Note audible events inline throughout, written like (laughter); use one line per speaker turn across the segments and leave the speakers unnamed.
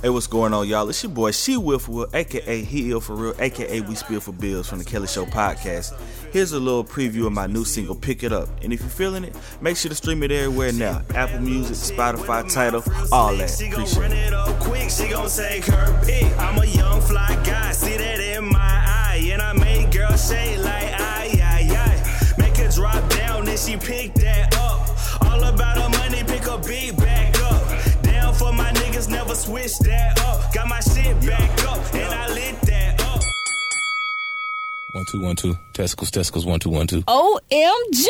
Hey, what's going on, y'all? It's your boy She Will for Real, aka He Ill for Real, aka We Spill for Bills from the Kelly Show podcast. Here's a little preview of my new single, Pick It Up. And if you're feeling it, make sure to stream it everywhere now Apple Music, Spotify, Title, all that.
She gon'
Appreciate
run
it.
it up quick. She gon' take her pick. I'm a young fly guy. See that in my eye, and I make girl shake like aye aye aye. Make her drop down, then she pick that up. All about her money, pick a beat back up. Down for my niggas, never switch that up. Got my shit back up, and I lit that up.
One two one two testicles testicles one two one two.
OMG.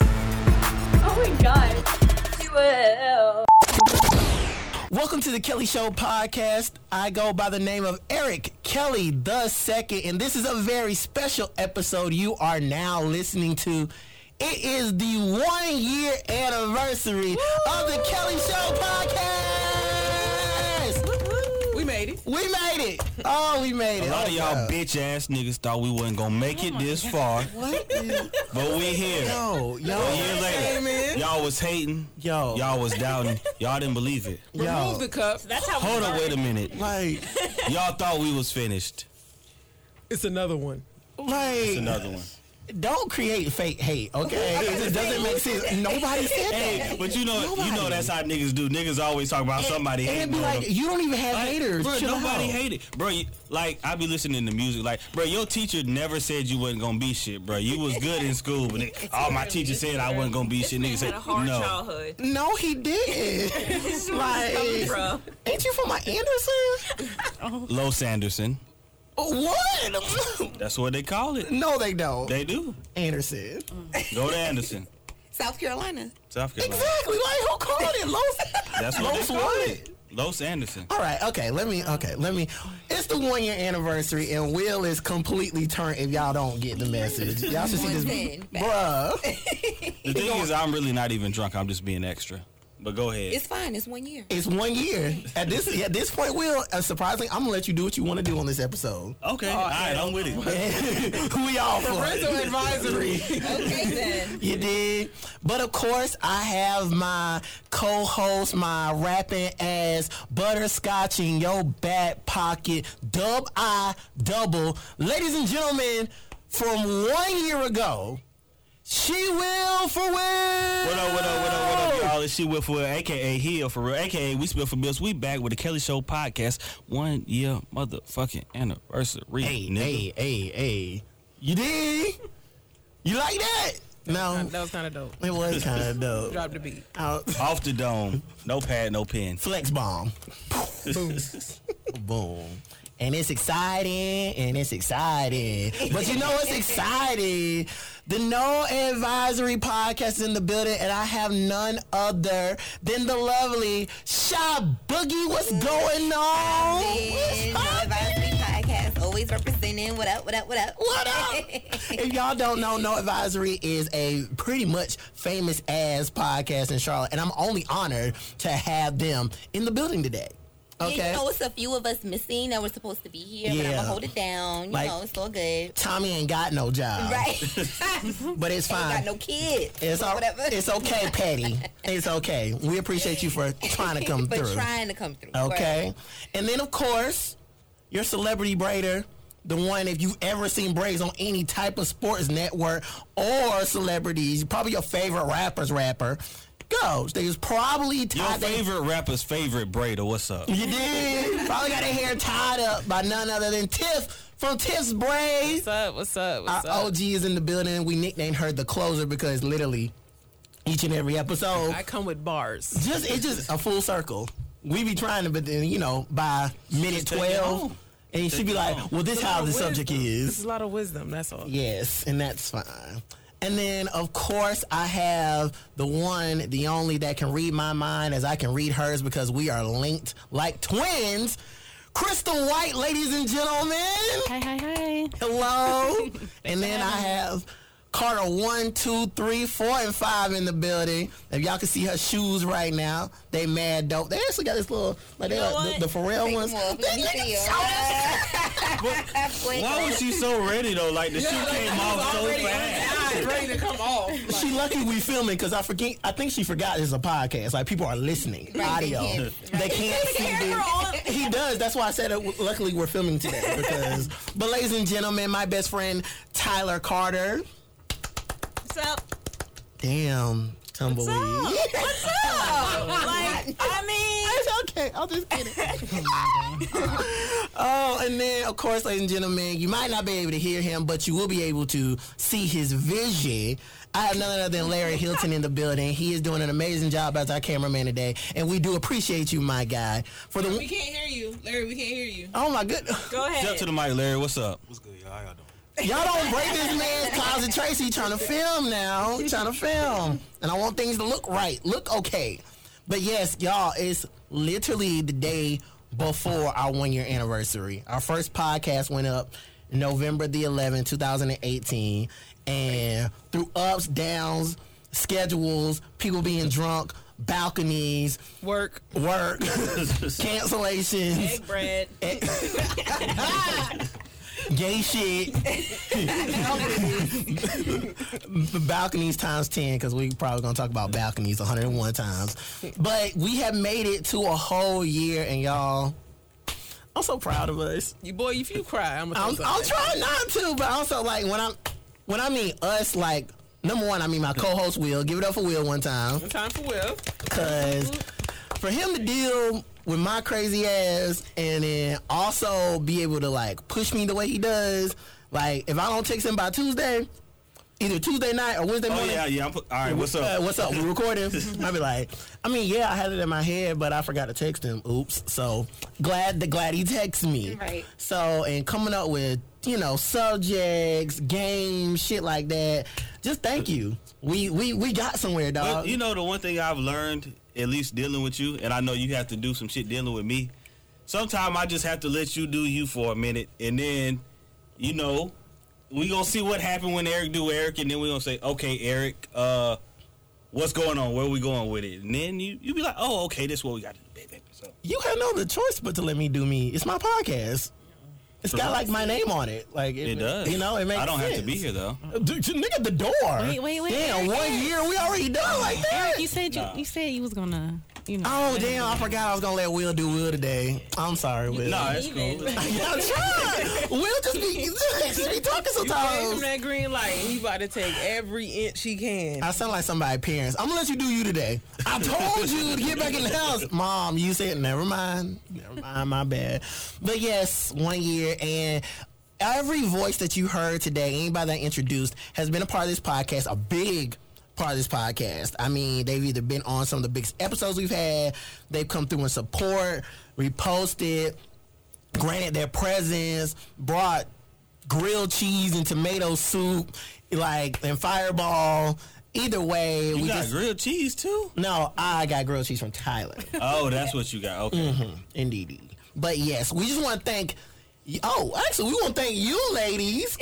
oh my god. You will.
Welcome to the Kelly Show podcast. I go by the name of Eric Kelly the second, and this is a very special episode you are now listening to. It is the one year anniversary of the Kelly Show podcast.
We made it.
We made it. Oh, we made it.
A lot of y'all bitch ass niggas thought we wasn't gonna make it this far, (laughs)
What? is-
but we here.
Yo,
A
yo,
year later,
Amen.
y'all was hating,
Yo.
y'all was doubting, y'all didn't believe it.
Remove
yo.
the cup.
That's how
Hold up, wait a minute.
Like,
Y'all thought we was finished.
It's another one.
It's
like,
another one.
don't create fake hate, okay? It just doesn't make sense. Nobody said that.
But you know, you know
Nobody.
that's how niggas do. Niggas always talk about somebody
And
hating.
it'd be
on
like,
them.
you don't even have haters.
Bro,
Chill
nobody
out.
hated, bro. You, like I be listening to music, like bro, your teacher never said you wasn't gonna be shit, bro. You was good in school, but it, all my teacher said I wasn't gonna be shit. Niggas said
had a hard
no.
childhood.
No,
(laughs)
he didn't. like,
Bro,
ain't you from my Anderson?
Low Sanderson,
What? (laughs)
that's what they call it.
no, they don't.
They do.
Anderson.
Go to Anderson,
South Carolina.
South Carolina.
Exactly. Like, who called it? Los.
That's what
Los
they call
what?
it. Los Anderson.
All right, okay, let me, okay, let me. It's the one year anniversary, and Will is completely turned if y'all don't get the message. Y'all should see this.
One thing.
Bruh,
The thing is, I'm really not even drunk. I'm just being extra. But go ahead.
It's fine. It's one year.
it's one year. At this at this point, Will, uh, surprisingly, I'm gonna let you do what you wanna do on this episode.
Okay. All right, I'm with it.
(laughs) we all for it.
advisory.
Okay then.
(laughs) You did. But of course, I have my co-host, my rapping ass butterscotch in your back pocket, dub I double. Ladies and gentlemen, from one year ago, she will for will.
What up, what up, what up, what up, y'all? It's she with for real, aka Hill for real, aka We Spill for Bills. We back with the Kelly Show podcast. One year motherfucking anniversary.
Hey,
nigga.
hey, hey, hey. You did? You like that? No.
That was kind of dope.
It was kind of dope.
Drop the beat.
Out.
Off the dome. No pad, no pen.
flex bomb. Boom. Boom. And it's exciting, and it's exciting. But you know what's exciting? The No Advisory Podcast is in the building, and I have none other than the lovely Sha Boogie. What's going on? What's happening?
podcast always representing. What up? What up? What up? (laughs)
What up? if y'all don't know, No Advisory is a pretty much famous ass podcast in Charlotte, and I'm only honored to have them in the building today. Okay.
You know, it's a few of us missing that were supposed to be here, but I'm
Yeah.
gonna hold it down. You
Like- uh,
know, it's all good.
Tommy ain't got no
(laughs)
job.
Right.
(laughs) But it's fine.
Got no kids.
it's,
or (laughs)
all,
whatever.
it's okay, Patty. It's okay. We appreciate you for trying
(laughs)
to come
but
through.
trying to come through.
okay. And then, of course, your celebrity braider, the one, if you've ever seen braids on any type of sports network or celebrities, probably your favorite rapper's rapper, goes. They was probably
Your
tied. they-
favorite rapper's favorite braider. What's up?
(laughs) You did. probably got their hair tied up by none other than Tiff from Tiff's Braids.
What's up? What's up?
Our
What's up?
OG is in the building. We nicknamed her the closer because literally each and every episode,
I come with bars.
just it's just a full circle. We be trying to, but then you know by minute
just take it
twelve,
home.
and she be like, "Well, this how the
Wisdom.
subject
This is
is."
a lot of wisdom. That's all.
Yes, and that's fine. And then of course I have the one, the only that can read my mind as I can read hers because we are linked like twins. Crystal White, ladies and gentlemen.
Hi, hi, hi.
Hello. and then I have Carter one, two, three, four, and five in the building. If y'all can see her shoes right now, they mad dope. They actually got this little like they
You know
got the, the
what?
Pharrell ones.
Well, let me see you. Wait,
Why was she so ready though? Like the shoe came off so fast.
ready to come off.
She lucky we filming because I forget. I think she forgot it's a podcast. Like people are listening,
Right, they
audio.
can't-
They can't see. the- (laughs) He does. That's why I said. It, luckily we're filming today because. (laughs) But ladies and gentlemen, my best friend Tyler Carter.
What's up?
Damn, tumbleweed. (laughs)
What's up? like, I mean,
It's (laughs) okay. I'll just get it. oh, and then of course, ladies and gentlemen, you might not be able to hear him, but you will be able to see his vision. I have none other than Larry Hilton in the building. He is doing an amazing job as our cameraman today, and we do appreciate you, my guy, for
We
the.
can't hear you, Larry. We can't hear you.
Oh my good,
go ahead.
Up to the mic, Larry. What's up?
y'all don't break this man's concentration. He trying to film now, He trying to film, and I want things to look right, look okay. But yes, y'all, it's literally the day before our one year anniversary. Our first podcast went up November the 11th, 2018. And through ups, downs, schedules, people being drunk, balconies,
Work.
work, cancellations,
Egg
(laughs)
bread.
gay shit. (laughs) The balconies times 10 because we probably gonna talk about balconies 101 times but we have made it to a whole year and y'all i'm so proud of us
You boy, if you cry, I'm
i'm,
gonna.
I'm trying not to but also like when i'm when i mean us like number one i mean my co-host will give it up for will one time
Time for Will.
because for him to deal with my crazy ass and then also be able to like push me the way he does, like if I don't text him by Tuesday, either Tuesday night or Wednesday
Oh
morning.
yeah, yeah. I'm, put- all right. What's
uh,
up?
what's up?
(laughs)
We're recording. I'd be like, I mean, yeah, I had it in my head, but I forgot to text him. Oops. So glad that glad he texted me.
Right.
So and coming up with you know subjects, games, shit like that. Just thank you. We we we got somewhere, dog.
But you know the one thing I've learned, at least dealing with you, and I know you have to do some shit dealing with me. Sometimes I just have to let you do you for a minute, and then, you know, we gonna see what happened when Eric do Eric, and then we gonna say, okay, Eric, uh, what's going on? Where we going with it? And then you you be like, oh, okay, this what we got to do, baby. So
you have no other choice but to let me do me. It's my podcast. It's got like my name on it. Like
it does.
You know, it makes.
I don't have to
sense.
be here though.
Dude, you nigga, the door.
Wait, wait, wait,
Damn,
Eric,
one year we already done like that.
You said you, you said you was gonna, you know.
Oh damn! I forgot I was gonna let Will do Will today. I'm sorry, Will.
No, it's cool.
(laughs) I'm trying. Will just be, (laughs) just be talking
Gave him
sometimes.
that green light. and He about to take every inch he can.
I sound like somebody's parents. I'm gonna let you do you today. I told you to get back in the house, Mom. You said never mind, never mind. My bad. But yes, one year and. Every voice that you heard today, anybody that introduced, has been a part of this podcast, a big part of this podcast. I mean, they've either been on some of the biggest episodes we've had, they've come through and support, reposted, granted their presence, brought grilled cheese and tomato soup, like and fireball. Either way,
You
we
got
just
grilled cheese (laughs) too?
no. I got grilled cheese from Tyler, (laughs)
Oh, that's what you got. Okay.
indeed. But yes, we just want to thank. Oh, actually, we want to thank you,
(laughs)
ladies,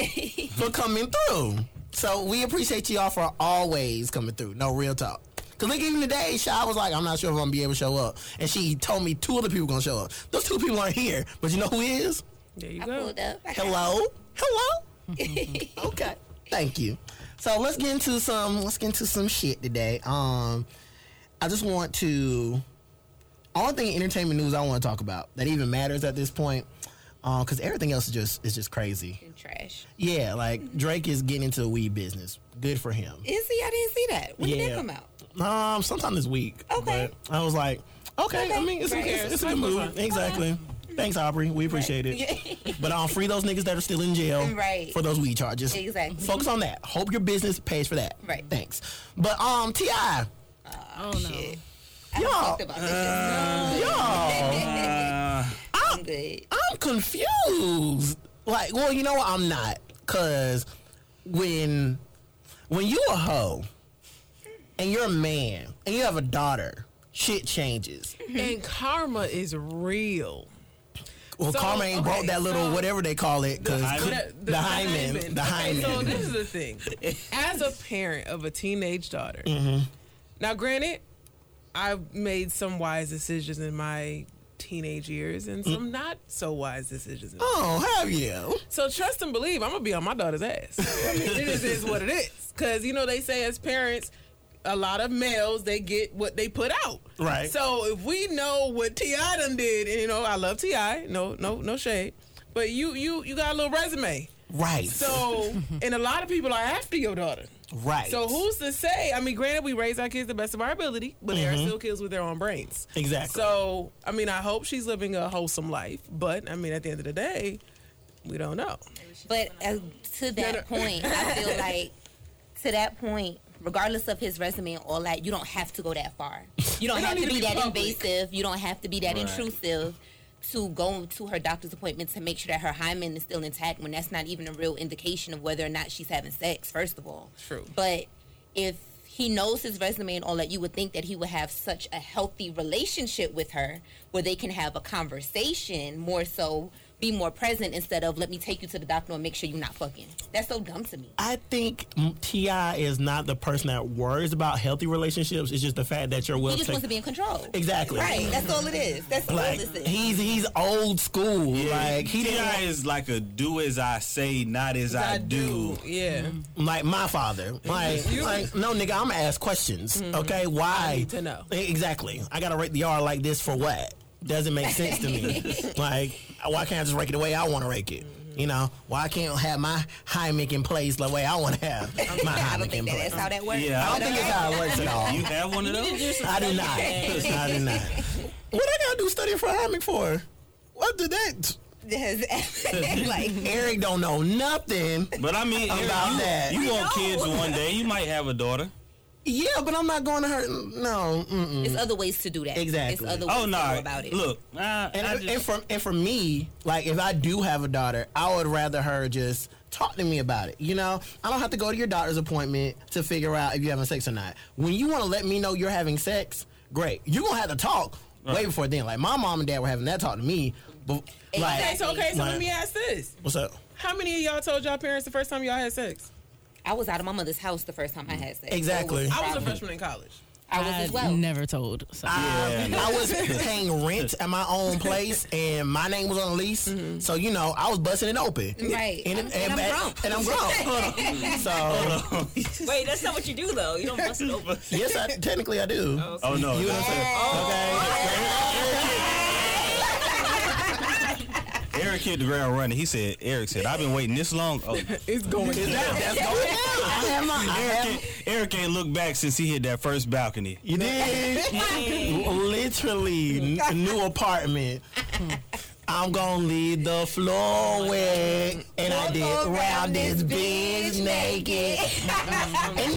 for coming through. So we appreciate y'all for always coming through. No real talk. Cause like even today, Shy was like, "I'm not sure if I'm gonna be able to show up," and she told me two other people gonna show up. Those two people aren't here, but you know who is?
there you
I
go.
pulled up. I got-
Hello? Hello? okay. Thank you. So let's get into some let's get into some shit today. Um I just want to only thing entertainment news I want to talk about that even matters at this point. Um, cause everything else is just is just crazy.
Trash.
Yeah, like Drake is getting into the weed business. Good for him.
Is he? I didn't see that. When did
Yeah.
that come out?
Um, sometime this week.
Okay.
But I was like, okay, I mean, it's,
Right.
it's, it's a good move. Exactly. Thanks, Aubrey. We appreciate
(laughs)
it. but um, free those niggas that are still in jail
Right.
for those weed charges.
Exactly.
Focus on that. Hope your business pays for that.
Right.
Thanks. But um, Ti,
Oh no.
Shit. I
Y'all.
talked about this.
yo,
I'm good.
oh, I'm confused. Like, well, you know what? I'm not, cause when when you a hoe and you're a man and you have a daughter, shit changes.
And karma is real.
well,
So,
Carmaine
okay,
brought that little
so-
whatever they call it because
hymen?
the, the, hymen, the
Okay,
hymen.
So this is
(laughs)
the thing. As a parent of a teenage daughter,
Mm-hmm.
now granted, I've made some wise decisions in my teenage years and
Mm.
some not so wise decisions.
oh, have you?
So trust and believe, I'm gonna be on my daughter's ass. (laughs) I mean, it is, is what it is. Cause you know they say as parents, a lot of males they get what they put out.
Right.
So if we know what Ti done did, and you know I love Ti, no no no shade, but you you you got a little resume.
Right.
So, (laughs) and a lot of people are after your daughter.
right.
So, who's to say? I mean, granted, we raise our kids the best of our ability, but they are still kids with their own brains.
Exactly.
So, I mean, I hope she's living a wholesome life, but I mean, at the end of the day, we don't know.
But uh, to that point, I feel like to that point, regardless of his resume or like, you don't have to go that far. You don't
It don't
have
need
to
to
be
be
that
public.
invasive. You don't have to be that
Right.
intrusive to go to her doctor's appointment to make sure that her hymen is still intact when that's not even a real indication of whether or not she's having sex. First of all,
True.
But if he knows his resume and all that, you would think that he would have such a healthy relationship with her where they can have a conversation more so be more present instead of let me take you to the doctor and make sure you're not fucking. That's so dumb to me.
I think mm, Ti is not the person that worries about healthy relationships. It's just the fact that you're well
he just
taken.
wants to be in control.
Exactly.
Right. That's all it is. That's all
like
this is.
he's he's old school. Like he didn't
Ti is like a do as I say, not as I, do.
Yeah.
like my father. Like,
You-
like no nigga, I'm gonna ask questions. Okay, why?
need to know.
E- Exactly. I gotta rake the yard like this for what? Doesn't make sense to me. like, why can't I just rake it the way I want to rake it? You know, why can't I have my hymen in place the way I want to have
(laughs)
my
I
hymen
don't
in
think that
place?
that's how that works.
Yeah,
I don't think it's how it works at all.
You have one of those?
I do not. I do not. What I gotta do studying for hymen for? What did that?
that's (laughs) like
(laughs) Eric don't know nothing.
But I mean, Eric,
About
you,
that.
you want kids one day. You might have a daughter.
Yeah, but I'm not going to hurt. No. mm. Mm-mm.
it's other ways to do that. It's
Exactly.
other ways
Oh
to
no!
go about it.
Look, nah,
And,
I
I-
just-
and for and for me, like if I do have a daughter, I would rather her just talk to me about it. You know, I don't have to go to your doctor's appointment to figure out if you're having sex or not. When you want to let me know you're having sex, great. You're gonna have to talk way before then. Like my mom and dad were having that talk to me. But, like,
Okay, so, okay, so
like,
let me ask this.
What's up?
How many of y'all told y'all parents the first time y'all had sex?
I was out of my mother's house the first time I had sex.
Exactly.
I was a freshman in college.
I was as well.
never told. So.
yeah,
I was paying rent at my own place, and my name was on the lease. So you know, I was busting it open.
Mm-hmm. Right.
And,
I'm- and I'm grown.
and I'm
(laughs)
grown. so
Wait, that's not what you do though. You don't bust it
(laughs)
open.
yes, I, technically I do.
oh no!
You know what I'm saying?
Eric hit the ground running. He said, "Eric said I've been waiting this long." Oh,
It's going
Is that- (laughs) that's going down. I have my. I
Eric,
have,
ain't, Eric ain't looked back since he hit that first balcony.
(laughs)
you (laughs) did literally n- new apartment. I'm gonna leave the floor wet, and I did round this bitch naked, (laughs) and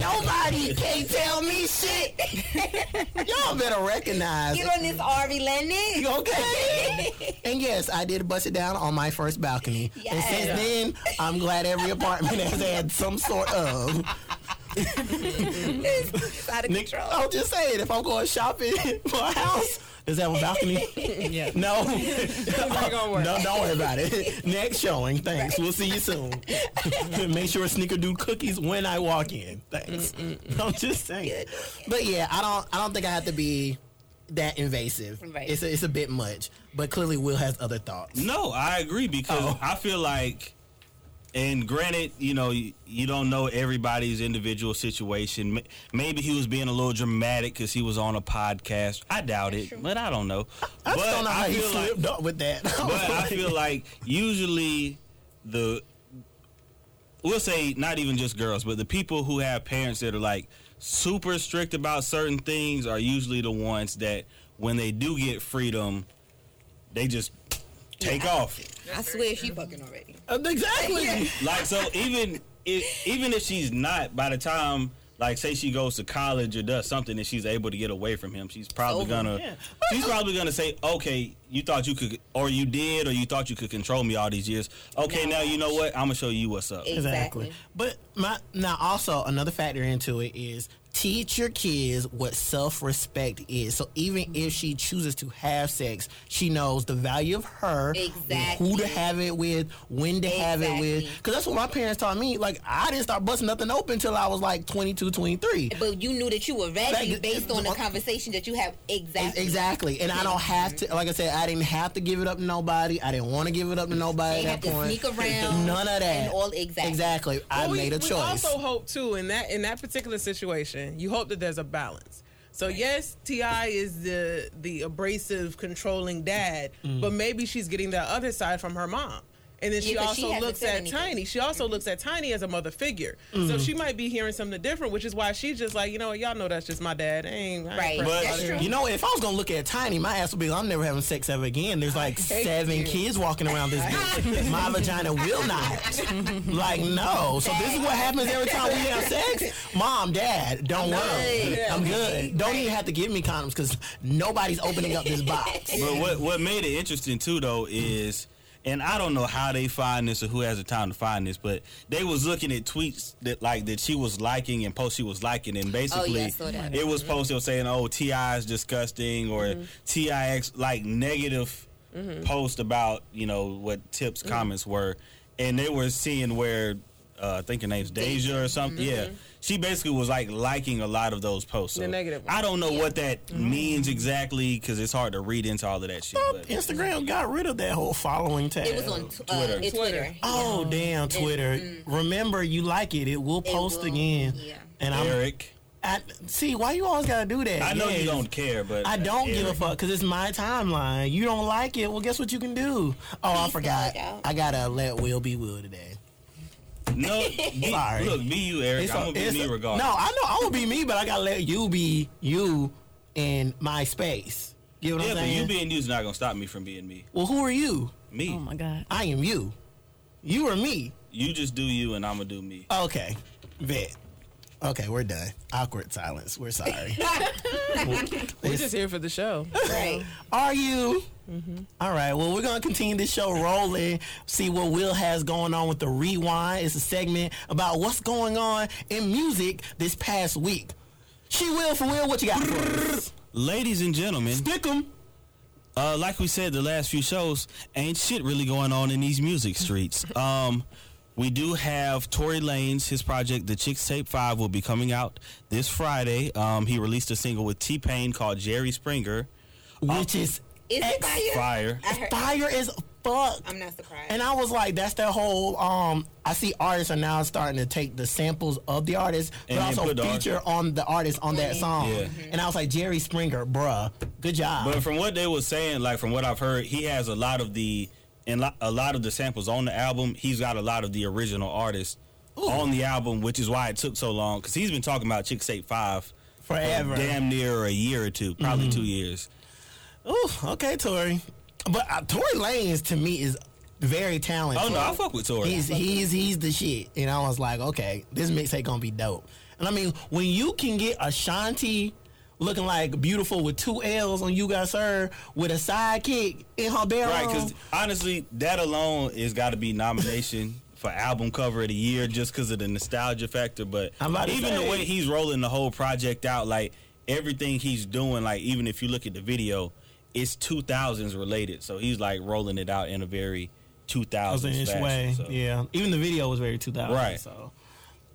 (laughs)
nobody can't tell me shit. (laughs) Y'all better recognize.
Get on this Ari Lennox.
You okay? and yes, I did bust it down on my first balcony. And
Yes.
since then, I'm glad every apartment has had some sort of.
It's (laughs) out of
Nick,
control.
I'm just saying, if I'm going shopping (laughs) for a house, does that have a balcony?
Yeah.
No.
gonna work.
no, don't worry about it. Next showing. Thanks. We'll see you soon. Make sure sneaker do cookies when I walk in. Thanks. I'm just saying. But yeah, I don't I don't think I have to be that invasive.
Right.
It's a, it's a bit much. But clearly Will has other thoughts.
No, I agree because
Oh.
I feel like, and granted, you know, you, you don't know everybody's individual situation. Ma- Maybe he was being a little dramatic because he was on a podcast. I doubt it, but I don't know.
I
but
just don't know how
I
he
feel like,
slipped up with that. (laughs)
but I feel like usually the we'll say not even just girls, but the people who have parents that are like super strict about certain things are usually the ones that when they do get freedom, they just take off.
I swear she fucking already.
exactly.
Like so, even if, even if she's not, by the time like say she goes to college or does something and she's able to get away from him, she's probably
over.
gonna she's probably gonna say, okay, you thought you could, or you did, or you thought you could control me all these years. Okay, now you know what? I'm gonna show you what's up.
Exactly. But my now also another factor into it is teach your kids what self-respect is. So even if she chooses to have sex, she knows the value of her,
Exactly.
who to have it with, when to have it with. Cuz that's what my parents taught me. Like I didn't start busting nothing open till I was like 22, 23.
But you knew that you were ready
Like,
based on the
uh,
conversation that you have. Exactly.
Exactly. And I don't have to, like I said, I didn't have to give it up to nobody. I didn't want to give it up to nobody
They
at
have
that
to
point.
sneak around.
(laughs) None of that.
And all exactly.
Exactly. I
Well, we-
made a
we
choice.
also hope too in that in that particular situation, you hope that there's a balance. So yes, Ti is the the abrasive, controlling dad, but maybe she's getting that other side from her mom. And then
Yeah,
she
'cause she
also
hasn't
looks
said
at
anything.
Tiny. She also looks at Tiny as a mother figure. So she might be hearing something different, which is why she's just like, you know what, y'all know that's just my dad. I ain't, I ain't
Right.
pressing
That's
it.
true.
You know, if I was gonna look at Tiny, my ass would be. I'm never having sex ever again.
(laughs)
There's like seven kids walking around this bitch. My vagina
(laughs)
will not. Like no. So this is what happens every time we have sex. Mom, dad, don't worry.
good.
I'm good. Don't even have to give me condoms because nobody's opening up
(laughs)
this box.
But what what made it interesting too though is and I don't know how they find this or who has the time to find this, but they was looking at tweets that like that she was liking and posts she was liking and basically
Oh, I saw that.
it was posted saying, Oh, TI is disgusting or TIX like negative post about, you know, what tips comments were and they were seeing where uh, I think her name's Deja or something. Yeah. She basically was like liking a lot of those posts.
The
So
negative
I don't know what that means exactly because it's hard to read into all of that shit. But
Instagram got rid of that whole following tag.
It was on tw- uh,
Twitter.
Twitter. Twitter.
Oh damn, Twitter! Remember, you like it, it will post
mm. will,
again.
yeah.
And I'm,
Eric,
I see why you always gotta do that.
I know
Yes.
you don't care, but
I don't give a
Eric.
fuck because it's my timeline. You don't like it? Well, guess what you can do? Oh, I forgot.
out.
I gotta let Will be Will today.
(laughs)
No, be,
Sorry.
look, be you, Eric.
It's
I'm
a-
gonna be
it's
me
a-
regardless.
No, I know I will be me, but I gotta let you be you in my space. Get what
yeah,
I'm
but
saying?
you being you's not gonna stop me from being me.
well, who are you?
Me,
Oh my god.
I am you. You are me.
you just do you, and I'm gonna do me.
Okay, bet. Okay, we're done. Awkward silence. We're sorry. (laughs)
We're just here for the show.
Right.
Are you? All right. Well, we're gonna continue this show rolling. See what Will has going on with the rewind. It's a segment about what's going on in music this past week. She will for Will. What you got? for us?
Ladies and gentlemen,
Pick 'em.
Uh, like we said the last few shows, ain't shit really going on in these music streets. Um, we do have Tory Lanez, his project, The Chicks Tape 5, will be coming out this Friday. Um, he released a single with T Pain called Jerry Springer.
Which is
Is it by you?
Fire.
I heard,
fire is fuck.
I'm not surprised.
And I was like, that's that whole. Um, I see artists are now starting to take the samples of the artist, but
And then
also
put the artist-
feature on the artist on that song.
Yeah.
And I was like, Jerry Springer, bruh, good job.
But from what they were saying, like from what I've heard, he has a lot of the and lo- a lot of the samples on the album. He's got a lot of the original artists on the album, which is why it took so long because he's been talking about Chicks Tape 5 for
Forever.
damn near a year or two, probably two years.
Oh, okay, Tory. But uh, Tory Lanez to me is very talented.
Oh no, I fuck with Tory.
he's he's he's the shit. And I was like, okay, this mixtape gonna be dope. And I mean, when you can get Ashanti looking like beautiful with two L's on you got served with a sidekick in her bedroom,
right, because
Oh.
honestly, that alone is got to be nomination for album cover of the year just because of the nostalgia factor. But
I'm about to
even
say.
the way he's rolling the whole project out, like everything he's doing, like even if you look at the video, it's 2000s related. So he's like rolling it out in a very 2000s
was in his
fashion,
way.
so.
Yeah, even the video was very 2000.
Right.
So,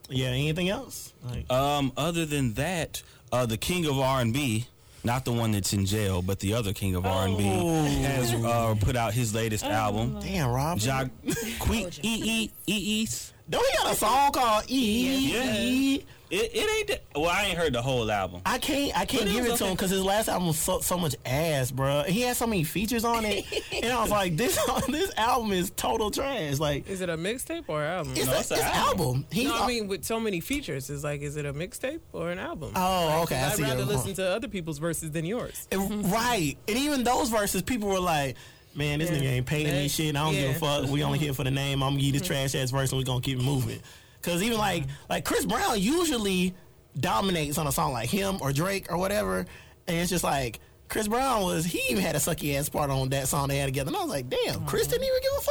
yeah. Anything else? Like,
Um, other than that, uh, the king of R and B, not the one that's in jail, but the other king of R and B,
Oh.
has uh, put out his latest album.
damn, Rob.
Ja- Que- E- E- E- E's.
Don't he got a song called E?
Yeah.
E?
It, it ain't. th- well, I ain't heard the whole album.
I can't I can't
But it
give
was
it to him
okay.
because his last album was so, so much ass, bruh. He had so many features on
(laughs)
it, and I was like, this (laughs) this album is total trash. Like,
Is it a mixtape or an album?
it's,
No,
a,
it's
it's
a
an album.
album.
He's
no, I mean with so many features, it's like, is it a mixtape or an album?
oh, okay. I
I'd
see
rather
your point.
listen to other people's verses than yours.
And- right, and even those verses, people were like. Man, this nigga ain't paying me
They-
shit. and I don't give a
yeah.
fuck. We only here for the name. I'm gonna give you this trash ass verse, and we gonna keep it moving. Cause even like like Chris Brown usually dominates on a song like him or Drake or whatever, and it's just like Chris Brown was he even had a sucky ass part on that song they had together, and I was like, damn, Chris didn't even give a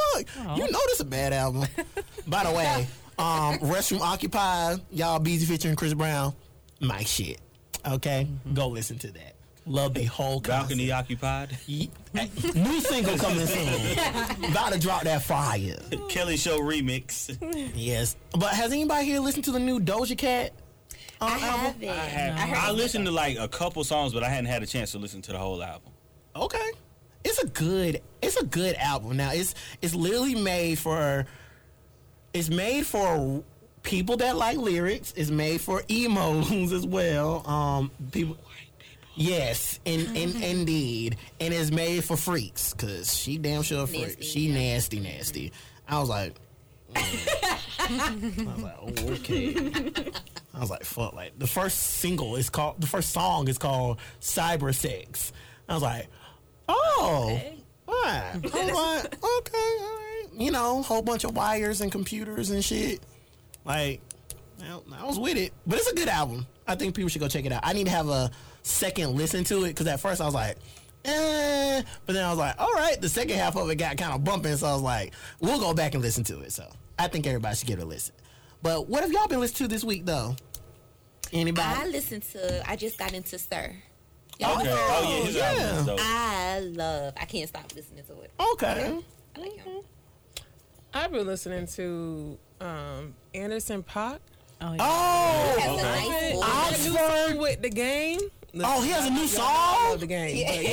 fuck. You know this a bad album. By the way, um, Restroom Occupy, y'all BZ featuring Chris Brown, my shit. Okay, go listen to that. Love the whole concept.
Balcony occupied.
Ye- New single coming soon. About to drop that fire.
Kelly Show remix.
Yes, but has anybody here listened to the new Doja Cat? uh,
I
album?
haven't. I, heard
I
it was
listened to like a couple songs, but I hadn't had a chance to listen to the whole album.
Okay. It's a good it's a good album. Now it's it's literally made for it's made for people that like lyrics. It's made for emos as well. Um people Yes, in, in indeed. And it's made for freaks cuz she damn sure a freak.
Nasty,
she nasty nasty. I was like mm. (laughs) I was like, oh, okay. I was like, fuck. Like the first single is called, the first song is called Cyber Sex. I was like, oh, what? I was like, okay, all right. You know, whole bunch of wires and computers and shit. Like, I, I was with it, but it's a good album. I think people should go check it out. I need to have a second listen to it because at first I was like. Eh, but then I was like, all right, the second half of it got kind of bumping, so I was like, we'll go back and listen to it. So I think everybody should give it a listen. But what have y'all been listening to this week, though? Anybody?
I listened to. I just got into Sir.
Okay. Oh, yeah, his album is
yeah.
dope.
I love. I can't stop listening to it.
okay.
I like him.
I've been listening to um, Anderson Pock.
Oh, yeah.
Oh,
That's a nice voice.
Oxford.
with the game.
Oh, he has a new
I (laughs)
song.
love the game. but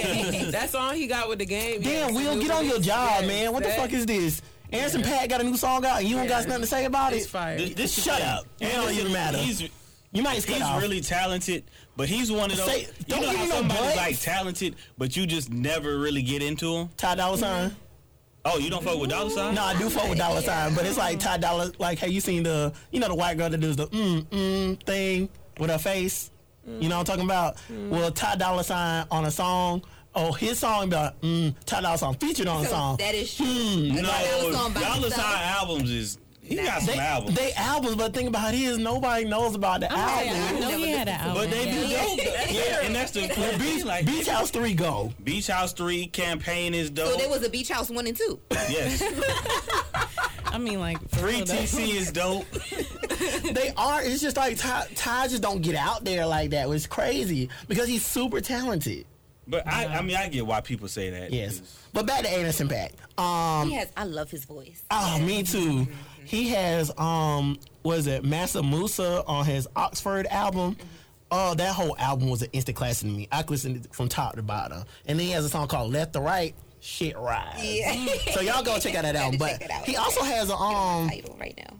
yeah, that song he got with the game.
Oh, Damn,
yes,
Will,
new
get on your
release.
job,
Yes,
man. What the
that
fuck is this? Anderson Pat got a new song out, and you don't got
Yeah.
nothing to say about
is
it.
fire.
Th- This is-
Shut up. It don't even matter.
He's,
You might cut
he's
off.
really talented, but he's one of those.
Say- don't
you know
give
how
me no
somebody's
buts.
like talented, but you just never really get into him.
Ty Dolla Sign.
Oh, you don't fuck with Dollar Sign?
No, I do fuck with Dollar Sign, but it's like Ty Dolla. Like, have you seen the you know the white girl that does the mm mm thing with her face? You know what I'm talking about?
Mm.
Well, Ty Dolla Sign on a song. Oh, his song, but mm, Ty Dolla Sign featured on a
So
song.
That is true. No,
no. Dollar Sign albums is he got some
They,
albums.
they albums, but the thing about it is nobody knows about the
Oh, yeah,
album.
I know
Never
he had an album.
but they
yeah.
do dope. though. Yeah, and that's the beach, like
Beach House 3 go.
Beach House Three campaign is (laughs) dope.
So there was a beach house one and two.
yes,
I mean, like
Three
for real,
TC is dope.
They are. It's just like Ty, Ty just don't get out there like that. It's crazy because he's super talented.
But I, I mean, I get why people say that.
Yes. But back to Anderson Pack. Um,
He has. I love his voice.
oh, me too. He has um, was it Massa Musa on his Oxford album? Oh, that whole album was an instant classic to me. I could listen to it from top to bottom. And then he has a song called "Left to Right." Shit rise. So y'all go check out that album.
Gotta
But
check that out.
he also has a
Um,
um
title right now.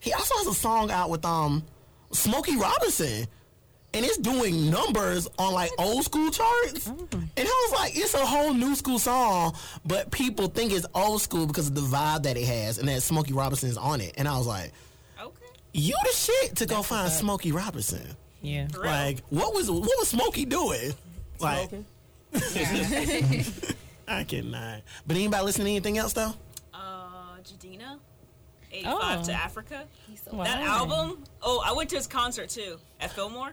he also has a song out with um Smokey Robinson. And it's doing numbers on like old school charts.
Mm.
And I was like, it's a whole new school song, but people think it's old school because of the vibe that it has and that Smokey Robinson's on it. And I was like,
Okay.
you the shit to go find Smokey Robinson.
yeah.
Like, what was what was Smokey doing? Like, (laughs) I cannot. But anybody listen to anything else though?
Uh, Jadina, 85
Oh.
to Africa.
He's so.
Wow.
That album. Oh, I went to his concert too at Fillmore.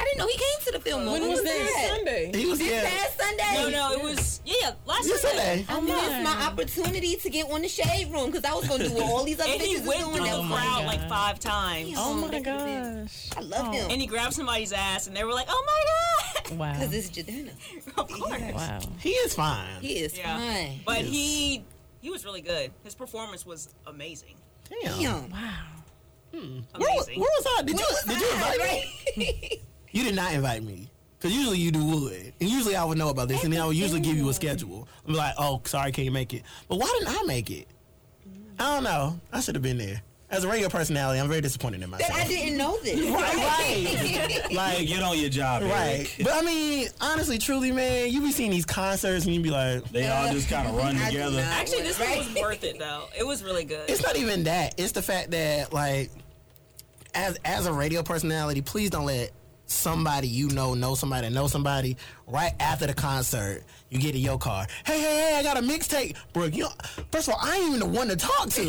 I didn't know he came to the film.
When was that? Sunday.
He was
This
yeah.
past Sunday.
No, Oh, no, it was yeah, last
Yesterday.
Sunday.
I missed my opportunity to get on the shade room because I was gonna do what all these other
And he
bitches
went
is
through
doing.
the Oh
That was like,
crowd like five times.
damn,
Oh my
they could've been-
gosh.
I love him.
And he grabbed somebody's ass, and they were like, "Oh my god!"
Wow.
Because it's Jadena.
(laughs) of course.
Wow.
He is fine.
He is
Yeah.
fine.
But he he was really good. His performance was amazing.
Damn.
Damn.
Wow.
Where,
Amazing.
where was I? Did you did you invite me? You did not invite me. Cause usually you do would, and usually I would know about this, and then I would usually give you a schedule. I'm like, oh, sorry, can't make it. But why didn't I make it? I don't know. I should have been there. As a radio personality, I'm very disappointed in myself.
That I didn't know this.
Right, (laughs)
Hey,
Like,
get on your job,
right.
Eric.
But I mean, honestly, truly, man, you be seeing these concerts, and you be like,
They all just kind of run
I do
together.
not.
Actually, this
Right.
one was worth it though. It was really good.
it's not even that. It's the fact that like as as a radio personality, please don't let somebody you know know somebody that know somebody right after the concert. You get in your car. Hey, hey, hey! I got a mixtape, bro. You know, first of all, I ain't even the one to talk to.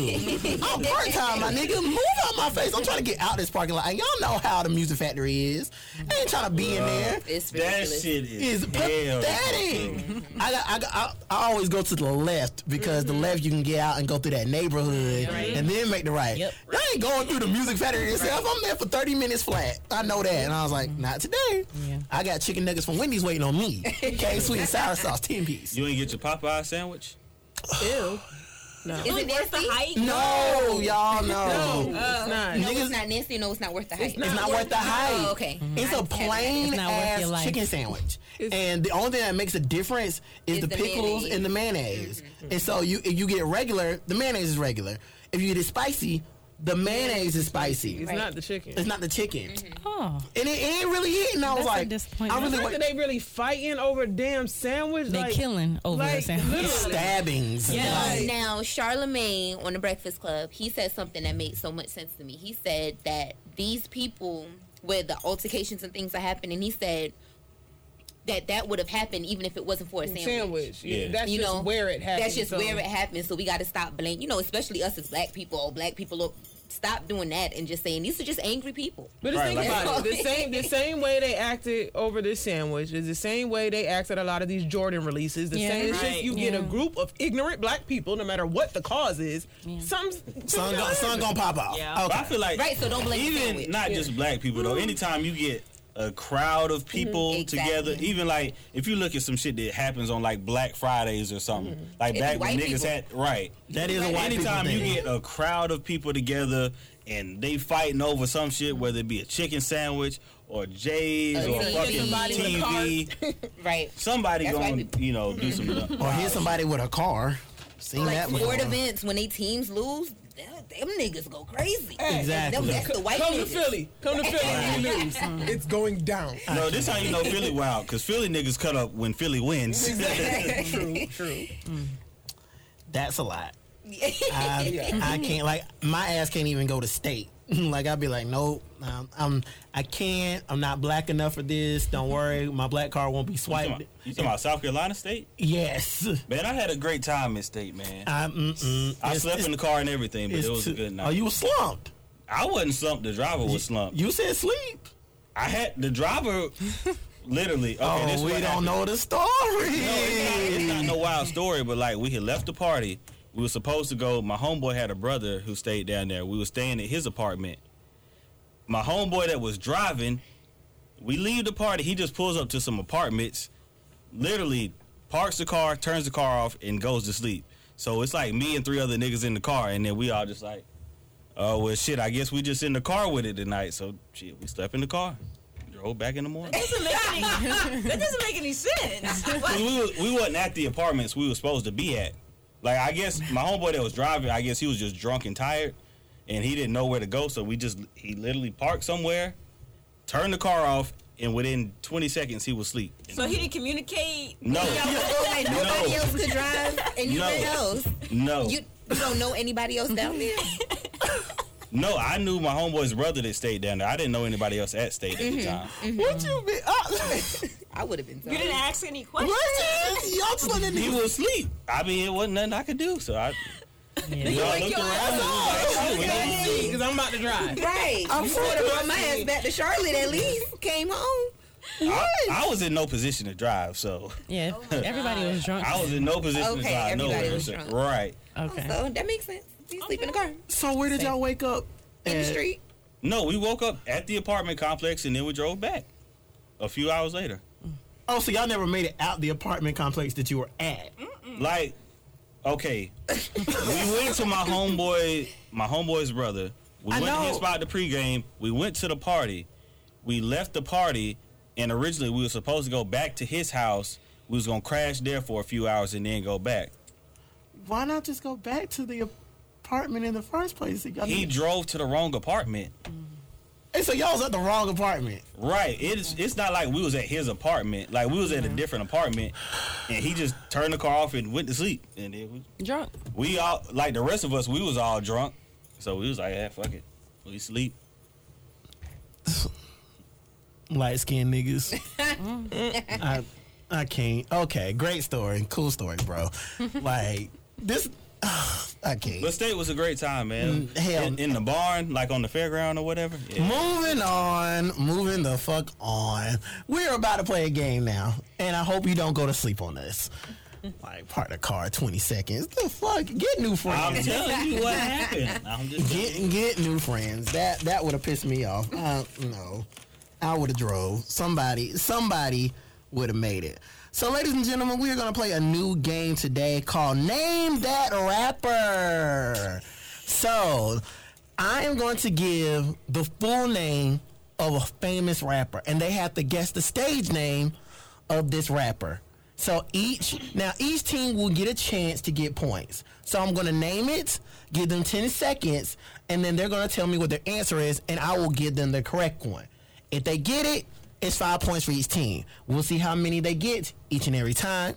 I'm part time, my nigga. Move out my face. I'm trying to get out this parking lot. And y'all know how the Music Factory is. I ain't trying to be in there.
It's
That
ridiculous.
shit is
It's
hell.
pathetic. I, got, I, got, I I always go to the left because
Mm-hmm.
the left you can get out and go through that neighborhood and then make the right.
Yep.
Y'all ain't going through the music factory itself. I'm there for 30 minutes flat. I know that. And I was like, not today.
Mm-hmm. Yeah.
I got chicken nuggets from Wendy's waiting
(laughs)
on me. Okay, sweet and sour sauce, 10 piece.
You ain't get your Popeye sandwich?
Ew.
Is it
Worth the
nasty?
hype?
No, y'all, no.
it's not.
No,
Niggas-
it's not nasty. No, it's not worth the hype.
It's not worth the hype.
Oh, okay.
It's a
I can't-
plain
Mm-hmm. It's not worth your
ass
life.
chicken sandwich.
It's-
and the only thing that makes a difference is,
Is
the,
the
pickles
mayonnaise.
and the mayonnaise. And so you if you get it regular, the mayonnaise is regular. If you get it spicy, the mayonnaise is spicy.
It's not the chicken.
It's not the chicken.
Oh,
And it ain't really it. And I
That's
was
a
like, I
disappointment.
really
It's not
went
that they really fighting over a damn sandwich.
they
like,
killing over
like,
a sandwich.
literally.
stabbings.
Yeah.
Like,
Now, Charlemagne on the Breakfast Club, he said something that made so much sense to me. He said that these people, where the altercations and things are happening, he said that that would have happened even if it wasn't for a sandwich.
sandwich. Yeah.
Yeah.
That's
You
just
know
where it happens.
That's just
So,
where it happens. So we got to stop blame. You know, especially us as black people. Oh, black people look. Stop doing that and just saying these are just angry people.
But just
Right,
think
like-
about (laughs) it. The same, the same way they acted over this sandwich is the same way they acted a lot of these Jordan releases. The
Yeah.
same. It's just
Right.
you get a
Yeah.
group of ignorant black people, no matter what the cause is. Some
Sun gonna, sun gonna pop out.
Yeah.
But
Okay.
I feel like
Right, so don't blame the sandwich.
even not just black people though. Anytime you get a crowd of people
Mm-hmm. Exactly.
together, even like if you look at some shit that happens on like Black Fridays or something, like
It's
back when
Mm-hmm. white
niggas
people.
had right.
That is a
Like,
white people
Anytime you
thing.
get a crowd of people together and they fighting over some shit, whether it be a chicken sandwich or J's
A
or
TV.
fucking
Somebody
with a
TV,
Right.
somebody
That's white
going
people.
to you know do some.
(laughs)
Or hit Oh, somebody with a car. Seen
Like
that
sport
before.
events when they teams lose, them them niggas go crazy.
Exactly.
Them- That's the white
Come to
niggas.
Philly. Come to Philly. when you lose. It's going down.
No, this how you know Philly wild because Philly niggas cut up when Philly wins.
true. (laughs) True.
That's a lot. I, I can't like my ass can't even go to state. (laughs) like I'd be like, nope, um, I'm I can't. I'm not black enough for this. Don't worry, my black card won't be
You
swiped.
talking about- you talking about South Carolina State?
Yes,
Man, I had a great time in state, man. I,
I, mm-mm. It's-
slept
it's-
in the car and everything, but
it's
it was
too-
a good night.
Oh, you were slumped.
I wasn't slumped. The driver was slumped.
You said sleep.
I had the
(laughs)
driver literally. Okay,
oh,
this
we don't
know.
know the story.
It's not no wild story, but like we had left the party. We were supposed to go. My homeboy had a brother who stayed down there. We were staying at his apartment. My homeboy that was driving, we leave the party. He just pulls up to some apartments, literally parks the car, turns the car off, and goes to sleep. So it's like me and three other niggas in the car, and then we all just like, oh well, shit. I guess we just in the car with it tonight. So shit, we slept in the car, drove back in the morning.
that doesn't make any (laughs) sense. What?
'Cause (laughs) we, was, we wasn't at the apartments we were supposed to be at. Like I guess my homeboy that was driving, I guess he was just drunk and tired, and he didn't know where to go. So we just he literally parked somewhere, turned the car off, and within 20 seconds he was asleep.
So he didn't communicate.
No,
Like nobody
No.
else could drive, and you
No.
didn't know.
no,
You, you don't know anybody else down there.
no. I knew my homeboy's brother that stayed down there. I didn't know anybody else at stayed at
Mm-hmm.
the time.
what you be? Uh,
I would have been.
You
Sorry.
didn't ask any questions.
what is? Y'all just letting
He
me.
was asleep. I mean, it wasn't nothing I could do. So I, we all looked around. And was like, "Shit, we don't see."
Because I'm about to drive.
Right.
I'm
you would have brought my
sorry.
ass back to Charlotte at least. Came home.
I, I was in no position to drive, so (laughs)
Yeah, everybody was drunk.
I was in no position to
Okay,
drive
everybody
nowhere.
was
so-
drunk.
Right.
okay.
So oh, that makes sense. You sleep in the car in
So where did y'all wake up?
the
At-
street. (laughs)
No, we woke up at the apartment complex and then we drove back a few hours later.
Oh, so y'all never made it out the apartment complex that you were at.
Like, okay, we went to my homeboy, my homeboy's brother. We
I
went to his
know.
spot to pregame. We went to the party. We left the party, and originally we were supposed to go back to his house. We was gonna crash there for a few hours and then go back.
why not just go back to the apartment in the first place? Y'all
He
need-
drove to the wrong apartment.
Hey, so y'all was at the wrong apartment.
Right. It's it's not like we was at his apartment. Like we was
Mm-hmm.
at a different apartment, and he just turned the car off and went to sleep. And then we
drunk.
we all like the rest of us. We was all drunk, so we was like, "Yeah, fuck it, we sleep."
light skinned niggas. Mm-hmm. I I can't. Okay, great story, cool story, bro. like this, (sighs) I can't.
But state was a great time, man.
Mm, hell.
in, in the barn, like on the fairground or whatever. Yeah.
Moving on, moving the fuck on. We're about to play a game now, and I hope you don't go to sleep on us. Like part of car, twenty seconds. The fuck, get new
I'm
friends.
telling you what happened. I'm just
Get get new friends. That that would have pissed me off. Uh, no, I would have drove. Somebody somebody would have made it. So, ladies and gentlemen, we are going to play a new game today called Name That Rapper. So, I am going to give the full name of a famous rapper, and they have to guess the stage name of this rapper. So each now each team will get a chance to get points. So I'm gonna name it, give them ten seconds, and then they're gonna tell me what their answer is, and I will give them the correct one. If they get it, it's five points for each team. We'll see how many they get each and every time.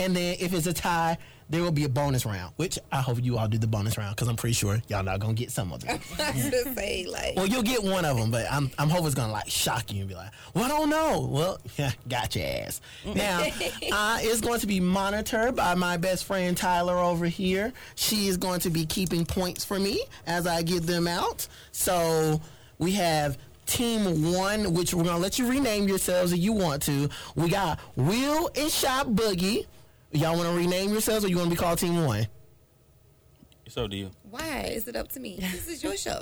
And then if it's a tie, there will be a bonus round, which I hope you all do the bonus round because I'm pretty sure y'all not gonna get some of it.
I should say like
Well, you'll get one of them, but I'm I'm hoping it's gonna like shock you and be like, "Well, I don't know." Well, (laughs) got your ass. Now, uh, it's going to be monitored by my best friend Tyler over here. She is going to be keeping points for me as I give them out. So we have Team One, which we're gonna let you rename yourselves if you want to. We got Will and Shop Boogie. Y'all want to rename yourselves, or you want to be called Team One?
so do you.
why is it up to me? This is your show.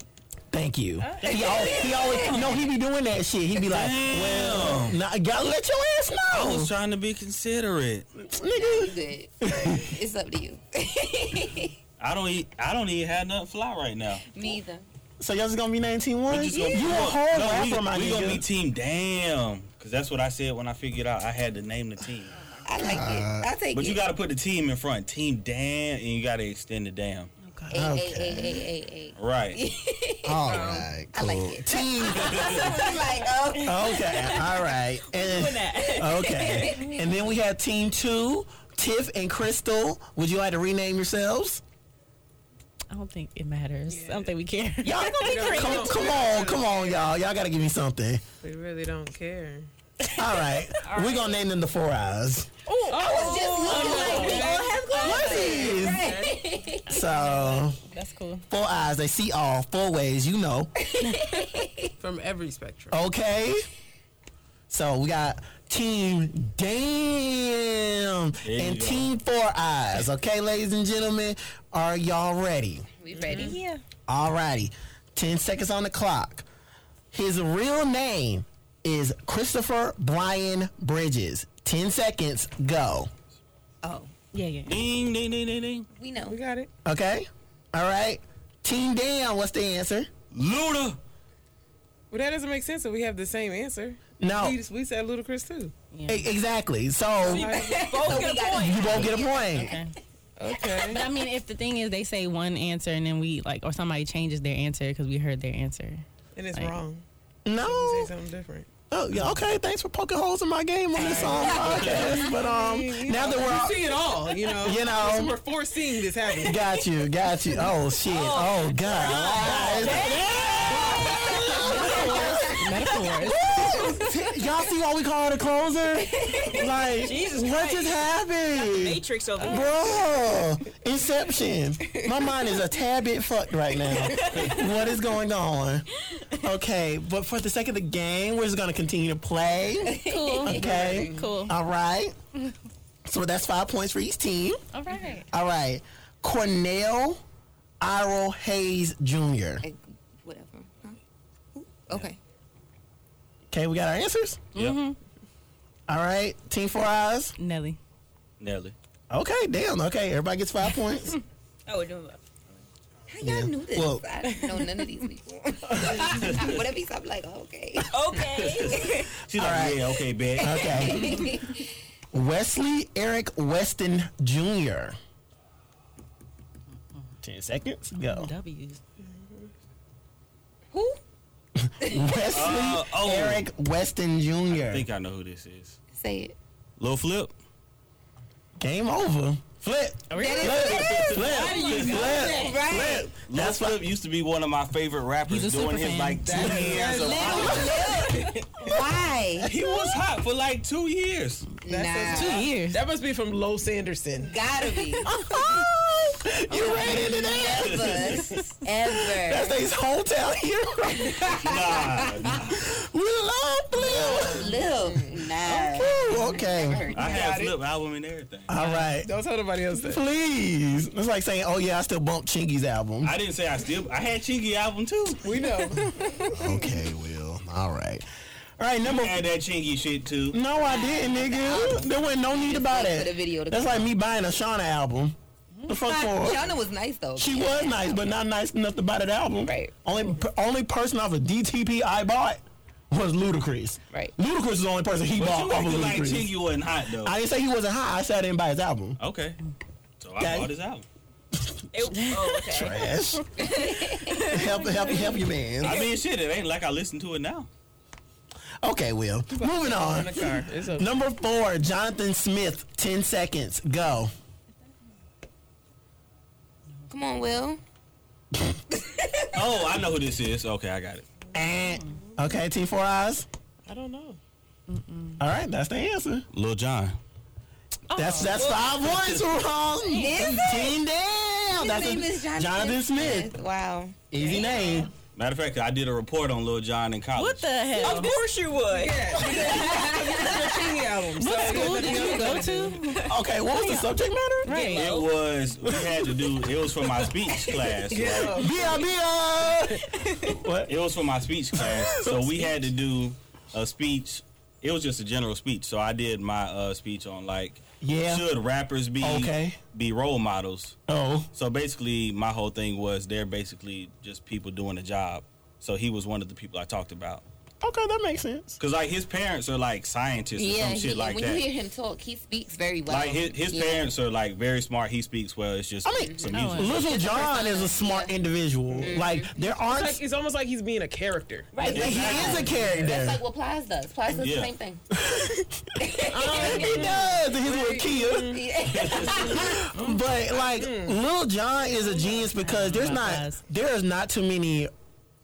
Thank you. He always, he always, no, he be doing that shit. He be like, well, nah, gotta let your ass
I
know,
was trying to be considerate.
nigga.
Good. it's up to you. (laughs)
I don't eat. I don't even have nothing fly right now.
me either.
So y'all just gonna be nineteen one?
We just gonna-
You a whole
No,
rapper,
we,
my
we
nigga.
gonna be team damn, cause that's what I said when I figured out I had to name the team.
I like it. I'll take
But
it.
you gotta put the team in front, team damn, and you gotta extend the damn.
Ay, ay,
Okay.
ay, ay, (laughs) ay, ay.
Right.
all right,
I
cool.
like it.
Team.
I'm like, oh,
Okay, all right. And, okay, and then we have Team Two, Tiff and Crystal. Would you like to rename yourselves?
I don't think it matters. I don't think we care.
Y'all gonna be
crazy.
Come, come on, come on, y'all. Y'all gotta give me something.
We really don't care.
All right, we're gonna name them the Four Eyes.
Oh, just looking like we all have
What
glasses.
is? So
That's cool.
four eyes, they see all four ways. You know.
From every spectrum.
Okay. So we got Team Damn
you
and
go.
Team Four Eyes. Okay, ladies and gentlemen, are y'all ready?
We ready?
Yeah.
Alrighty. Ten seconds on the clock. His real name is Christopher Brian Bridges. Ten seconds. Go.
Oh,
Yeah, yeah.
ding ding ding ding ding.
we know.
We got it.
Okay. All right. Team Damn. What's the answer?
Luda.
Well, that doesn't make sense if we have the same answer.
No.
We, just- we said Ludacris too.
E- exactly. So you
So we got it.
won't get a point.
Okay.
But I mean, if the thing is they say one answer and then we like, or somebody changes their answer because we heard their answer.
And it's
Like-
wrong. Say
No.
something different.
Oh, yeah, okay. Thanks for poking holes in my game on this song podcast. But um, now that we're all,
See it all, you know.
You know.
Listen, We're foreseeing this happening.
got you, got you. Oh shit. Oh god.
Metaphors.
Y'all see why we call it a closer? Like, what just happened,
Matrix over here.
bro? Inception. My mind is a tad bit fucked right now. What is going on? Okay, but for the sake of the game, we're just gonna continue to play.
cool.
Okay.
Cool.
All right. So that's five points for each team.
All right.
All right. Cornell Iroh Hayes Jr.
Like, Whatever. Huh? Ooh, Okay.
Okay, we got our answers.
Mm-hmm.
Yep.
All right. Team Four Eyes.
Nelly.
Nelly.
Okay, damn. Okay, everybody gets five points.
Oh, we're doing well.
How y'all knew this?
Well-
I didn't know none of these people. Whatever he's, I'm like,
(laughs)
oh, okay.
Okay.
She's like,
right.
yeah, okay, bet.
(laughs) Okay.
(laughs)
Wesley Eric Weston Jr. Ten seconds. Go.
W's.
Who?
(laughs) Wesley
Uh, oh.
Eric Weston
I
Jr.
think I know who this is.
Say it.
Lil Flip.
Game over. Flip. Flip. Flip. Flip.
Right.
Flip. Lil Flip used to be one of my favorite rappers
He's a
doing
super
his
fan.
like two years of
Why?
He was hot for like two years.
Nah.
Two years.
That must be from Low Sanderson.
Gotta be.
You ran into that?
Never. Ever.
That's his (laughs) hotel here.
Nah,
We love blue.
Live. Nah.
Ooh, okay.
I had flip album and everything.
All right.
Don't tell nobody else that.
Please. It's like saying, oh, yeah, I still bump Chingy's album.
I didn't say I still. I had Chingy album too.
We know.
Okay, Will. All right. All right, number.
I had that Chingy shit too.
No, I didn't, nigga. There wasn't no need about
For the
it.
video to
That's like me buying a Shauna album. The fuck for?
Shauna was nice though.
She was nice, but not nice enough to buy that album.
Right.
Only only person off of DTP I bought was Ludacris.
Right.
Ludacris is the only person he
But you
bought off of
acted like
Ludacris.
Chingy wasn't hot though.
I didn't say he wasn't hot. I said I didn't buy his album.
okay. So I
Okay.
bought his album.
It- oh, okay.
(laughs)
Trash. help, help, help your man.
I mean, shit. It ain't like I listen to it now.
Okay, Will. Moving on.
In the car. It's okay.
Number four, Jonathan Smith. Ten seconds. Go.
Come on, Will.
Oh, I know who this is. Okay, I got it.
Eh. Okay, T Four Eyes.
I don't know.
All right, that's the answer.
Lil John.
Oh.
That's
(laughs)
that's five words wrong. Ten down.
His
That's
name
a-
is Jonathan,
Jonathan Smith.
Wow.
Easy name.
Matter of fact, I did a report on Lil John in college.
What the hell?
Of course you would.
(laughs)
Chingy album.
What school did you go to?
Okay, what was the subject matter?
Right.
It was we had to do. It was for my speech
(laughs)
class. right?
Bia Bia.
It was for my speech class, so (laughs) we had to do a speech. It was just a general speech, so I did my uh, speech on like,
Yeah.
should rappers be
Okay.
be role models?
Oh,
So basically, my whole thing was they're basically just people doing a job. So he was one of the people I talked about
okay, that makes sense.
because like his parents are like scientists or
Yeah.
some
He,
shit like
when
that.
you hear him talk, he speaks very well.
like his, his
Yeah.
parents are like very smart. He speaks well. It's just
I mean,
some
oh,
music.
Little John is a smart individual. Like there aren't.
Like, it's almost like he's being a character.
Right.
like, he is a character.
That's like what Plies does. Plies does
Yeah.
the same thing.
Uh, he does. He's little kid. But like Lil John is a genius because there's not
guys.
there is not too many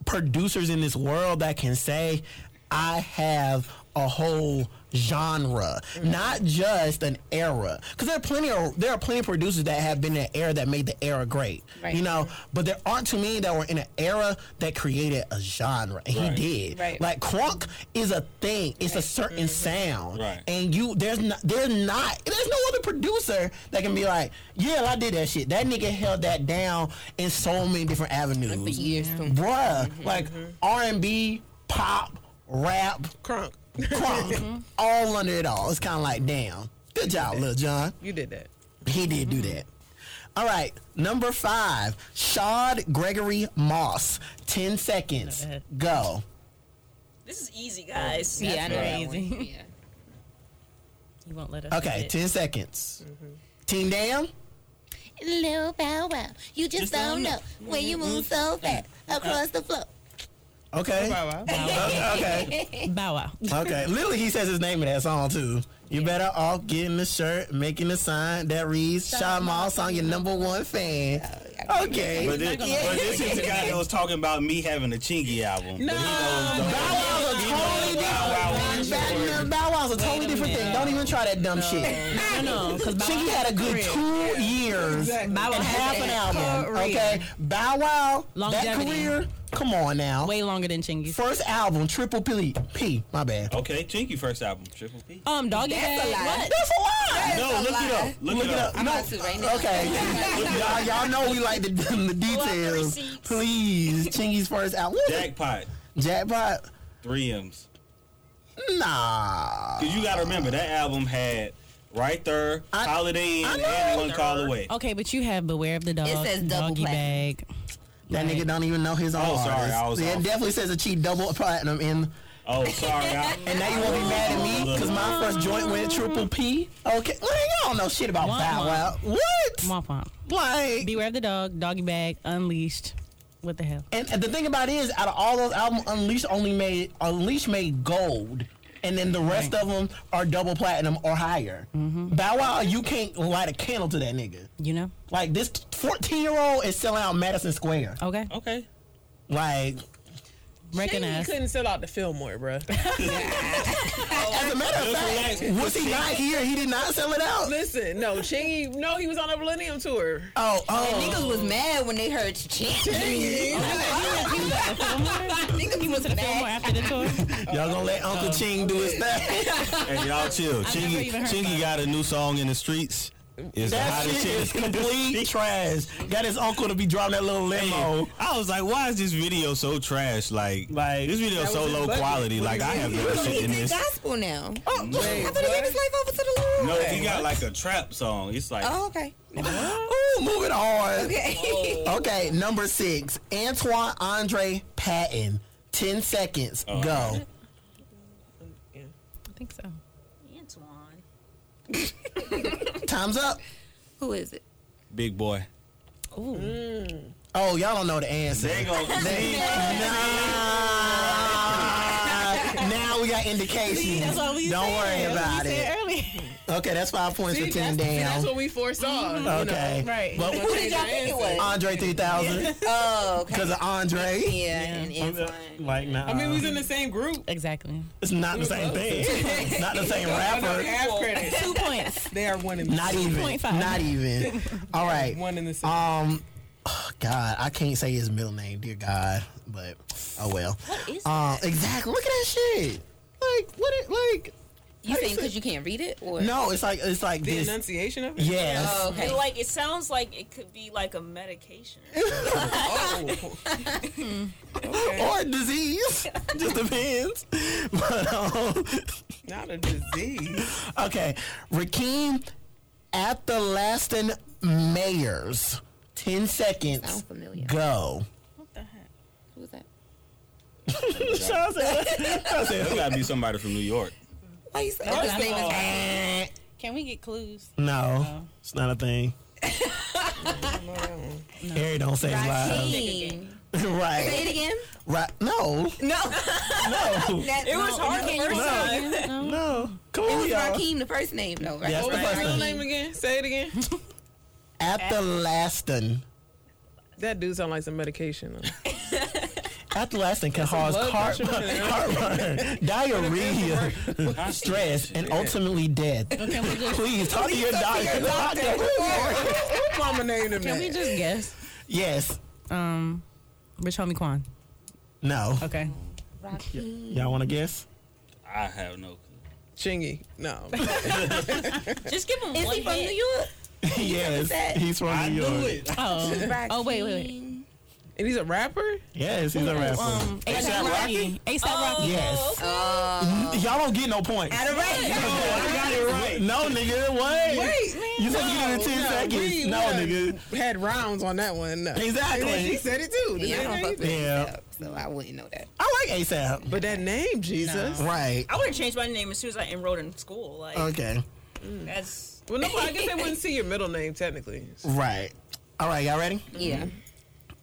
producers in this world that can say I have a whole genre, not just an era. Because there are plenty of there are plenty of producers that have been in an era that made the era great.
Right.
You know, but there aren't too many that were in an era that created a genre, and
Right.
he did.
Right. Mm-hmm.
Like crunk is a thing. It's a certain sound
Right.
and you there's not there's not there's no other producer that can be like yeah i did that shit that nigga held that down in so many different
For
avenues
years.
bruh like r&b pop rap
Crunk.
crunk all under it all it's kind of like damn good job lil john
You did that.
he did do that all right number five shad gregory moss 10 seconds go
This is easy, guys.
Yeah, I know that
crazy.
one. Yeah.
You won't let us.
okay
get it.
10 seconds team damn
Little Bow Wow, you just, don't know Mm-hmm. when you move so fast across the floor.
okay
Wow, wow.
okay
Bow Wow.
Okay, literally, he says his name in that song too. You better off getting the shirt, making the sign that reads "Shawn Moss on your number one fan." Okay,
But this, but this is the guy that was talking about me having a Chingy album.
No.
Bow Wow's a totally different. Bow Wow- Bow Wow's a totally different thing. Don't even try that dumb shit.
No, no, because Bow
Chingy
Wow.
had a good two years and
Bow Wow
half
had
an album.
career.
Okay, Bow Wow, that
Longevity.
career. Come on now.
way longer than Chingy's.
First album, Triple P. P. My bad.
Okay, Chinky first album, Triple P.
Um, doggy
That's a lie.
bag.
That's a lie.
No, look it up. Look,
Look
it
it
up.
up.
I'm
No,
about to right now.
Okay. (laughs) y'all, y'all know we like the, (laughs) the details.
receipts.
Please, Chingy's first out. What?
Jackpot,
Jackpot?
three M's.
Nah.
Cause you gotta remember that album had right there,
I-
Holiday Inn,
I know.
and One Call Away.
What? Okay, but you have Beware of the Dog.
says double
doggy
platinum.
bag.
That
Right.
nigga don't even know his own
Oh, sorry,
artist.
I was
Yeah, it
off.
definitely says a cheat double platinum in.
Oh, sorry. I,
(laughs) And now you won't be mad at me because my first joint went triple P. Okay. Well, y'all don't know shit about
Womp
Bow
womp.
Wow. What?
Womp womp.
Like.
Beware of the Dog. Doggy bag. Unleashed. What the hell?
And, and the thing about it is, out of all those albums, Unleashed only made Unleashed made gold, and then the rest of them are double platinum or higher. Bow Wow, you can't light a candle to that nigga.
You know?
Like this
Oh,
fourteen year old is selling out Madison Square.
Okay.
okay.
Like
He
recognize.
couldn't sell out the Fillmore, bro. (laughs)
As a matter of fact, was he not here? He did not sell it out.
Listen, no, Chingy, no, he was on a Millennium tour.
Oh, oh.
Niggas was mad when they heard (laughs) Ching. (laughs)
Nigga, he went to the Fillmore Oh, after the (laughs) tour.
Y'all gonna let Uncle Ching do his thing?
Uh, (laughs) Hey, y'all chill.
never
Chingy,
even heard about
Chingy
it.
got a new song in the streets. It's the
That
hottest
shit
shit. (laughs)
is complete trash. Got his uncle to be driving that little limo.
I was like, why is this video so trash? Like,
Like,
this video
that
so
was his
low
budget.
quality. Like, I have better shit
He
than
did
this.
gospel now.
Oh,
I thought he gave his life over to the Lord.
No, he got like a trap song. It's like,
Oh, okay.
Ooh, moving on.
Okay.
Okay, number six. Antoine Andre Patton. Ten seconds.
Oh,
Go.
I think so.
Antoine.
Time's up.
(laughs) Who is it?
big boy.
Oh, y'all don't know the answer.
They go.
Nah. now we got indication.
That's what we
don't
said.
worry
That's what
about
we
it.
said earlier.
Okay, that's five points
See,
for
that's,
ten
see, that's
down.
what we foresaw. you know.
Okay.
Right.
But
Who did y'all think it was?
Andre 3000
Uh, Oh, okay.
because of Andre.
Yeah, and Antoine.
Like, nah.
I mean, we was in the same group.
Exactly.
it's not the same
(laughs)
thing. It's not the same rapper.
Half credit.
Two (laughs) points.
They are one in the
Not even.
2.5.
Not even. All right.
one in the same.
Um, oh, God, I can't say his middle name, dear God, but oh well.
is
Uh, exactly. Look at that shit. Like what? It, like
You saying because you can't read it? Or?
no, it's like it's like
the
this.
enunciation of it.
Yes.
Oh,
And
okay.
like it sounds like it could be like a medication.
(laughs) or disease. Just depends. (laughs) But um,
Not a disease.
okay, Rakeem Athalaston Mayers. Ten seconds.
Sound familiar.
Go.
Who was that?
Sean (laughs) said- Sean said,
That gotta be somebody from New York.
Why you say his name is
"Eh,
Can we get clues?
No, it's not a
(laughs)
thing. Harry don't say lies.
Rakeem. Say
(laughs) right.
it again.
Right. No.
No.
No.
That, it was hard. Can you read it?
No. Come
It
on,
was
y'all.
Rakeem, the first name, though, right?
Yes,
What
the
was
first
his real
name.
name again? Say it again.
Athalaston.
that dude sound like some medication.
Athalaston can cause
blood
heart-
pressure thing.
(laughs) heartburn, diarrhea, stress, and ultimately death.
Can we just,
Please talk to your doctor. Talk to your-
Mama named him
can we
that.
(laughs) just guess?
Yes.
Um, Rich Homie Quan.
No.
Okay.
Y'all want to guess? (laughs)
I have no clue.
Chingy. (laughs) No.
Just give him
Is
one
he from
hit.
New York?
yes.
that?
He's from New York.
Oh. Oh wait, wait, wait.
and he's a rapper?
Yes, he's a rapper.
Um, ASAP Rocky. ASAP Rocky.
yes.
Oh,
Y'all don't get no points.
All right.
I got it right.
No, nigga. Wait.
Wait.
You said you did it in 10 seconds.
we
no,
won.
nigga.
Had rounds on that one. No.
Exactly.
And she said it too. The
Yeah, I
name
don't fuck
ain't-
with
Yeah.
him, so I wouldn't know that.
I like ASAP.
But that name, Jesus.
Right.
I would have changed my name as soon as I enrolled in school. Like
Okay.
that's
Well, no, I guess they wouldn't see your middle name technically.
Right. All right. Y'all ready?
Yeah.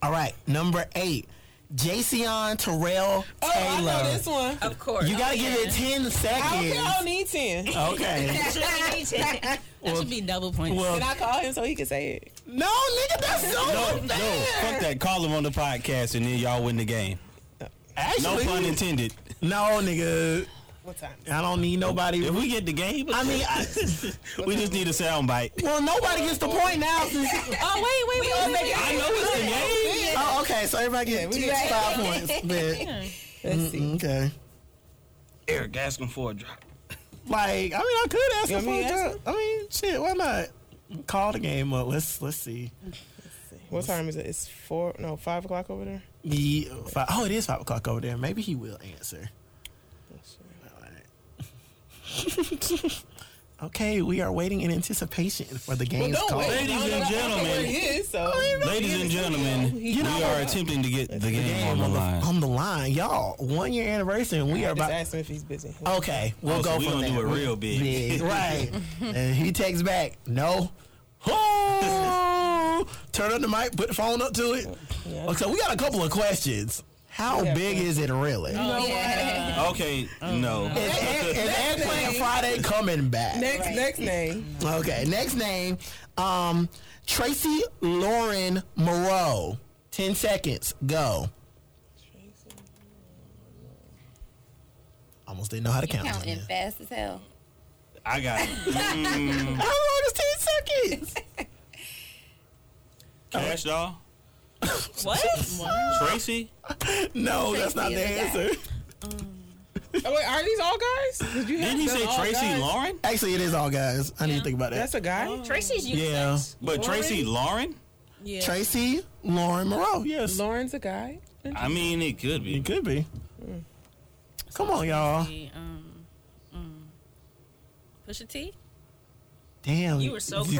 All right. Number eight. Jason Terrell Taylor.
Oh, I know this one.
of
(laughs)
course.
You gotta give it 10
I don't care. I
seconds.
don't need 10. Can
Okay.
(laughs)
it.
That should be double points.
Well,
I call him so he can say it?
(laughs) no, nigga, that's so
No, no,
unfair.
fuck that. Call him on the podcast and then y'all win the game. No
Actually,
pun intended.
no, nigga.
What time?
I don't need nobody.
If we get the game,
I mean, I,
(laughs) we just need a sound bite.
well, nobody gets the point
(laughs)
now. Since,
oh wait, wait, wait. wait, wait.
I know it's the game.
oh, okay, so everybody gets
(laughs)
five points. Bet.
Let's see.
Okay.
Eric asking for a drop.
Like, I mean, I could ask
You
him
want
for
me
a
to ask
job. I mean, shit, why not? Call the game up. Let's let's see.
What time is it? It's four, no, five o'clock over there.
The five, oh, it is five o'clock over there. Maybe he will answer. (laughs) Okay, we are waiting in anticipation for the game's
don't
call.
wait.
Ladies and
(laughs) Where
gentlemen,
he is, so.
ladies and gentlemen, we are attempting to get the game on the line.
On the line, y'all. One year anniversary, and we are
I just
about.
asked him if he's busy.
Okay, we'll
Oh, so
go
we
from
gonna
there.
do it real big. (laughs)
big, right? and he takes back. No. Oh, turn up the mic. Put the phone up to it. Okay, so we got a couple of questions. How big is it really?
Uh-huh. Yeah.
Okay, no.
Is, Ed- is Eggplant Friday coming back?
Next, next name.
Okay, next name, um, Tracy Lauren Moreau. Ten seconds, go. Almost didn't know how to
You
count.
counting fast as hell.
I got
How long is ten seconds?
Cash Doll,
What?
Tracy.
No, that's not
Tracy
the
is a
answer.
Oh, wait, are these all guys? Did you have
Didn't he
them
say
all
Tracy
guys?
Lauren?
Actually, it is all guys. I need to think about that.
That's a guy.
Tracy's unisex.
yeah.
But Tracy Lauren?
Yeah.
Tracy Lauren Moreau. Yes,
Lauren's a guy.
I mean, it could be.
it could be. Come on, y'all.
Um, Push a T.
Damn,
You were so
you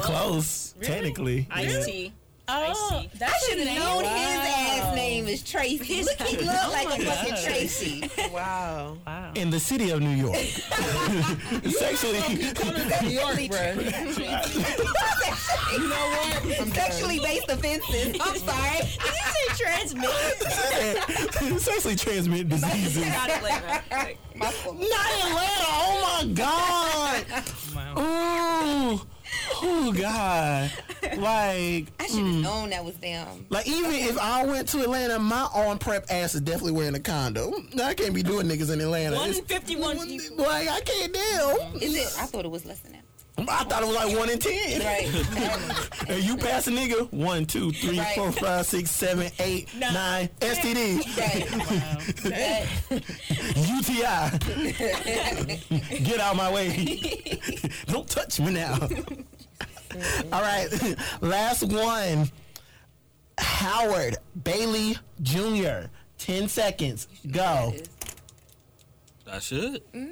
close.
close.
Technically,
Iced
Yeah.
tea.
Oh,
Icy.
that's
Should
his
have
name.
known his ass name is Tracy. Look, he look like a fucking Tracy.
Wow.
Wow.
in the city of New York. Sexually,
New York, bruh. You know what? I'm
Sexually based offenses. I'm sorry.
Did you say transmit?
sexually transmitted diseases.
Got it later.
(laughs)
Like,
My fault.
Not Atlanta. Oh my God.
Wow.
Oh, oh God. Like,
I should have known that was them.
like even if I went to Atlanta, my on prep ass is definitely wearing a condom. I can't be doing niggas in Atlanta. It's-
151 people.
like I can't deal.
Is it? I thought it was less than that.
I thought it was like one in ten.
(laughs) Right.
And you pass a nigga one, two, three,
Right.
four, five, six, seven, eight, nine STD,
right. That-
UTI. Get out my way. Don't touch me now. All right, last one. Howard Bailey Jr. Ten seconds. Go.
I should. Oh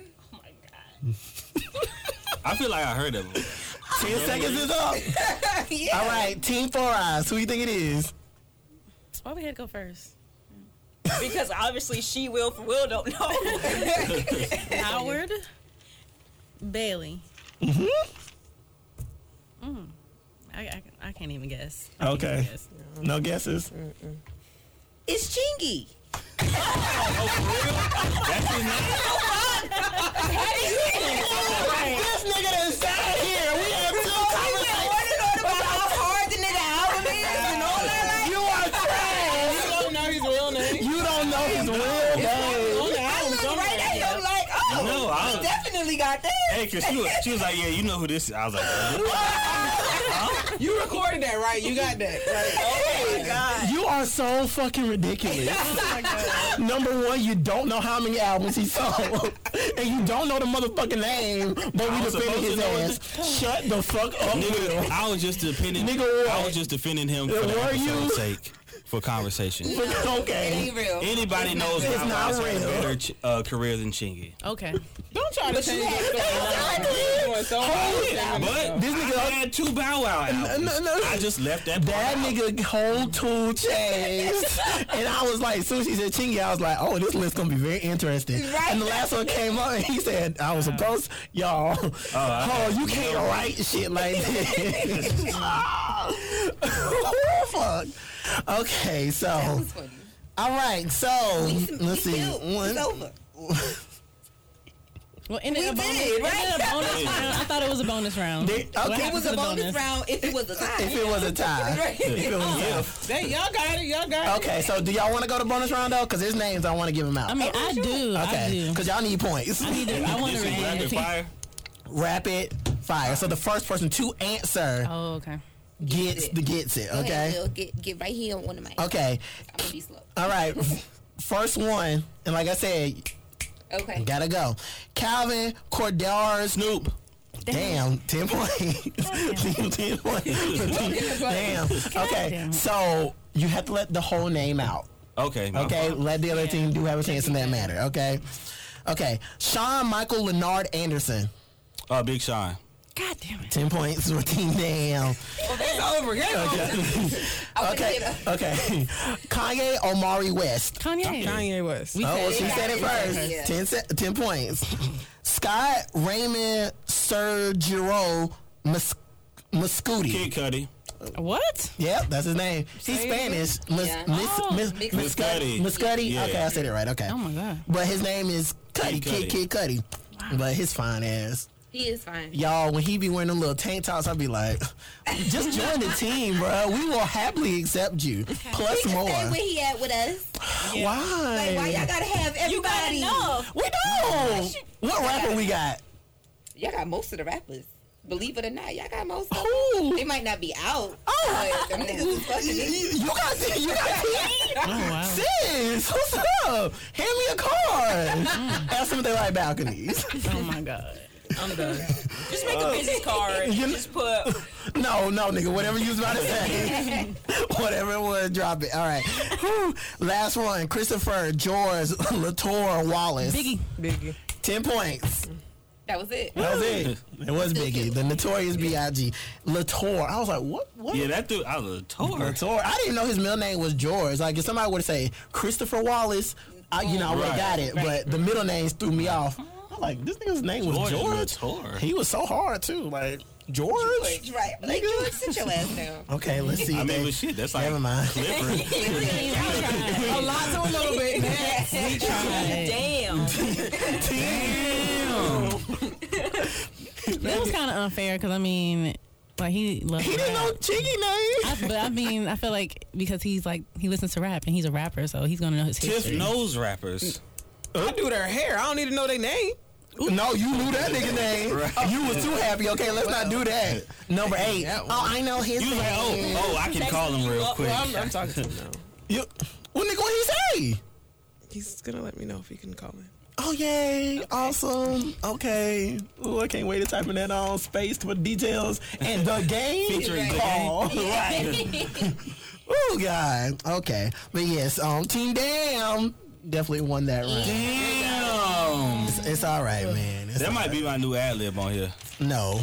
(laughs) I feel like I heard of him.
Ten seconds is up. All right, Team Four Eyes. Who you think it is?
Why we had to go first?
Because obviously she will for will don't know.
Howard Bailey. Mm-hmm. I, I, I can't even guess. I can't
Okay.
even guess.
No guesses.
It's Chingy.
This nigga done sat here. We had two conversations. You are trash.
You don't know his real name.
You don't know his real name.
No, I was,
oh, Definitely got that.
hey, cause she
(laughs)
was, she was like, yeah, you know who this is. I was like, oh,
You recorded that, right? You got that.
You are so fucking ridiculous. Number one, you don't know how many albums he sold, and you don't know the motherfucking name, but we
was
defended
supposed
his
to know his
ass. Shut the fuck up, Will.
nigga, I was just defending.
Nigga,
I
what?
was just defending him for
Yeah,
the
were you?
episode's sake, for conversation.
It
okay.
ain't real.
Anybody knows
It's
Bow
not
Wow's had a
real.
better ch- uh, career than Chingy.
Okay.
Don't try to change your story. You're doing so
Hold it.
hard.
But
This nigga- uh,
I had two Bow (laughs) Wow albums.
no, no.
I just left that.
That
part out.
nigga whole tool changed. and I was like, as soon as she said Chingy, I was like, oh, this list gonna be very interesting.
Right.
And the last one came up and he said, I was supposed, y'all, oh, you can't write shit like this. (laughs) Fuck. Okay, so,
It's funny.
all right, so, let's see.
It's
One,
over.
Well, ended a
We
bonus,
did, right?
ended a bonus round. I thought it was a bonus round.
They- okay.
What
It was
happened to
a
the
bonus round if it was a tie.
(laughs) if it was a tie.
Right.
If it was a tie.
Hey, y'all got it. Y'all got it.
Okay, so do y'all want to go to bonus round though? Because there's names I want to give them out.
I mean, I do.
(laughs)
I
okay,
do.
because y'all need points.
I need to. I want
This
to
is
read
rapid fire.
rapid fire. So the first person to answer
Oh, okay.
gets the gets it.
Go ahead,
Okay.
Will. Get, get right here on one of my.
Okay.
I'm going to be slow.
All right. First one, and like I said,
Okay.
gotta go. Calvin Cordar Snoop. Damn, ten points. (laughs) Damn, ten points. Damn. Okay, so you have to let the whole name out.
Okay. my
Okay,
fault.
let the other team do have a chance in that matter. Okay, okay. Sean Michael Leonard Anderson,
Uh, Big Sean.
God damn it.
ten points. Damn.
It's over. Game
(laughs)
over.
Okay, okay. Kanye Omari West.
Kanye.
Kanye West.
We
Oh, well,
said
she
it.
said it first.
Yeah.
Ten, se- 10 points. Scott Raymond Sergio Mas- Mascuti.
Kid Cudi.
What?
Yep, that's his name. He's Spanish. Mis-
Yeah.
mis-
Oh.
mis-
Big
Miscuti.
Miscuti. Miscuti?
Yeah.
Okay, I said it right. Okay.
Oh my god.
But his name is Cuddy,
Kid
Kid Kid Cuddy. But his fine ass.
He is fine.
Y'all, when he be wearing them little tank tops, I'd be like, (laughs) just join the team, bro. We will happily accept you. Plus
he
more.
Can stay where he at with us.
Why?
Like, why y'all gotta have everybody?
We do. What rapper we got?
Y'all got most of the rappers. Believe it or not, y'all got most. Of them. They might not be out. Oh, but them niggas (laughs) is fucking
You got you
(laughs)
got
Oh,
Sis, what's up? Hand me a card.
(laughs)
Have some of their right balconies.
Oh my god.
I'm done.
(laughs)
Just make a business card.
Uh, You-
Just put
No, no, nigga. Whatever you was about to say.
(laughs)
Whatever it was, drop it. All right. Whew. Last one. Christopher, George, (laughs) Latour, Wallace.
Biggie.
Biggie.
Ten points.
That was it.
That was it. (laughs) It was Biggie. The notorious B.I.G. Latour. I was like, what? What?
Yeah, that dude. I was a tour.
Latour. I didn't know his middle name was George. Like if somebody would say Christopher Wallace, I, you know, I would have
Right.
got it. But the middle names threw me off. I'm like, this nigga's name was George.
Latour.
He was so hard too. Like George.
George, right? Like,
Nigga.
George, sit your ass (laughs) down.
Okay, let's see.
I mean,
They-
but shit, that's like
Never mind.
Clipper.
A lot to a little bit. Next.
damn.
That was kind of unfair because I mean, like he
(laughs)
loved.
He didn't
rap.
know Chiggy name.
I, but I mean, I feel like because he's like he listens to rap and he's a rapper, so he's gonna know his
Tiff
history.
knows rappers.
I do their hair. I don't need to know their name.
No, you knew that
(laughs)
nigga name. You was too happy. Okay, let's not do that. Number eight. Oh, I know his
You was
name.
like, oh, oh, I can call him real quick.
Well, I'm, I'm talking
(laughs)
to him now.
You, what nigga? What he say?
He's gonna let me know if he can call in.
Oh yay! Awesome. Okay. Ooh, I can't wait to type in that all spaced with details
(laughs)
and the game
Featuring the
call. (laughs) Right. Ooh, God. Okay. But yes, um, Team Damn definitely won that round.
Damn.
It's, it's all right, man. It's
That
all
might be my new ad lib on here.
right. no.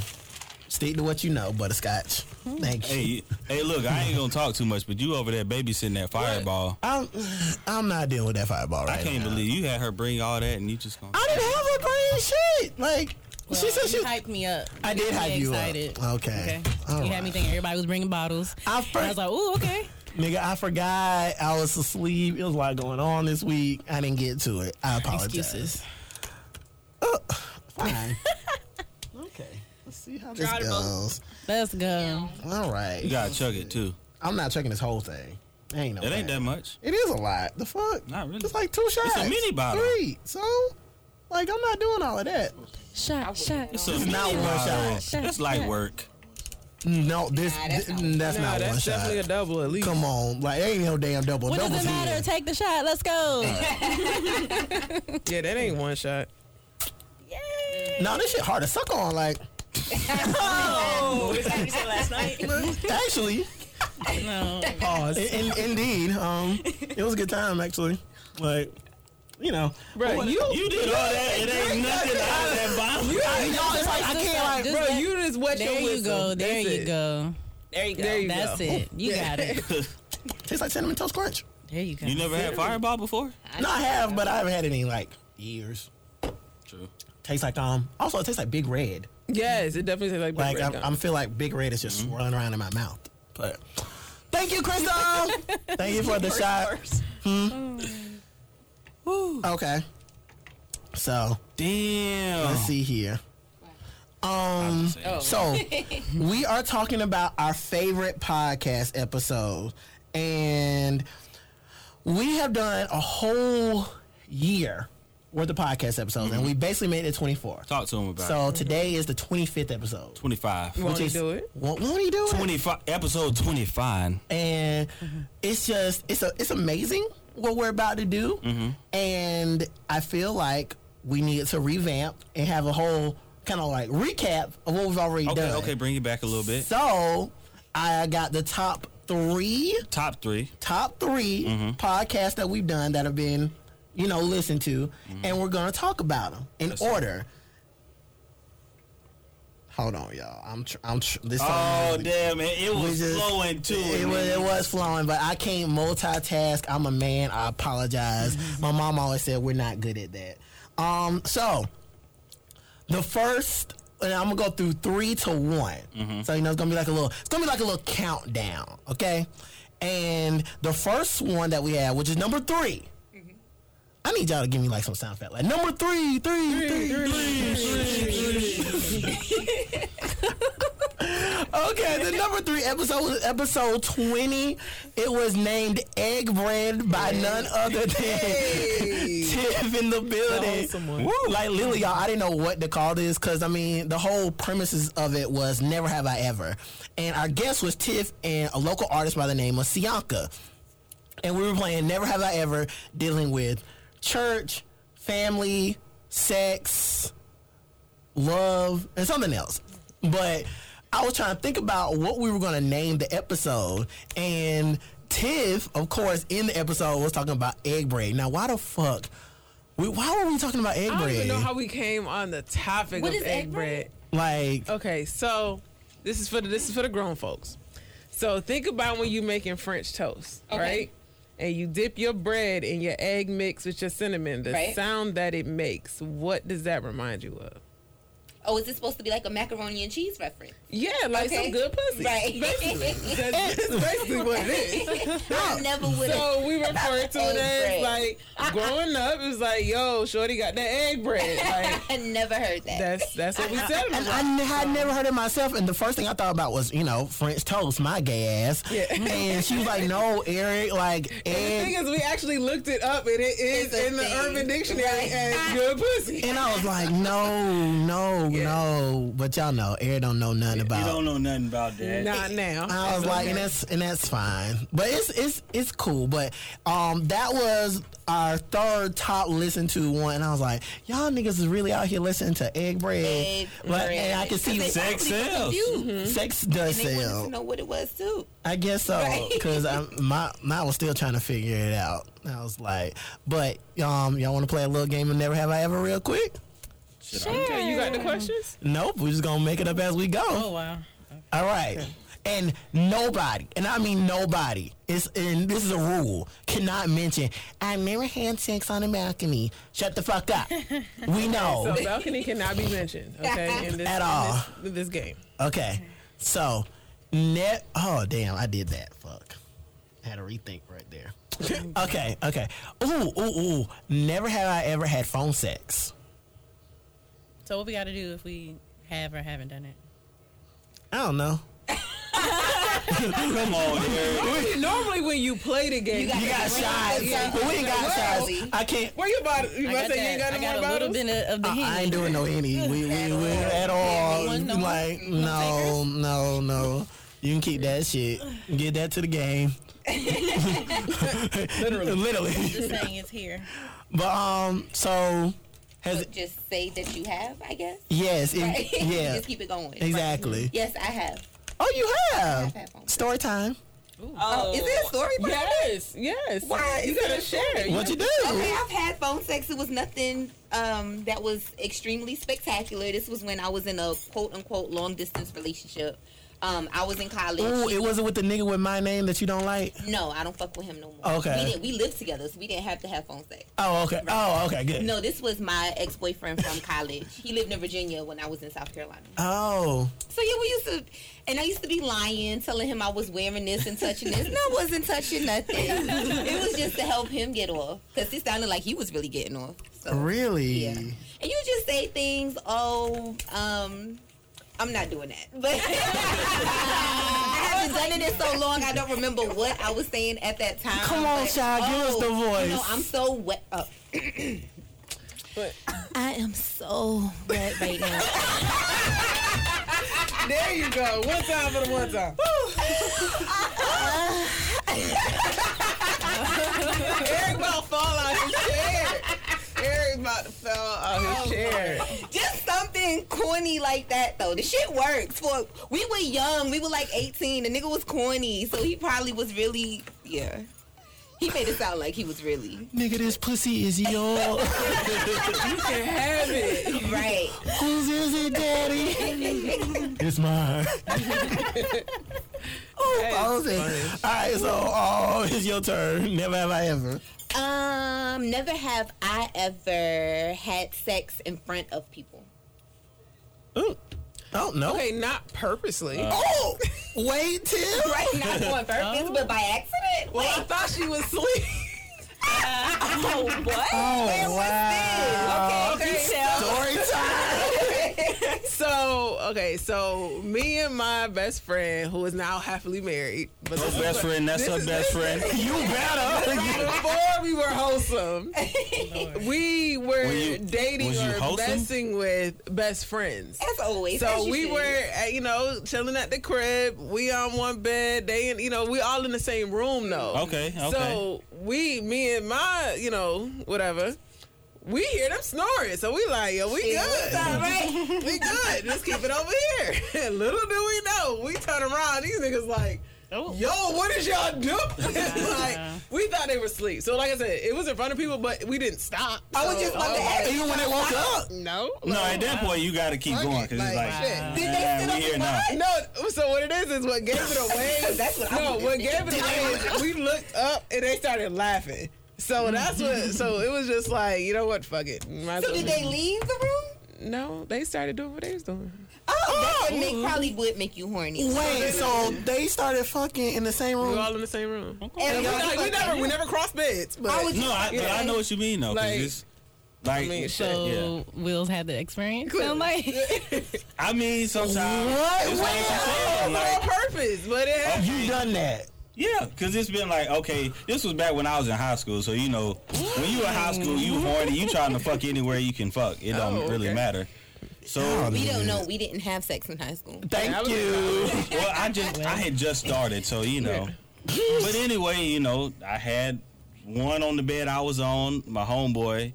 Stick to what you know, Butterscotch. Thank you.
Hey, hey, look, I ain't gonna talk too much, but you over there babysitting that fireball.
I'm, I'm not dealing with that fireball
I
right
can't
now.
believe you had her bring all that and you just gonna.
I didn't have a green shit. Like she said, she.
hyped me up.
I did
Got me
hype you up.
excited.
Okay.
Okay.
All
you
right.
had me think everybody was bringing bottles.
I
And I was
first,
like, ooh, okay.
Nigga, I forgot. I was asleep. It was a lot going on this week. I didn't get to it. I apologize.
Excuses.
(laughs) Fine.
(laughs)
okay. Let's see how this
Try to
goes.
Let's go.
All
You
right.
gotta chug it too.
I'm not checking this whole thing. Ain't no.
It ain't that
thing.
much.
It is a lot. The fuck.
Not really.
It's like two shots.
mini bottle.
Three. So, like, I'm not doing all of that.
Shot, shot.
It's a
It's not one
bottle.
shot.
It's light work.
No, this. th- that's
that's not-
not,
Nah, that's
one
definitely
shot.
a double at least.
Come on, like, ain't no damn double.
What
double
does it matter? Take the shot. Let's go.
Yeah, that ain't one shot.
No, this shit hard to suck on. Like,
Oh, is that what you said last night?
(laughs) actually.
no.
In, in, indeed, um, it was a good time actually. Like, you know,
Bro,
But-
Oh, you,
You did all that. It ain't nothing out of that bottle.
you I, y'all, it's like I
Just
can't
that-
like.
just
bro,
that-
you just wet
There
your
you
whistle.
go. There
That's
you
it.
go.
There you go.
There you
That's
go.
it. You got it.
Tastes like cinnamon toast crunch.
There you go.
You never had fireball before?
No, I have, but I haven't had any like years.
True.
Tastes like um. Also, it tastes like Big Red.
Yes, it definitely tastes like Big
Like
Red
I'm,
Gum.
I'm feel like Big Red is just swirling around in my mouth. But thank you, (laughs) Crystal. thank you for the shot. Hmm? Oh. Okay. So
Damn. Oh.
let's see here. Um. So
(laughs)
we are talking about our favorite podcast episode, and we have done a whole year worth of podcast episodes, and we basically made it 24.
Mm-hmm. Talk to him about
So today is the 25th episode.
it. 25.
Won't
which
he
is-
do it?
Won't, won't he do it?
25 episode 25.
and
Mm-hmm.
it's just it's a it's amazing what we're about to do
Mm-hmm.
and i feel like we need to revamp and have a whole kind of like recap of what we've already
Okay,
done
okay, bring it back a little bit.
so i got the top three
Top 3.
top 3
Mm-hmm.
podcasts that we've done that have been you know listened to
Mm-hmm.
and we're gonna talk about them in order Hold on, y'all. I'm tr- I'm tr- this. song-
Oh damn, it, it was
just-
flowing too.
it was, it was flowing, but I can't multitask. I'm a man. I apologize. My mom always said we're not good at that. Um, so the first, and I'm gonna go through three to one. So you know it's gonna be like a little, it's gonna be like a little countdown, okay? And the first one that we had, which is number 3 I need y'all to give me like some sound effect. Like number three, three, three, three, three, okay, the number three episode was episode twenty. It was named Egg Brand by none other than (laughs) Tiff in the building. Woo, like literally, y'all, I didn't know what to call this because I mean the whole premises of it was never have I ever, and our guest was Tiff and a local artist by the name of Sianka and we were playing Never Have I Ever, dealing with church, family, sex, love, and something else. But I was trying to think about what we were going to name the episode, and Tiff, of course, in the episode was talking about egg bread. Now, why the fuck? We, why were we talking about egg
I don't
bread?
even know how we came on the topic
What
of
is
egg,
egg
bread.
bread?
like,
Okay, so this is for the this is for the grown folks. So think about when you're making French toast,
Okay.
right? And you dip your bread in your egg mix with your cinnamon. The
Right.
sound that it makes, what does that remind you of?
Oh, is this supposed to be like a macaroni and cheese reference?
Yeah, like
Okay.
some good
(laughs)
pussy.
Right.
That's, that's basically what
(laughs)
it is.
I never would have.
So we refer to it as
Egg bread.
like growing up. It was like, yo, Shorty got that egg bread. Like
I never heard that.
that's that's what we said.
(laughs)
And I n- had never heard it myself. And the first thing I thought about was, you know, French toast, my gay ass. And she was like, no, Eric, like,
The
egg
thing is, we actually looked it up, and it is
It's a
in the
thing.
Urban Dictionary
Right. (laughs)
as good pussy.
And I was like, no, no, no. But y'all know, Air don't know nothing about.
You don't know nothing about that.
Not now.
I was like, and that's and that's fine. But it's it's it's cool. But um, that was our third top listened to one. And I was like, y'all niggas is really out here listening to egg bread.
Egg
Like,
bread.
and I can see Mm-hmm.
They
Sex
probably was
sells.
confused.
sex does
And they wanted to
sell.
know what it was too.
I guess so,
Right.
because my mine was still trying to figure it out. I was like, but um, y'all want to play a little game of Never Have I Ever real quick?
Okay, you got
Um,
the questions?
Nope, we're just gonna make it up as we go.
Oh wow.
All right. And nobody, and I mean nobody, is and this is a rule, cannot mention I never had sex on a balcony. Shut the fuck
(laughs)
up. we know.
So balcony cannot be mentioned,
(laughs)
okay, in this,
At all.
In this, in this game.
Okay. So net oh damn, I did that. Fuck. I had to rethink right
(laughs)
there. okay, okay. Ooh, ooh, ooh. Never have I ever had phone sex.
So what we got to do if we have or haven't done it?
I don't
(laughs)
know.
Come on, Eric.
(laughs) Normally, when you play the game,
You got shots. But we ain't got shots. I can't uh,
where you about? You
I
about to
got,
say you ain't
that-
got any
I
more
got a little
bottles?
bit of- of the
I- I ain't
Henny.
doing no any. We we we at all.
One, no
like no no no. You can keep that shit. Get that to the game. Literally. Literally.
Just saying it's here.
But um so has
But just say that you have, I guess.
yes, it,
Right? (laughs)
yeah.
just keep it going.
Exactly.
Yes, I have.
Oh you have.
I have one.
Story time.
Oh, is there a story behind it?
Yes, yes.
Why?
You gotta share.
What you do?
Okay, I've had phone sex. It was nothing um, that was extremely spectacular. This was when I was in a quote unquote long distance relationship. Um, I was in college.
Ooh, it wasn't with the nigga with my name that you don't like.
no, I don't fuck with him no more.
Okay.
We, didn't, we lived together, so we didn't have to have phone sex.
Oh, okay. Oh, okay, good.
No, this was my ex boyfriend from college. He lived in Virginia when I was in South Carolina.
Oh.
So yeah, we used to, and I used to be lying, telling him I was wearing this and touching this. No, I wasn't touching nothing. it was just to help him get off, because it sounded like he was really getting off. So,
Really?
Yeah. And you just say things, oh, um, I'm not doing that. But (laughs) I haven't done it in so long, I don't remember what I was saying at that time.
Come on,
but,
child, give us the
oh, You know,
voice."
I'm so wet. Uh,
But-
I am so wet right now.
There you go. One time for the one time. Eric about to fall out his (laughs) chair. Eric about to fall out his chair.
just something corny like that though. The shit works. For we were young, we were like eighteen. The nigga was corny, so he probably was really yeah. He made it sound like he was really
Nigga, this pussy is yours.
Have (laughs) it.
right.
Whose is it, daddy? it's mine. oh, All right, so oh, it's your turn. Never have I ever.
Um, never have I ever had sex in front of people.
Ooh. Oh no.
Okay, not purposely.
Oh, wait till.
(laughs) Oh. Right, not on purpose, but by accident.
well, I thought she was asleep.
Wow,
(laughs)
what?
Oh,
Oh,
wow.
Okay, okay.
(laughs) so okay, so me and my best friend, who is now happily married, but
Her best friend, that's her best friend. You better.
before we were (laughs) wholesome, we were,
Were you-
dating
was you
or
wholesome?
messing with best friends.
As always. as
So
you
we
should.
were, at, you know, chilling at the crib. We on one bed. They, in, you know, we all in the same room though.
Okay, okay.
So we, me and my, you know, whatever. We hear them snoring, so we like, yo, we
Yeah,
good,
what's up, right?
we good. Let's keep it over here. (laughs) Little do we know, we turn around, these niggas like,
Oh.
yo, what is y'all doing? (laughs) like, we thought they were asleep. So, like I said, it was in front of people, but we didn't stop.
I was
So,
just about to
I'm
ask.
like,
Oh, Even when they woke up.
No,
No,
like,
at that point you got to keep
Fuck
going
it,
because it's
like,
Oh. like,
shit.
Did they
"Yeah,
sit
we
up
here
and
now.
watch?
No, so what it is is what gave it (laughs) away.
That's what I
no,
would
what
do.
gave it away (laughs) is we looked up and they started laughing. So that's what. So it was just like you know what, fuck it. Might as
So
well-
did they leave the room?
No, they started doing what they was doing.
Oh, that would make, probably would make you horny.
Wait, so they started fucking in the same
We were
room?
all in the same room.
And
We,
y'all-
like, we never, we never crossed beds. But
I would
No, I, but I know what you mean though. 'cause
Like-
it's, like,
I mean, shit.
So
yeah.
Will's had the experience. (laughs) So I'm like,
I mean, sometimes
What?
it's like
Wait,
she said, like,
on purpose, but it happened.
You done that?
yeah, because it's been like, okay, this was back when I was in high school, so you know, when you in high school, you horny, you trying to fuck anywhere you can fuck. It don't
Oh,
really
okay.
matter. So,
We don't know. We didn't have sex in high school.
Yeah, I
Thank
was-
you.
well, I just I had just started, so you know. But anyway, you know, I had one on the bed I was on. My homeboy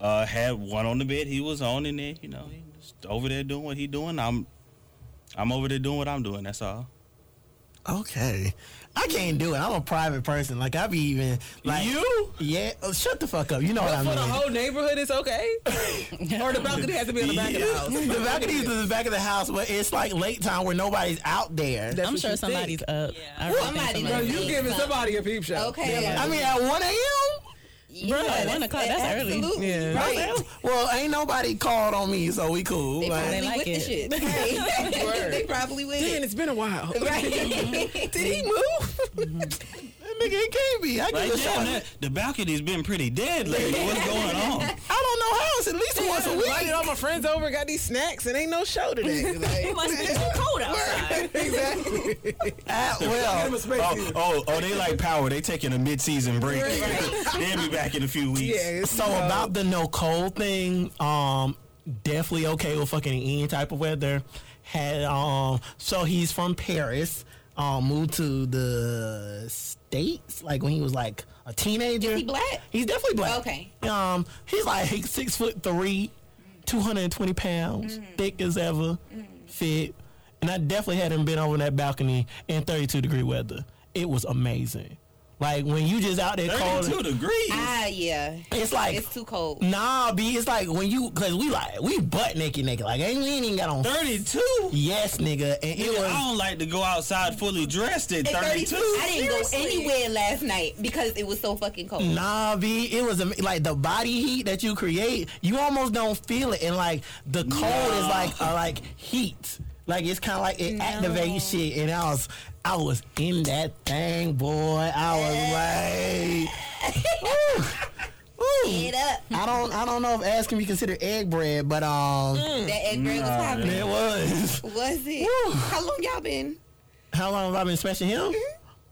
uh, had one on the bed he was on, and then you know, he was over there doing what he doing. I'm I'm over there doing what I'm doing. That's all.
Okay. I can't do it. I'm a private person. Like I be even like
You?
Yeah. Oh, shut the fuck up. You know what I
Oh, For the
mean.
whole neighborhood, it's okay. or the balcony has to be on the back of the house.
(laughs) The balcony is the back of the house, but it's like late time where nobody's out there.
That's
I'm
what
sure
you think.
somebody's up.
Well,
I really think
somebody
somebody's
knows
up.
You giving somebody a peep show.
Okay.
I mean, at one a.m.
Yeah,
Bruh, one o'clock, that's early.
Absolutely.
Yeah.
Right.
Well, ain't nobody called on me, so we cool.
They
Like,
probably
like
with the
it.
shit. (laughs) Right. they probably with
Man,
it.
it's been a while.
(laughs)
Right. Did he
(laughs)
move?
that nigga, it can't be. I
Like,
give a
damn,
shot.
that, the balcony's been pretty dead lately. What's going
(laughs)
on?
I don't know how. It's at least once a
Invited
week.
all my friends over, got these snacks, and ain't no show (laughs) today.
It
Like,
must be too cold outside.
exactly.
At well.
Give 'em a space
Oh,
here.
oh, oh, they like power. They taking a mid-season break. (laughs) They'll be back in a few weeks.
Yeah. it's-
So about the no cold thing, um, definitely okay with fucking any type of weather. Had um, so he's from Paris, um, moved to the states like when he was like a teenager.
Is he black?
He's definitely black.
Okay.
Um, he's like he's six foot three, two hundred and twenty pounds,
Mm.
thick as ever, fit. And I definitely had him been over that balcony in thirty two degree weather. It was amazing. Like when you just out there cold.
Thirty-two degrees.
Ah, yeah.
It's like
It's too cold.
Nah, B, it's like when you, cause we like we butt naked, naked. Like ain't we ain't even got on.
Thirty-two.
Yes, nigga, and it
I
was.
don't like to go outside fully dressed at
At
32.
I didn't go anywhere last night because it was so fucking cold.
Nah, B, it was am- like the body heat that you create. You almost don't feel it, and like the cold is like uh, like heat. Like it's kind of like it activates shit, and I was I was in that thing, boy. I was like,
(laughs)
ooh, ooh.
Get up.
I don't I don't know if ass can be considered egg bread, but um,
That egg girl was popping.
it was.
Was it? How long y'all been?
How long have I been smashing him?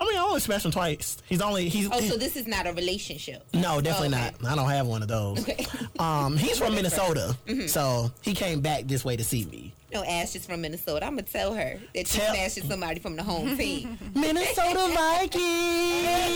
I mean, I only smashed him twice. He's only he's
Mm-hmm. Oh, so this is not a relationship.
no, definitely
okay.
not. I don't have one of those.
Okay.
Um, he's from Minnesota, so he came back this way to see me.
(laughs) No, Ash is from Minnesota. I'm gonna tell her that she
Tell-
smashed somebody from the home
(laughs)
team.
Minnesota Vikings.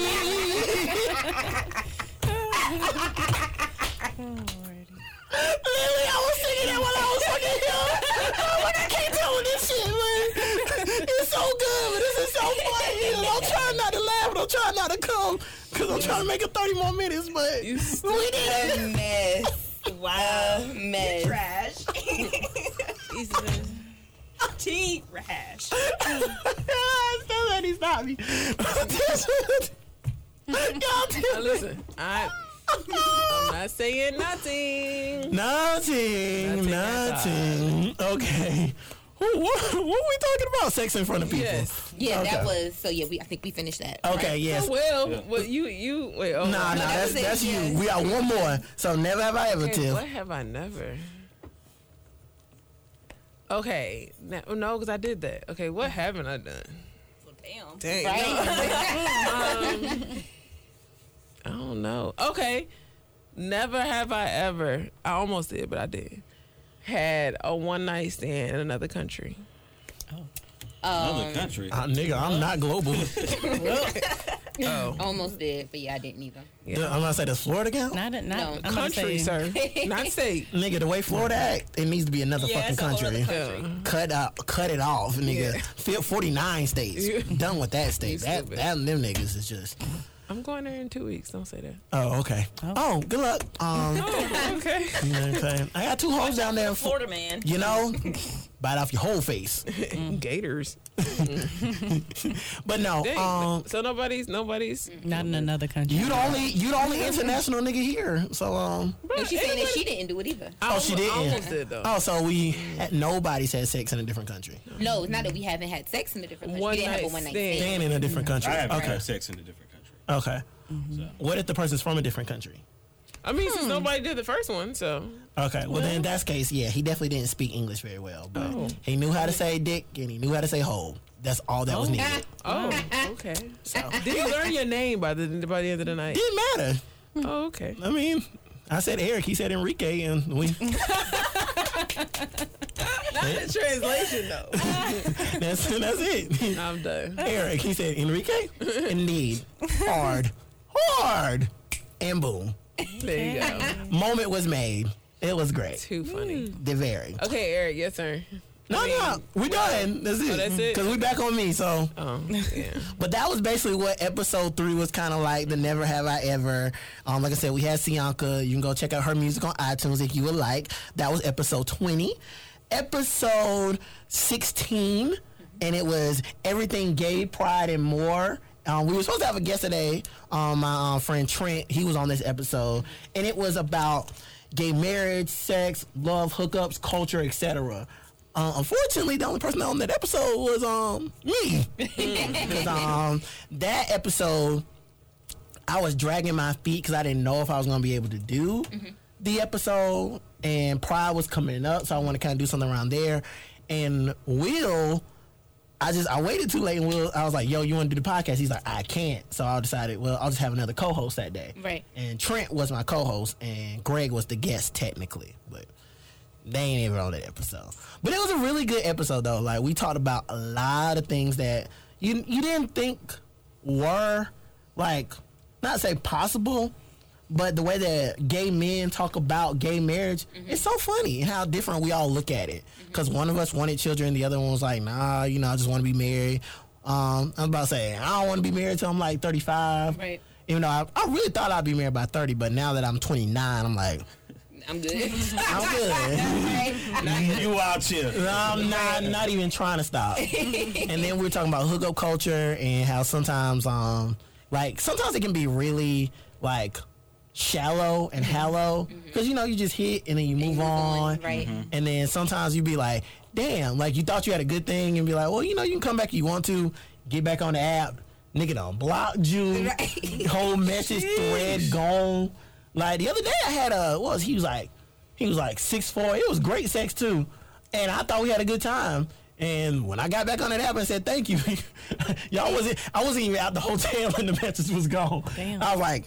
Literally, I was singing that while I was fucking him. I'm like, I can't deal with this shit, man. It's so good, but this is so funny. And I'm trying not to laugh, but I'm trying not to come because I'm trying to make it 30 more minutes, but we did it.
A mess. Wow. A mess.
Rash. He's T rash.
Somebody stop me. Y'all
Now,
do
listen, I, I'm not saying nothing.
Nothing,
Nothing at
nothing. Okay. Who- What, what were we talking about? Sex in front of people.
(laughs) Yeah, that
Okay.
was so. Yeah, we I think we finished that.
Okay,
right?
yes.
Well, well, you you wait. Oh,
Nah, nah,
that
that's
was it,
that's you.
yes.
We got one more. So never have I ever,
Okay,
Tiff.
What have I never? Okay, now, no, because I did that. Okay, what haven't I done? (laughs)
Damn.
Dang. Um, I don't know. Okay. Never have I ever, I almost did, but I did, had a one night stand in another country.
Another country.
Uh, nigga, I'm not global.
Almost did, but yeah, I didn't either.
The- I'm gonna say that's Florida count.
Not a, not
No,
I'm about to
Country,
say,
sir. Not state.
Nigga, the way Florida act, it needs to be another
Yeah,
fucking
it's a whole
country.
other country.
Yeah.
Cut up, cut it off, nigga.
Yeah.
Fi- 49 states.
You-
Done with that state. That,
stupid.
that them niggas is just.
I'm going there in two weeks. Don't say that.
Oh, okay. Oh, good luck.
(laughs)
Um,
okay.
you know what I'm saying? I got two hoes down there. in Fl-
Florida man.
You know, bite off your whole face.
Gators.
But no,
Dang.
um,
so nobody's, nobody's.
Not in another country.
you the only you the only international nigga here. So um,
No, she's saying that she didn't do it either.
I
Oh, she
almo-
didn't.
I almost did, though.
oh, so we had, nobody's had sex in a different country.
No, it's not that we haven't had sex in a different country.
One
we didn't have a
night
one night
stand.
stand.
And in a different country.
I haven't
Okay,
had sex in a different country.
okay.
Mm-hmm.
What if the person's from a different country?
I mean, since nobody did the first one, so.
Okay, well, then in that case, yeah, he definitely didn't speak English very well, but
Oh.
he knew how to say dick and he knew how to say hole. That's all that was
(laughs)
needed.
Oh, okay. Did you learn your name by the by the end of
(laughs)
the night?
Didn't matter.
Oh, okay.
I mean, I said Eric, he said Enrique, and we (laughs)
(laughs) Not the translation though.
that's that's it. (laughs)
I'm done.
Eric, he said Enrique, indeed, hard, hard, and boom,
There you go.
moment was made. It was great.
Too funny.
They varied.
Okay, Eric, your turn.
No, no, we're done. That's it.
Oh, that's it?
Cause we back on me. So,
Oh, yeah.
but that was basically what episode three was kind of like. The never have I ever. Um, like I said, we had Sianka. You can go check out her music on iTunes if you would like. That was episode twenty. Episode sixteen, and it was everything gay, pride, and more. Um, we were supposed to have a guest today. Um, my uh, friend Trent, he was on this episode, and it was about gay marriage, sex, love, hookups, culture, etc. Uh, unfortunately, the only person on that episode was um me. (laughs) 'Cause, um, that episode, I was dragging my feet because I didn't know if I was gonna be able to do the episode, and Pride was coming up, so I want to kind of do something around there. And Will, I just I waited too late, and Will, I was like, "Yo, you want to do the podcast?" He's like, "I can't," so I decided, well, I'll just have another co-host that day.
Right.
And Trent was my co-host, and Greg was the guest technically, but they ain't even on that episode. But it was a really good episode though. Like we talked about a lot of things that you you didn't think were like not say possible, but the way that gay men talk about gay marriage,
Mm-hmm.
it's so funny how different we all look at it. Because one of us wanted children, the other one was like, nah, you know, I just want to be married. Um, I was about to say, I don't want to be married till I'm like 35.
Right.
Even though I, I really thought I'd be married by 30, but now that I'm 29, I'm like,
I'm good.
(laughs) I'm good.
(laughs)
(laughs)
You out here.
No, I'm not not even trying to (laughs) stop. and then we were talking about hookup culture and how sometimes um like sometimes it can be really like shallow and hollow because you know you just hit Mm-hmm. and then you move on
right.
Mm-hmm.
Mhm.
and then sometimes you be like damn like you thought you had a good thing and be like well you know you can come back if you want to get back on the app nigga don't block you
Right.
whole message thread gone like the other day i had a what was he was like he was like six four it was great sex too and i thought we had a good time and when I got back on that app and said thank you, (laughs) y'all wasn't. I wasn't even out the hotel and the message was gone.
Damn.
I was like,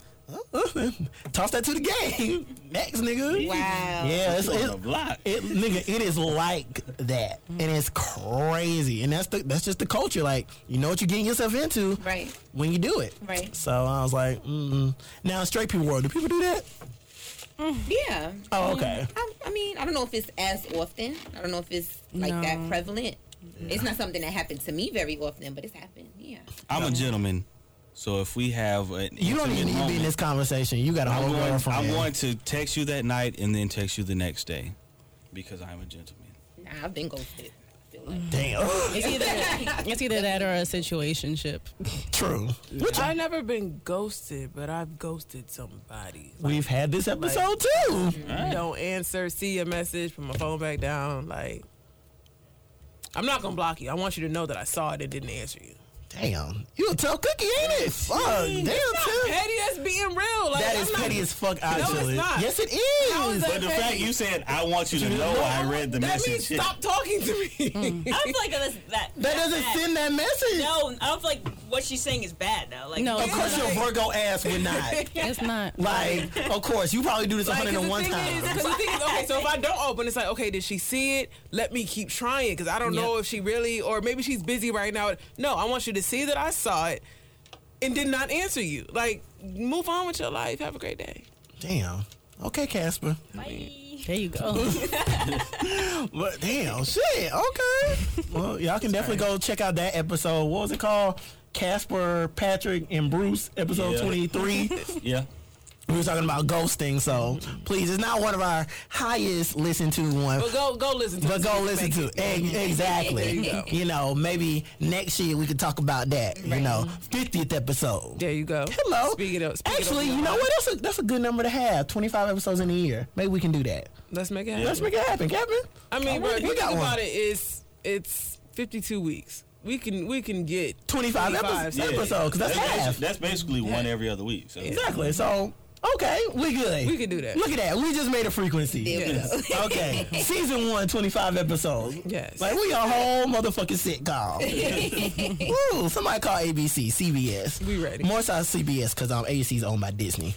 uh, toss that to the game. Next, nigga.
Wow.
Yeah, it's,
On
it's,
the block.
it, nigga, it is like that, and it's crazy, and that's the that's just the culture. Like, you know what you're getting yourself into,
Right.
When you do it,
Right.
So I was like, mm. now in straight people world, do people do that?
Yeah.
Mm.
Oh, okay.
I, I mean, I don't know if it's as often. I don't know if it's like that
No.
prevalent. It's not something that happened to me very often, but it's happened. Yeah.
I'm a gentleman, so if we have an
You don't even
intimate
need to be in
moment,
this conversation. You got a
I'm
whole
going,
world from
I'm
it.
going to text you that night and then text you the next day because I'm a gentleman.
Nah, I've been ghosted. I feel like.
Damn, (laughs)
It's either it's either that or a situationship.
true. Which
I've never been ghosted, but I've ghosted somebody.
we've had this episode too.
Don't answer, see a message, put my phone back down. Like, I'm not gonna block you. I want you to know that I saw it and didn't answer you.
Damn. You a tough cookie, ain't it? Fuck. Damn,
That's not
too.
petty. That's being real. Like,
That
I'm
is
not-
petty as fuck,
No,
actually.
it's not.
Yes, it
How is
is.
that
But the
petty?
fact you said, I want you to know I read the
that
message.
means stop talking to me.
I don't feel like that's that.
That doesn't
that's
send that message.
bad. No, I don't feel like what she's saying is bad though. Like
No.
Of
(laughs)
course, your Virgo ass would not.
It's not.
Like, of course, you probably do this
Like, 'cause the
101
thing
times.
is- 'cause the thing is, okay, so if I don't open, it's like, okay, did she see it? Let me keep trying because I don't know if she really, or maybe she's busy right now. No, I want you to see that I saw it and did not answer you. Like, move on with your life. Have a great day.
Damn. Okay, Casper.
There you go.
But damn, shit. Okay. Well, y'all can definitely go check out that episode. What was it called? Casper, Patrick, and Bruce, episode
Yeah.
(laughs)
23.
Yeah.
we were talking about ghosting, so please, it's not one of our highest listened to one.
But go, go listen to.
But
us.
go listen to Ex- exactly. you, know, maybe next year we could talk about that. You know, fiftieth episode.
There you go.
Hello.
Speaking of, speaking of
Actually,
your
you know
life,
what? That's a that's a good number to have. Twenty five episodes in a year. Maybe we can do that.
Let's make it happen.
Let's make it happen, Captain.
I mean, bro,
Alright,
if you think about it, it's it's 52 weeks. We can we can get
25 episodes.
so-
Episode, 'cause that's
basi-
half.
That's basically one every other week. So.
Exactly. So okay, we good.
We can do that.
Look at that. We just made a frequency.
Yes. (laughs)
Okay. Season one, 25 episodes.
Yes.
Like we a whole motherfucking sitcom.
(laughs)
Ooh, somebody call ABC, CBS.
We ready.
More so CBS because um ABC's owned by Disney.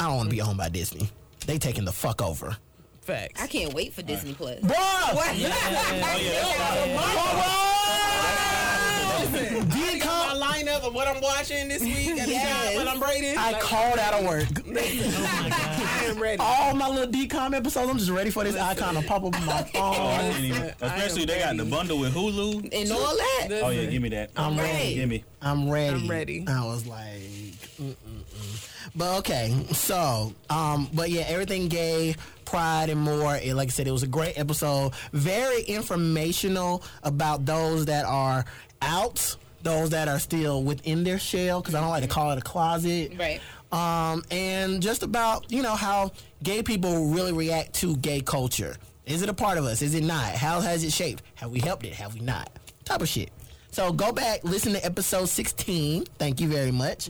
I don't want to be owned by Disney. They taking the fuck over.
Facts.
I can't wait for Disney Plus.
Bruh!
Oh, yeah, that's fine.
Bruh! Did
My
come-
lineup of what I'm watching this week and
Yes.
what I'm rating.
I
like,
called out of work.
I am ready.
All my little DCOM episodes, I'm just ready for this icon to pop up on (laughs) my
Oh,
phone.
I didn't even-
I am
Especially they got the
ready.
bundle with Hulu.
(laughs) And all that.
Oh, yeah, give me that.
I'm
Right.
ready.
Give me.
I'm ready.
I'm ready.
I was like, Mm-mm-mm. but okay. So, um, but yeah, everything gay, pride, and more. It, like I said, it was a great episode. Very informational about those that are out, those that are still within their shell, because I don't like to call it a closet.
Right.
Um, and just about you know how gay people really react to gay culture. Is it a part of us? Is it not? How has it shaped? Have we helped it? Have we not? Type of shit. So go back, listen to episode 16. Thank you very much.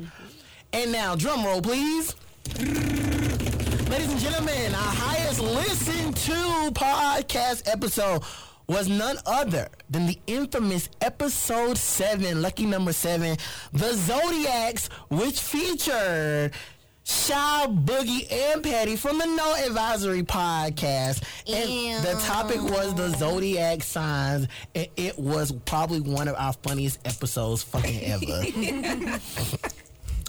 And now, drum roll, please. Ladies and gentlemen, our highest listened to podcast episode was none other than the infamous episode seven, lucky number seven, The Zodiacs, which featured Shaw, Boogie, and Patty from the No Advisory podcast. And the topic was the zodiac signs, and it was probably one of our funniest episodes fucking ever.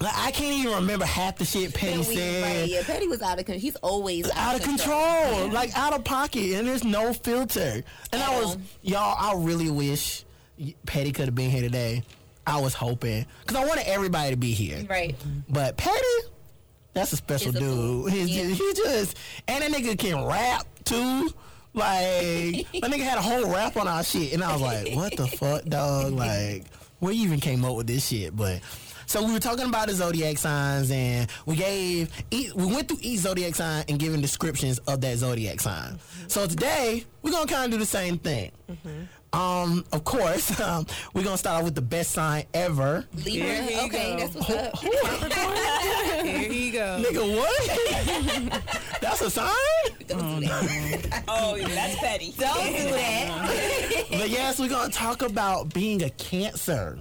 Like, I can't even remember half the shit Patty
And we-
said
right, yeah, Petty was out of control. He's always
out of control,
(laughs)
like out of pocket, and there's no filter. And I was,
Um.
y'all, I really wish y- Patty could have been here today. I was hoping because I wanted everybody to be here,
Right.
but Patty, that's a special
He's a fool.
dude. He's
Yeah.
ju- he just and that nigga can rap too.
(laughs)
Like that nigga had a whole rap on our shit, and I was like, "What the fuck, dog? Like, where you even came up with this shit?" But so we were talking about the zodiac signs, and we gave each, we went through each zodiac sign and giving descriptions of that zodiac sign.
Mm-hmm.
So today we're gonna kind of do the same thing.
Mm-hmm.
Um, of course, (laughs) um, we're gonna start off with the best sign ever.
Libra.
Here he
okay,
go.
that's what's up.
Here he goes.
Nigga, what? (laughs) That's a sign?
Don't do that.
oh, yeah, that's
(laughs)
petty.
Don't do that.
But yes, we're gonna talk about being a cancer.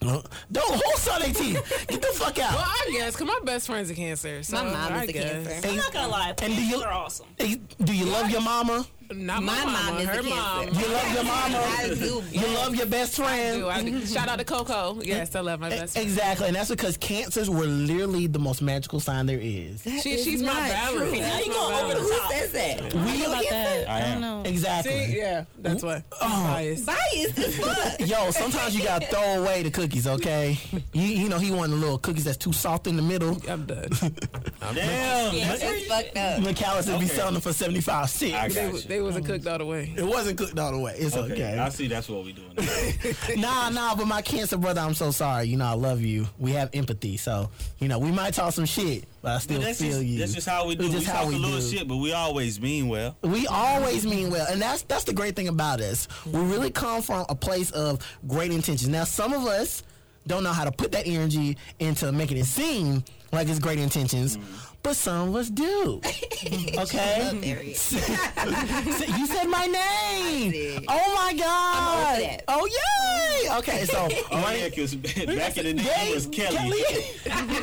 Don't hold Sonic teeth. Get the fuck
Well,
out.
I guess, because my best friend's a cancer. So
My mom
I
is a
guess.
cancer.
I'm not gonna lie.
And do
Panties
you-
are awesome.
Hey, Do you love your mama?
Not my,
My
mama,
mom is
her
a cancer.
mom.
You love your
I
mama?
(laughs)
do.
You love your best
Do
friend?
I do- Shout out to Coco. Yes, I love my best friend.
Exactly, and that's because cancers were literally the most magical sign there is.
That
She-
is
she's my
not
ballerina.
true.
Now you going over the
Who
top.
says that?
We
How about that?
I
I
am.
don't know.
exactly.
See, yeah, that's why. I'm biased.
Biased as fuck.
Yo, sometimes you gotta throw away the cookies, okay? You, you know he wanted the little cookies that's too soft in the middle.
I'm done.
Damn.
That's fucked up.
McAllister be selling them for seventy five cents.
I
They,
got
would-
you.
they It wasn't cooked all the way.
It wasn't cooked all the way. It's okay.
I see that's what we doing.
(laughs) nah, nah, but my cancer brother, I'm so sorry. You know, I love you. We have empathy, so you know, we might talk some shit, but I still
But that's
feel
just,
you.
That's just how we
It's
do.
just
we
how
talk
we
a little
do.
shit, but we always mean well.
We always mean well, and that's that's the great thing about us. We really come from a place of great intentions. Now, some of us don't know how to put that energy into making it seem like it's great
Mm.
intentions, but some of
(laughs)
us do. okay, (laughs) you said my name. Oh
I'm
my
over
god.
that.
Oh yay. Okay, so
(laughs) oh, yeah, 'cause back in the day it was Kelly.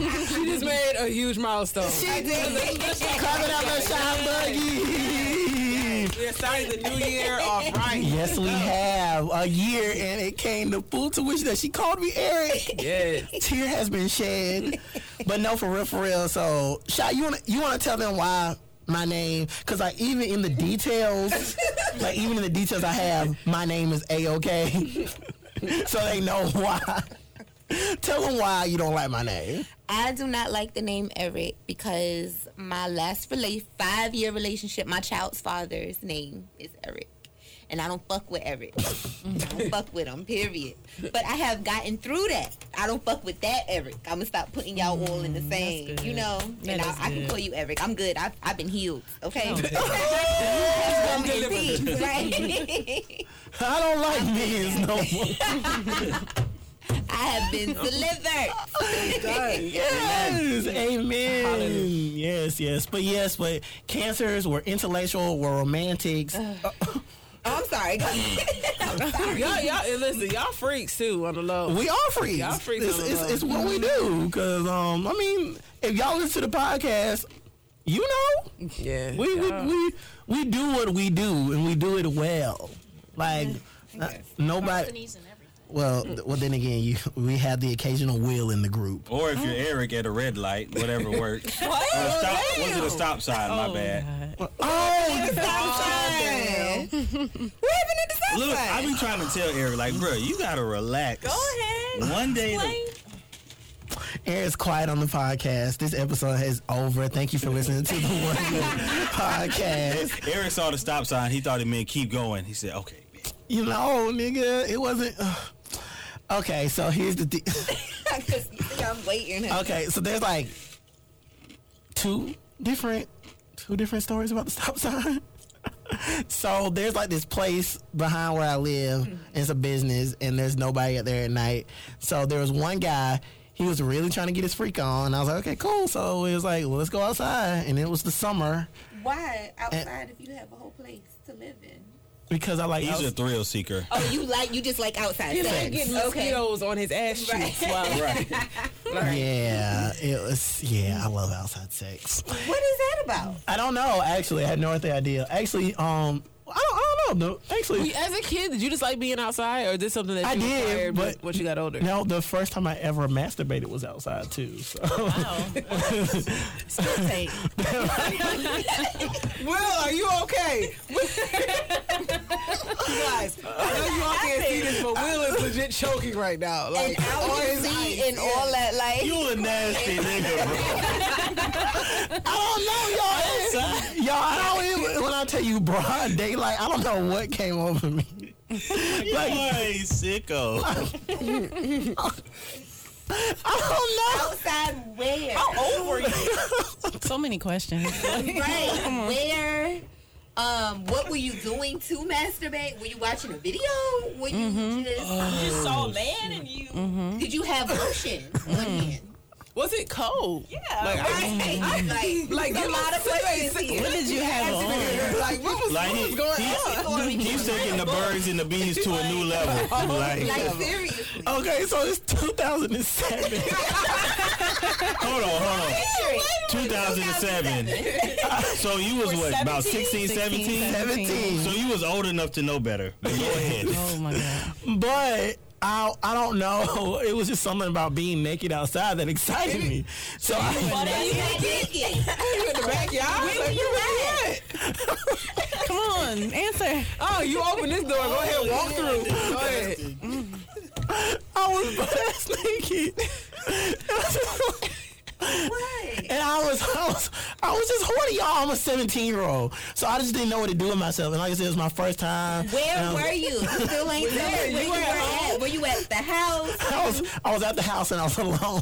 (laughs)
she just made a huge milestone.
She did. Coming out the
(laughs)
shop, buggy.
We're starting the new year (laughs) off right.
Yes, we have a year, and it came to full tuition that she called me Eric.
Yes,
tear has been shed, but no, for real, for real. So, Shy, you want to you want to tell them why my name? Because like even in the details, like even in the details I have, my name is A OK, so they know why. tell them why you don't like my name.
I do not like the name Eric because my last rela- five year relationship, my child's father's name is Eric. And I don't fuck with Eric. (laughs) I
(laughs)
don't fuck with him, period. But I have gotten through that. I don't fuck with that Eric. I'm going to stop putting y'all all in the
Mm,
same, you know?
Yeah,
and I,
that's
I can
good.
call you Eric. I'm good. I've, I've been healed, okay? (laughs) In
(laughs)
That's deliverance.
peace, right? (laughs)
I don't like niggas no more.
I have been delivered.
yes, amen. Yes, yes, but yes, but cancers were intellectual, were romantics.
(laughs) I'm sorry. (laughs)
y'all, y'all, and listen, y'all freaks too on the low.
We are freaks.
Y'all freaks
It's,
on the
it's,
low.
it's what we do. Cause um, I mean, if y'all listen to the podcast, you know,
Yeah,
we we,
y'all-
we we do what we do, and we do it well. Like uh, nobody. Well, th- well, then again, you we have the occasional will in the group.
Oh.
Or if you're
Oh.
Eric at a red light,
(laughs)
whatever works. Or a stop, was it a stop sign? my bad.
Oh,
Stop sign.
Look, I be trying to tell Eric, like, bro, you gotta relax. Go ahead. One day,
Eric's quiet on the podcast. This episode is over. Thank you for listening to the One Podcast.
Eric saw the stop sign. He thought it meant keep going. He said, okay.
You know, nigga, it wasn't. Okay, so here's the thing.
Because I'm waiting.
(laughs) Okay, so there's like two different two different stories about the stop sign. (laughs) so there's like this place behind where I live. and It's a business, and there's nobody out there at night. So there was one guy. He was really trying to get his freak on. And I was like, okay, cool. So it was like, well, let's go outside. And it was the summer
Why outside if you have a whole place to live in?
because I like.
He's a thrill seeker.
Oh, you like you just like outside
He's
sex.
like getting mosquitoes on his ass cheeks. Wow.
Yeah, it was. Yeah, I love outside sex.
What is that about?
I don't know. Actually, I had no idea. Actually, um, I don't, I don't know. No, actually,
You- As a kid, did you just like being outside, or is this something that
I
you
did,
acquired
but-
once you got older?
No, the first time I ever masturbated was outside too. So.
Oh.
Will, are you okay? you guys, I know you all can't see this, but Will (laughs) is legit choking right now. Like,
And
all
out
his
to sea
eyes,
and all that like
You a nasty nigga, bro.
I don't know, y'all. y'all, I don't even. When I tell you broad daylight, I don't know what came over me.
You are a sicko.
I don't know.
outside where? (laughs)
So many questions.
(laughs) Right. Where? Um, what were you doing to masturbate? Were you watching a video? Were you just
You saw man and you.
did you have lotion on hand?
Was it cold?
Yeah.
Like, I,
Like,
like
a
give
lot
us
of places
space.
here.
did you have
like what was,
Like,
what was
he-
going
he-
on?
He's taking the birds and the bees to a new level. (laughs) Like,
Like seriously.
Okay, so it's 2007.
hold on, hold on. 2007. so you was what, about 16, 17?
17.
So you was old enough to know better. But Go ahead.
Oh my god.
But I, I don't know. (laughs) It was just something about being naked outside that excited me. So I,
Oh, You had naked.
You in the backyard? Like,
you at?
Come on, answer.
oh, you open this door. Go ahead, walk through. Go ahead.
(laughs) I was butt ass naked.
What?
And I was, I was, I was just horny, y'all. I'm a 17 year old, so I just didn't know what to do with myself. And like I said, it was my first time. And I
Where
was-
were you? You still ain't
Where-
there. Where
you
you
were
were
at
at? Were you at the house?
I was, I was at the house and I was (laughs) alone,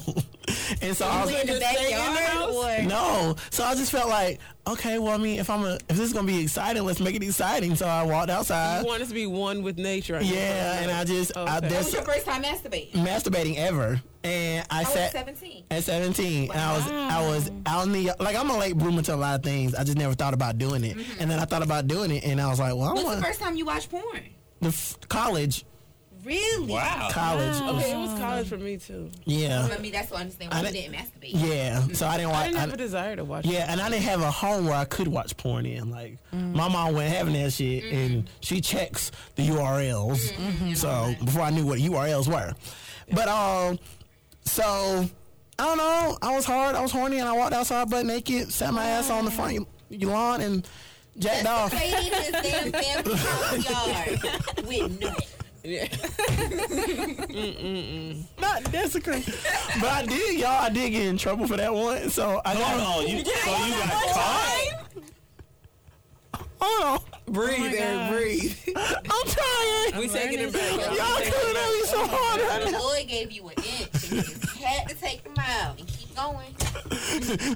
and so I was
You in the backyard? Or?
No. So I just felt like, okay, well, I mean, if I'm a, if this is gonna be exciting, let's make it exciting. So I walked outside.
You want us to be one with nature. I
Yeah,
know.
and I just- I-
Okay.
there's-
Your first time masturbating.
masturbating ever. And I,
I was
sat
17.
at 17, and I was I was out in the like I'm a late bloomer to a lot of things. I just never thought about doing it, and then I thought about doing it, and I was like, well, I
When's the
want
first time you watched porn?
the f- college,
Really?
college,
Okay, it was college for me too.
yeah,
For me, that's what I understand.
I
Why you
didn't-
didn't masturbate.
yeah. So I didn't
I
watch.
didn't have a
I,
desire to watch.
yeah, and I didn't have a home where I could watch porn in. Like
Mm.
my mom went having that shit,
Mm-hmm.
and she checks the URLs. So before I knew what URLs were, but um, so I don't know. I was hard. I was horny, and I walked outside butt naked, sat my ass
Mm.
on the front y- lawn, and jacked
(laughs)
off.
Played in his damn family backyard with nothing.
Not desecrate, but I did, y'all. I did get in trouble for that one. So I got.
Oh, you, so you got caught?
Hold on,
Oh
Breathe, Eric, breathe.
(laughs) I'm trying.
We taking it back.
Y'all couldn't have me so hard right
The
now.
Lord gave you an inch. You just had to take them out and keep going.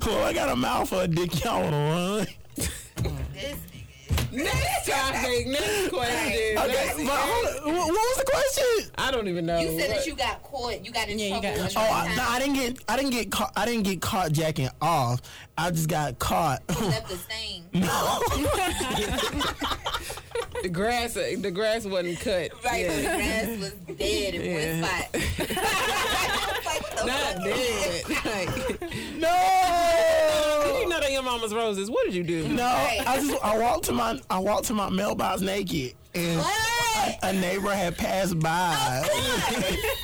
Well, I got a mouth for a dick. Y'all wanna run?
This
Next
(laughs)
topic, next
Okay,
question. Next-
but hold on. What, what was the question?
I don't even know.
You said
What-
that you got caught. You got in
Yeah, you
trouble.
got in
one
Oh, I,
time.
no, I didn't get, I didn't get, caught, I didn't get caught jacking off. I just got caught. (laughs)
Left the stain.
the grass, the grass wasn't cut.
Right, so the
Yeah.
grass was dead in one spot. I was (laughs) like, what the
Not
fuck?
dead. Like,
no,
you know that your mama's roses. What did you do?
no. I just, I walked to my, I walked to my mailbox naked, and
What?
a neighbor had passed by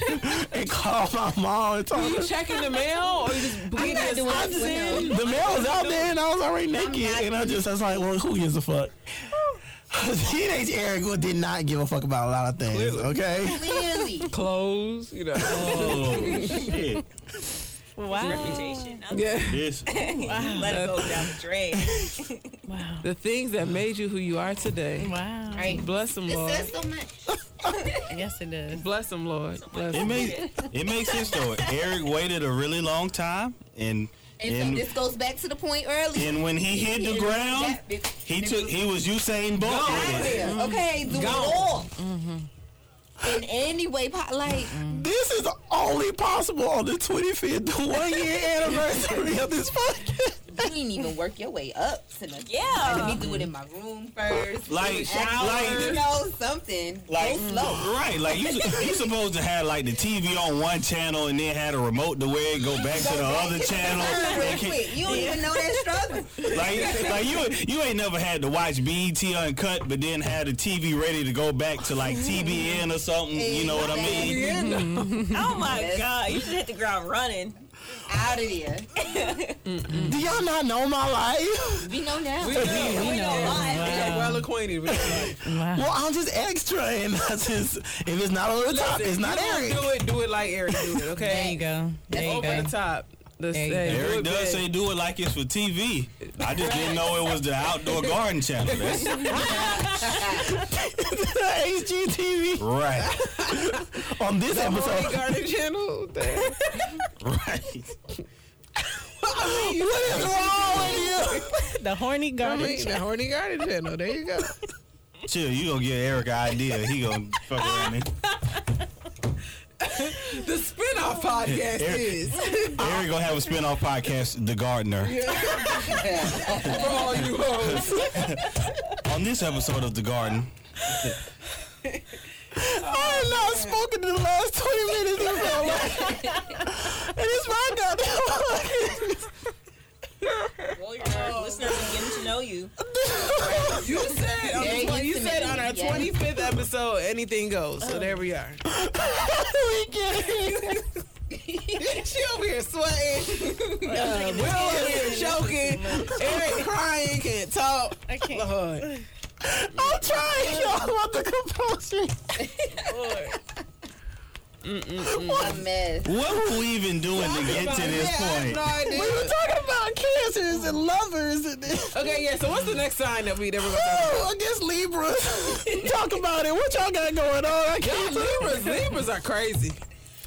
(laughs) and called my mom and told
You
her.
checking the mail or you just bleeding
not
your
doing
socks
this with
in?
The mail was out there, and I was already naked, and I just, I was like, well, who gives a fuck?
Oh.
(laughs) Teenage Eric did not give a fuck about a lot of things. Okay.
Clearly.
Clothes, you know.
Oh, shit.
Reputation. I'm
Yeah.
This,
(laughs) Let it go down the
(laughs)
drain.
Wow.
The things that made you who you are today.
Wow.
Right.
Bless them,
This
Lord.
says so much.
Yes, it does.
Bless them, Lord. Bless
it,
them.
makes, it makes sense, though. Eric waited a really long time, and...
And, so this goes back to the point earlier.
And when he hit the ground, he took he was Usain Bolt with it.
Okay, do it all. In any way, po- like,
This is only possible on the 25th, the
(laughs)
one year anniversary of this podcast.
you didn't even work your way up to nothing.
Yeah.
Let me do it in my room first.
Like,
Actually, you
like,
know, something.
like,
Go slow.
right? Like you, you supposed to have like the TV on one channel and then had a remote to where it go back to the other channel.
Real
and keep-
quick. You don't even know that struggle.
Like, like you, you ain't never had to watch BET Uncut, but then had the TV ready to go back to like TBN or something. You know what I mean?
Mm-hmm.
Oh my god, you should hit the ground running.
Out of here.
Do y'all not know my life?
We know now.
We know why.
You're
uh,
well acquainted with it.
Well, I'm just extra, and I just, if it's not over the top, it's not Eric.
Do it, do it like Eric do it,
There
okay?
you go. There you
Over
go.
the top. The
There
same.
you go.
Do
Eric
it
does
big.
say do it like it's for TV. I just didn't know it was the outdoor garden channel. That's
HGTV
right,
(laughs) on this
Hey,
episode.
Garden Channel.
right.
What is wrong with
(laughs) The horny
I
garden.
mean, the Horny Garden Channel. There you go.
Chill, you gonna give Eric an idea. He gonna fuck around and
The
(laughs)
spinoff podcast
Eric-
is
Eric gonna have a spinoff podcast, The Gardener.
(laughs) for all you hoes.
(laughs) On this episode of The Garden,
you? I have not spoken in the last 20 minutes of my life.
(laughs)
And it's my goddamn life.
Well, your listeners are getting to know you.
You said, on the
Yeah,
twen-
he
you
used to
said
make
on our
it, yeah.
25th episode, anything goes.
Oh.
So there we
(laughs)
are.
We get it.
she over here sweating.
Oh,
Uh, Will over here choking. Eric crying, can't talk.
I can't.
Lord.
I'm trying, y'all. I'm about the compulsion.
A mess.
what were we even doing to get to this
I have
point?
no idea.
We were talking about dancers and lovers. And
okay, yeah. So what's the next sign that we never going
I guess Libras. Talk about it. What y'all got going on? I can't
Libras, Libras are crazy.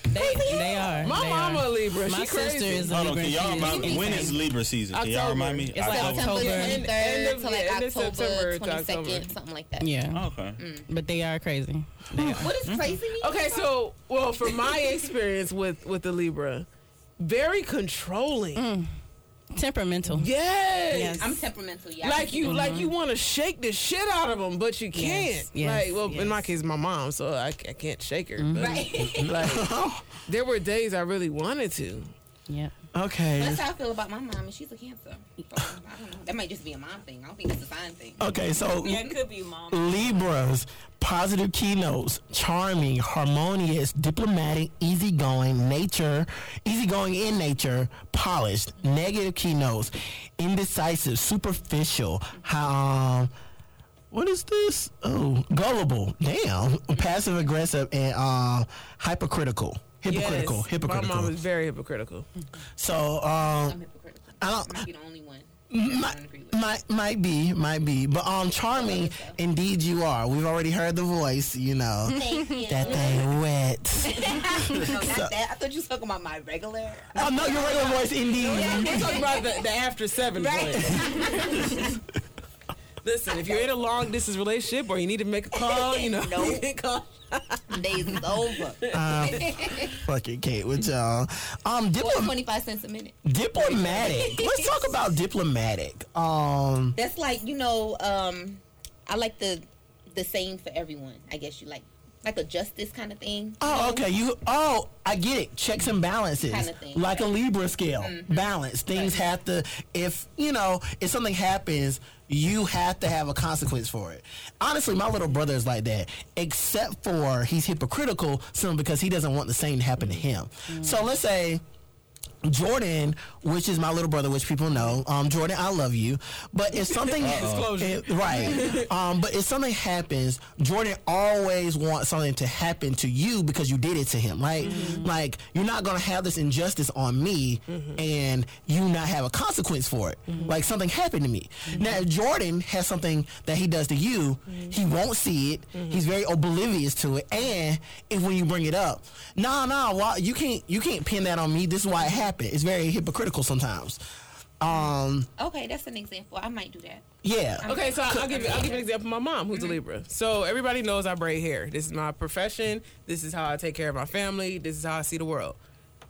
They, they are.
My
they
mama
are.
a Libra.
My
She
sister
crazy.
is a
Hold on, can
Libra. She
y'all
is
remind me when is
insane.
Libra season? Can y'all
October.
remind me?
It's like
September
October.
End- end
23rd
of-
to like
yeah, end of September
October
to October.
22nd, something like that.
Yeah,
Okay.
but they are crazy.
What is crazy? mean?
Okay, so well, from my (laughs) experience with with the Libra, very controlling.
Temperamental.
Yes.
Yes.
I'm temperamental. Yeah, I
Like
can
you, like you want to shake the shit out of them, but you can't.
yes,
like, well,
yes.
in my case, my mom, so I, I can't shake her.
do-
but,
Right.
(laughs) like, there were days I really wanted to.
Yeah.
Okay.
That's how I feel about my mom, and she's a cancer. So, I don't know. That might just be a mom thing. I don't think it's a sign thing.
Okay, so
Yeah, it could be mom.
Libras, positive keynotes, charming, harmonious, diplomatic, easygoing, nature, easygoing in nature, polished, negative keynotes, indecisive, superficial, um, what is this? Oh, gullible, damn, passive aggressive, and um, hypocritical. Hypocritical,
Yes, My
hypocritical.
mom is very hypocritical.
so, um,
I'm hypocritical.
I don't-
might be the only one. that I don't agree with.
Might might be, might be, but um, charming. Indeed, you are. We've already heard the voice. You know
(laughs) Thank you.
that
(laughs)
thing wet.
no, not that. I thought you was talking about my (laughs) regular.
oh no, your regular voice, indeed.
We're talking about the, the after seven voice. Listen, if you're in a long distance relationship or you need to make a call, you know,
(laughs)
call.
Days is over. (laughs)
Fucking Kate with y'all. Um,
Well,
diplo-
25 cents a minute.
diplomatic. Let's talk about diplomatic. Um,
That's like, you know, um, I like the the same for everyone. I guess you like like a justice kind of thing.
oh okay, you. Oh, I get it. Checks and balances,
Kinda thing, Mm-hmm.
like a Libra scale. Balance. Things have to. If you know, if something happens. You have to have a consequence for it. Honestly, my little brother is like that, except for he's hypocritical simply because he doesn't want the same to happen to him.
Mm.
So let's say Jordan, which is my little brother, which people know, um, Jordan, I love you. But if something,
Disclosure.
If- right? Um, but if something happens, Jordan always wants something to happen to you because you did it to him. Like, like you're not gonna have this injustice on me, and you not have a consequence for it. Like something happened to me. Now, if Jordan has something that he does to you, he won't see it. He's very oblivious to it, and if when you bring it up, nah, nah, why, you can't, you can't pin that on me. This is why it happened. It's very hypocritical sometimes. Um,
Okay, that's an example. I might do that.
yeah.
Okay, so I'll give you, I'll give you an example. My mom,
Mm-hmm.
who's a Libra, so everybody knows I braid hair. This is my profession. This is how I take care of my family. This is how I see the world.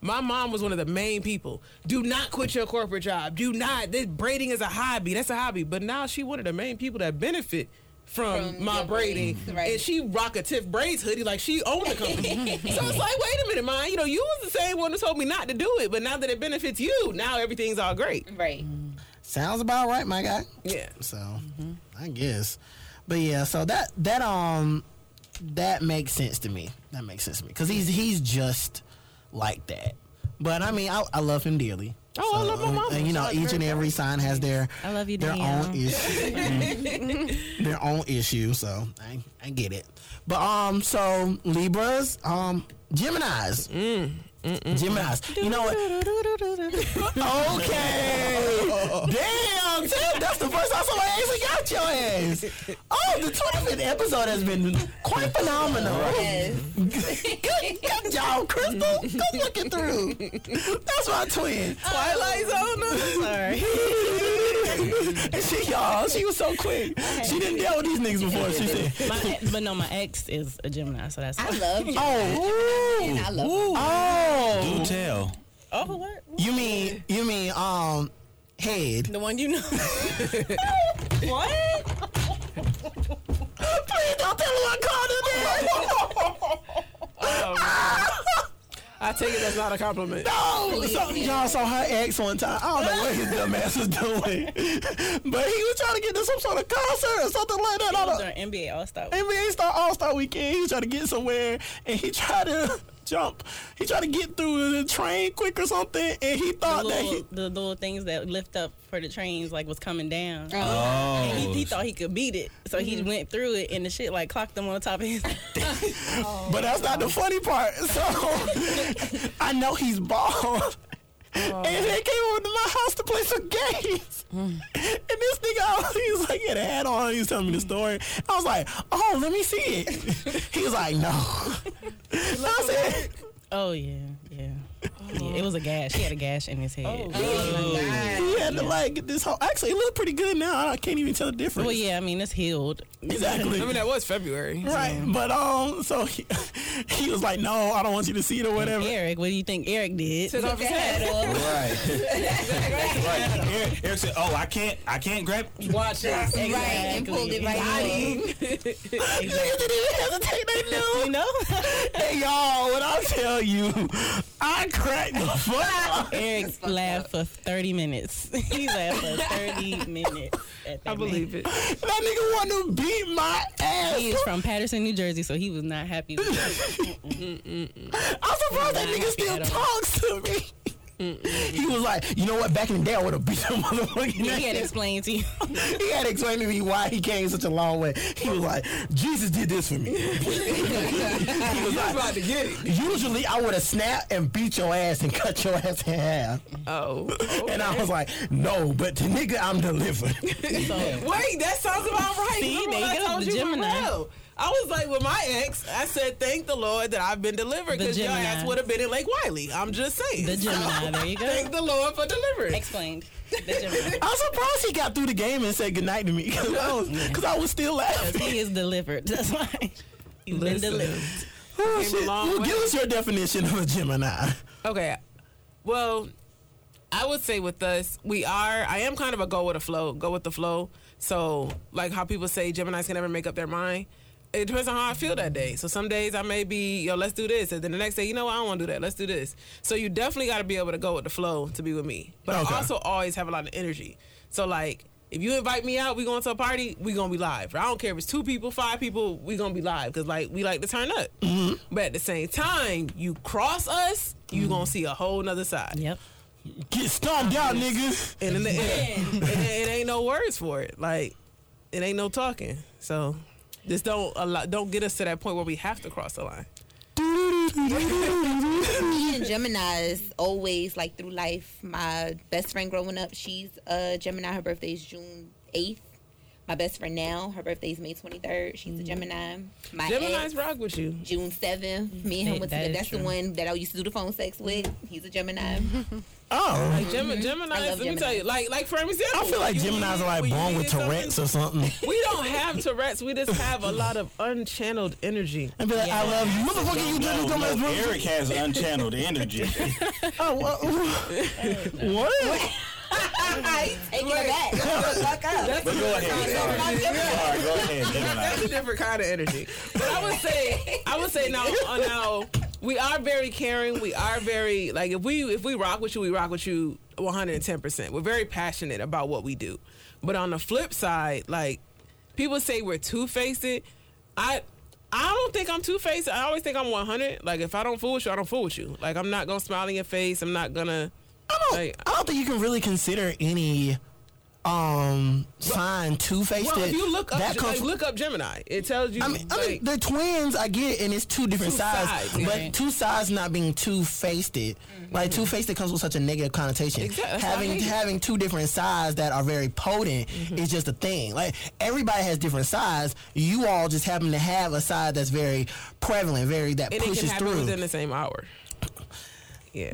My mom was one of the main people. Do not quit your corporate job. Do not. This braiding is a hobby. That's a hobby. But now she one of the main people that benefit from,
From
my
your
braiding.
braids, right.
And she rock a Tiff braids hoodie like she owned
(laughs)
the company. so it's like, wait a minute, mom. You know, you was the same one who told me not to do it. But now that it benefits you, now everything's all great.
Right.
Sounds about right, my guy.
Yeah.
So I guess. But yeah, so that that um that makes sense to me. That makes sense to me because he's he's just like that. But I mean, I, I love him dearly.
Oh, I love my
um,
mama.
And you know,
She's
each and every sign has their
I love you,
their
Danielle.
own issue,
(laughs)
their own issue. So I I get it. But um, so Libras, um, Gemini's,
Mm,
Gemini's. You know
(laughs)
what? Okay. Damn, Tim, that's the first time somebody actually got your ass. Oh, the 25th episode has been quite phenomenal.
Yes.
Good, good job, Crystal. Good looking through. That's my twin.
Twilight Zone. I'm Sorry.
and she, (laughs) y'all, she was so quick. She didn't deal with these niggas before. She said,
My, but no, my ex is a Gemini, so that's.
I love you.
oh,
I
ooh,
love you.
oh.
Do tell.
Oh, what?
You mean, you mean, um, head.
The
(laughs)
one you know. what?
Please don't tell her I called her that.
(laughs)
I take it that's not a compliment.
Oh, so, y'all saw her ex one time. I don't know what his dumb ass was doing, (laughs) but he was trying to get to some sort of concert or something like that. I
Those
don't,
are NBA All Star.
NBA Star All Star Weekend. He was trying to get somewhere, and he tried to (laughs) jump. He tried to get through the train quick or something, and he
The
thought that
little,
he.
the little things that lift up for the trains like was coming down. And he,
Oh.
he thought he could beat it, so he went through it, and the shit like clocked him on top of his. (laughs)
(laughs) But that's not the funny part. So I know he's bald.
Oh.
And they came over to my house to play some games.
Hmm.
And this nigga, he was like, he had a hat on. He was telling me the story. I was like, oh, let me see it. (laughs) he was like,
(laughs)
no. I said,
Oh yeah, yeah. Oh, Yeah, it was a gash. He had a gash in his head.
he had to like get this whole. Actually, it looked pretty good now. I can't even tell the difference.
Oh, Well, yeah. I mean, it's healed.
Exactly.
I mean, that was February.
Right, but um, so he, (laughs) he was like, "No, I don't want you to see it or whatever."
Eric, what do you think Eric did? (laughs)
Took off his hat.
Right. right. Eric, Eric said, "Oh, I can't, I can't grab."
Watch it.
Right, and pulled it right out.
Niggas didn't even hesitate. They knew.
You know?
(laughs) Hey y'all, when I tell you, I cracked the (laughs) fuck up.
Eric laughed for 30 minutes. (laughs) he laughed for (laughs) 30 minutes. at that
I believe it.
That nigga wanted to beat my
man.
ass.
He is from Patterson, New Jersey, so he was not happy. With it.
I'm surprised that
Not
nigga still
at all.
talks to me. He was like, you know what? Back in the day, I would have beat that (laughs) motherfucking
he
(laughs)
had
ass.
explained to you.
He had explained to me why he came such a long way. He was like, Jesus did this for me. he was like,
About to get it.
Usually, I would have snapped and beat your ass and cut your ass in half.
Oh.
(laughs) And I was like, no, but the nigga, I'm
(laughs)
delivered.
Wait, that sounds about right.
See,
Remember
there
when
you
I
go,
told
the
you for
Gemini.
real? I was like with my ex. I said, "Thank the Lord that I've been delivered
The
because your
Gemini.
ass would have been in Lake Wiley." I'm just saying. (laughs)
The Gemini. There you go. (laughs)
Thank the Lord for deliverance.
Explained. The Gemini.
I'm surprised he got through the game and said goodnight to me because I, was- 'cause I was still laughing.
He is delivered. (laughs) That's why. You've been
Listen.
delivered.
Oh,
came a
shit.
long
Well,
way.
give us your definition of a Gemini.
Okay. Well, I would say with us, we are. I am kind of a go with the flow. Go with the flow. So, like how people say Gemini's can never make up their mind. It depends on how I feel that day. So some days I may be, yo, let's do this, and then the next day, you know, what, I don't want to do that. Let's do this. So you definitely got to be able to go with the flow to be with me. But
Okay.
I also always have a lot of energy. So like. If you invite me out, we going to a party. We gonna be live. I don't care if it's two people, five people. We gonna be live because like we like to turn up. But at the same time, you cross us, you gonna see a whole nother side.
Yep.
Get stomped out, niggas.
And, in the, and, and it ain't no words for it. Like it ain't no talking. So just don't allow, don't get us to that point where we have to cross the line.
Me and Gemini's always like through life. My best friend growing up, she's a Gemini. Her birthday is June eighth. My best friend now, her birthday is May twenty third. She's a Gemini. My ex,
Gemini's rock with you.
June seventh. Me and him
That-
was
that
together.
is
That's the
true.
one that I used to do the phone sex with. He's a Gemini.
Oh,
Like Gem- Gemini,
Mm-hmm. I
let
love
me tell
Gemini.
you, like like for example,
I feel like
you-
Geminis are like
when you
born with
needed something-
Tourette's or something.
(laughs) We don't have Tourette's. We just have a lot of unchanneled energy.
And be like, I love you. Motherfucker, you just
No,
come
no,
as
Eric has unchanneled energy.
Oh, what? what?
Taking it back.
But go ahead. Sorry. Sorry, go ahead. Gemini.
That's a different kind of energy. But I would say, I would say now, uh, now we are very caring. We are very like if we if we rock with you, we rock with you 110. percent We're very passionate about what we do. But on the flip side, like people say we're two faced. I. I don't think I'm two faced. I always think I'm 100. Like if I don't fool with you, I don't fool with you. Like I'm not gonna smile in your face. I'm not gonna.
I don't,
Like-
I don't think you can really consider any um sign two faced.
Well, if you look up,
that comes
like,
from,
look up Gemini. It tells you.
I mean, I
like,
mean, they're twins. I get, it, and it's two different
Two
sides,
sides, Mm-hmm.
but
right.
two sides not being two faced. Like two faced, it comes with such a negative connotation.
Exactly, that's what I
Having
hate. Mm-hmm.
having two different sides that are very potent is just a thing. Like everybody has different sides. You all just happen to have a side that's very prevalent, very that
and it can
pushes
happen
through.
within the same hour. Yeah.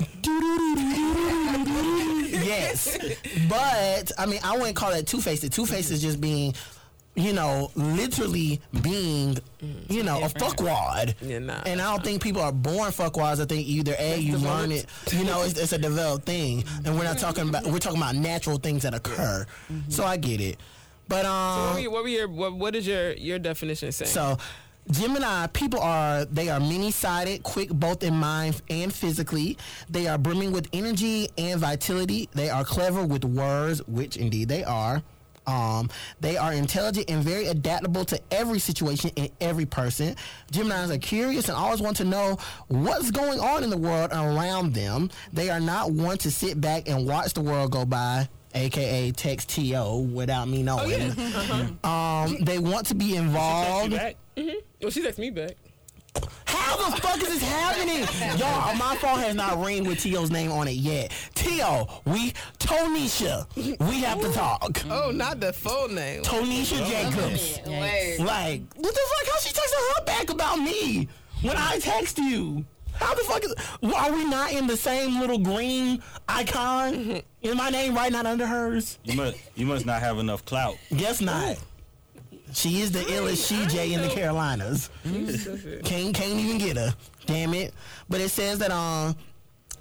(laughs)
yes. But I mean, I wouldn't call that two faced. Two faced is just being, you know, literally being, you know, a fuckwad.
Mm-hmm. Yeah, nah,
and I don't think people are born fuckwads. I think either a you learn it, you know, it's, it's a developed thing, and we're not talking about we're talking about natural things that occur.
Mm-hmm.
So I get it. But um,
What were your, what, were your what, what is your your definition saying?
so, Gemini people are they are many sided, quick both in mind and physically. They are brimming with energy and vitality. They are clever with words, which indeed they are. Um, they are intelligent and very adaptable to every situation and every person. Geminis are curious and always want to know what's going on in the world around them. They are not one to sit back and watch the world go by, aka text TO without me
Oh,
knowing.
(laughs)
Um, they want to
Uh-huh. Text you
be involved.
back.
Mm-hmm. well, she texted me back.
How the fuck is this happening? Y'all, uh, my phone has not ring with Tio's name on it yet. Tio, we Tonisha. We have to talk.
Oh, not the full name.
Tonisha Jacobs. Like, what the fuck? How she texting her back about me when I text you? How the fuck is? Well, are we not in the same little green icon? Is my name right not under hers?
You must, you must not have enough clout.
Guess not. She is the illest she J in the Carolinas.
stupid.
Can't can't even get her. Damn it. But it says that um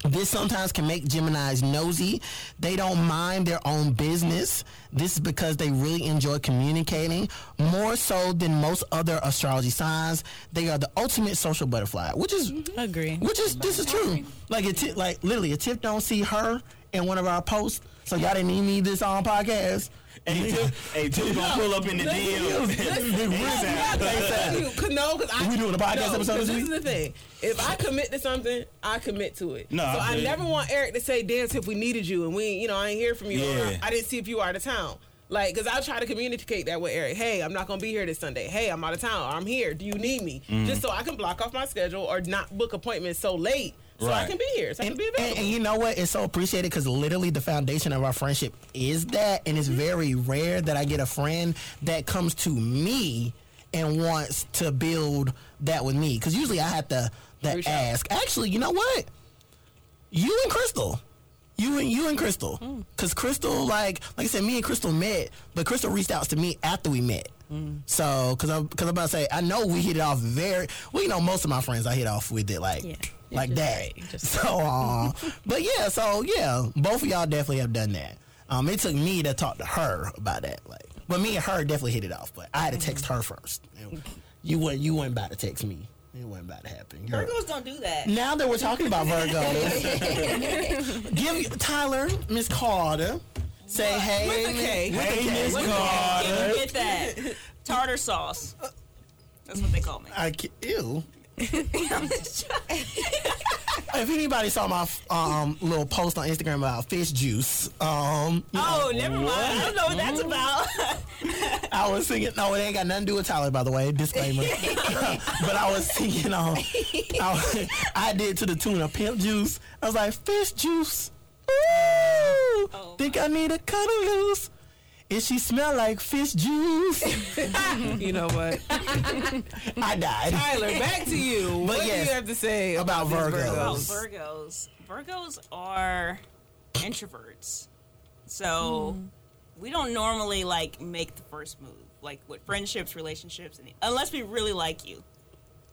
this sometimes can make Geminis nosy. They don't mind their own business. This is because they really enjoy communicating more so than most other astrology signs. They are the ultimate social butterfly, which is
agree.
Which is this is true. Like it, ti- like literally, a tip don't see her in one of our posts. So y'all didn't even need this on podcast.
Hey, Tip- hey,
(laughs)
Tip gonna pull up in the DM. ASAP.
Cause no, because I
We doing a podcast
no,
episode
'cause
this
This is the thing. If I commit to something, I commit to it.
No,
so
I
I,
feel you.
never want Eric to say, "Dance if we needed you," and we, ain't- you know, I ain't hear from you. or
Yeah.
I, I didn't see if you were out of town. Like, cause I try to communicate that with Eric. Hey, I'm not gonna be here this Sunday. Hey, I'm out of town. Or I'm here. Do you need me?
Mhm.
Just so I can block off my schedule or not book appointments so late, so I
Right.
can be here. So I
And,
can be available.
and- and you know what? It's so appreciated because literally the foundation of our friendship is that, and it's very rare that I get a friend that comes to me and wants to build that with me. Because usually I have to, to ask. Actually, you know what? You and Crystal. You and you and Crystal, because Crystal, like like I said, me and Crystal met, but Crystal reached out to me after we met. So, cause I'm, cause I'm about to say, I know we hit it off very. Well, you know, most of my friends I hit off with it like, like that. So, uh, but yeah, so yeah, both of y'all definitely have done that. Um, it took me to talk to her about that. Like, but me and her definitely hit it off. But I had to text her first. You weren't, you weren't about to text me. It wasn't about to happen. You're-
Virgos don't do that.
now that we're talking about
(laughs)
Virgos, give Tyler Miss Carter. Say hey,
With a
Miss-
K.
with a K.
With a K. Can you get that? Tartar sauce. That's what they
(laughs)
call me.
I ca-
(laughs)
ew. if anybody saw my um, little post on Instagram about fish juice, um, you
Oh,
know-
never mind. I don't know what that's about. (laughs)
I was singing. No, it ain't got nothing to do with Tyler, by the way. Disclaimer. (laughs) but I was singing. Um, I, was- I did to the tune of Pimp Juice. I was like, Fish Juice. Ooh, think I need a cut her loose. If she smell like fish juice,
you know (laughs) what?
I died.
Tyler, back to you.
But
what
yes,
do you have to say
about
about, these
Virgos?
About
Virgos?
Virgos. Virgos are introverts. So we don't normally like make the first move, like with friendships, relationships, and unless we really like you.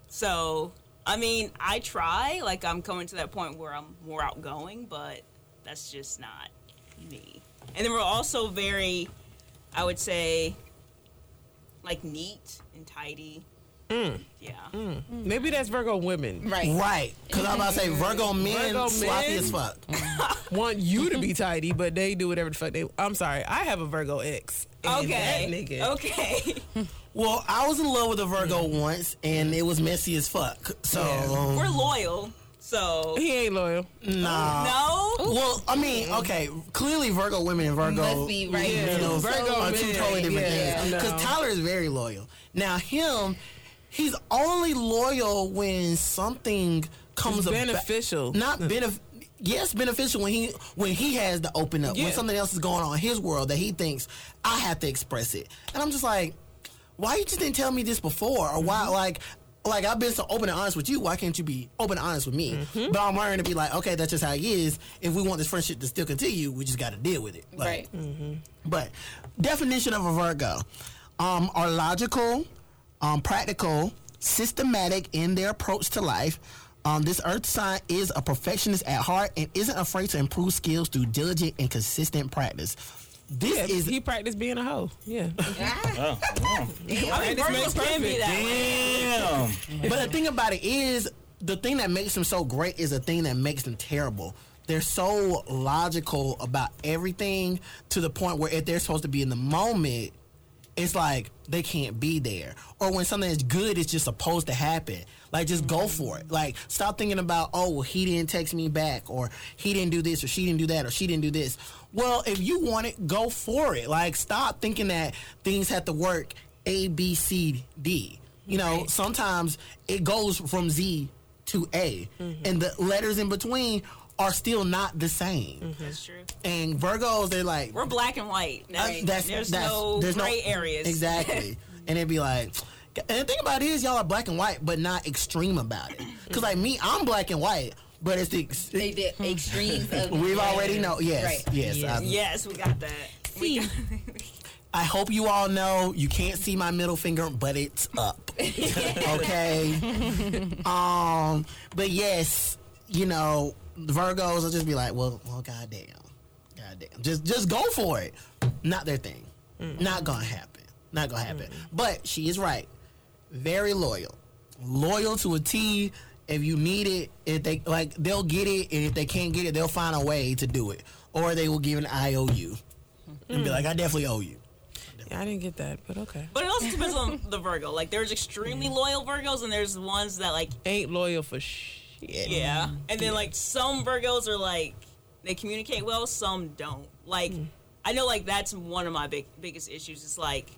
So I mean, I try. Like I'm coming to that point where I'm more outgoing, but that's just not me. And then we're also very, I would say, like neat and tidy.
Mm.
Yeah.
Mm. Maybe that's Virgo women.
Right. Right.
'Cause I'm about to say Virgo men sloppy as fuck.
want you to be tidy, but they do whatever the fuck they. I'm sorry. I have a Virgo ex. and
Okay.
That nigga.
Okay. (laughs)
Well, I was in love with a Virgo once, and it was messy as fuck. So um,
We're loyal. So
He ain't loyal.
Nah.
No?
Well, I mean, okay. Clearly, Virgo women and Virgo
Must be right.
you know,
Yeah, Virgo
are two
men,
totally different
yeah,
things.
no.
Because Tyler is very loyal. Now, him, he's only loyal when something comes
It's
ab-
beneficial.
Not benef- Yes, beneficial when he when he has to open up
Yeah.
when something else is going on in his world that he thinks I have to express it, and I'm just like, why you just didn't tell me this before or
Mm-hmm.
why like like I've been so open and honest with you. Why can't you be open and honest with me?
Mm-hmm.
But I'm learning to be like, okay, that's just how it is. If we want this friendship to still continue, we just got to deal with it. Like,
Right.
But definition of a Virgo: um, are logical, um, practical, systematic in their approach to life. Um, this Earth sign is a perfectionist at heart and isn't afraid to improve skills through diligent and consistent practice. This is
He practiced being a hoe. Yeah.
Oh, wow.
I mean, Virgos can be that way.
but the thing about it is, the thing that makes them so great is the thing that makes them terrible. They're so logical about everything to the point where if they're supposed to be in the moment, it's like they can't be there. Or when something is good, it's just supposed to happen. Like just go for it. Like stop thinking about, oh, well, he didn't text me back, or he didn't do this, or she didn't do that, or she didn't do this. Well, if you want it, go for it. Like stop thinking that things have to work A, B, C, D. You know, sometimes it goes from Z to A, and the letters in between are still not the same.
That's true.
And Virgos, they're like,
Mm-hmm. We're black and white.
uh,
Like,
that's-
there's
that's-
no
there's
gray areas. (laughs)
Exactly. and it'd be like, and the thing about it is, y'all are black and white, but not extreme about it. Because, like, me, I'm black and white, but it's the. Ex-
They did extremes of
We've already know. Yes.
Right.
Yes. I-
yes, we got that. We got-
I hope you all know you can't see my middle finger, but it's up. okay. um. But yes, you know, the Virgos will just be like, well, well, goddamn, goddamn, just just go for it. Not their thing. Not gonna happen. Not gonna happen. But she is right. Very loyal. Loyal to a T. If you need it, if they like, they'll get it, and if they can't get it, they'll find a way to do it, or they will give an IOU and be like, I definitely owe you.
Yeah, I didn't get that, but okay.
But it
(laughs)
also depends on the Virgo. Like there's extremely loyal Virgos and there's ones that like
ain't loyal for shit.
Yeah.
Mm-hmm.
And then like some Virgos are like they communicate well, some don't. Like
Mm.
I know like that's one of my big biggest issues. It's like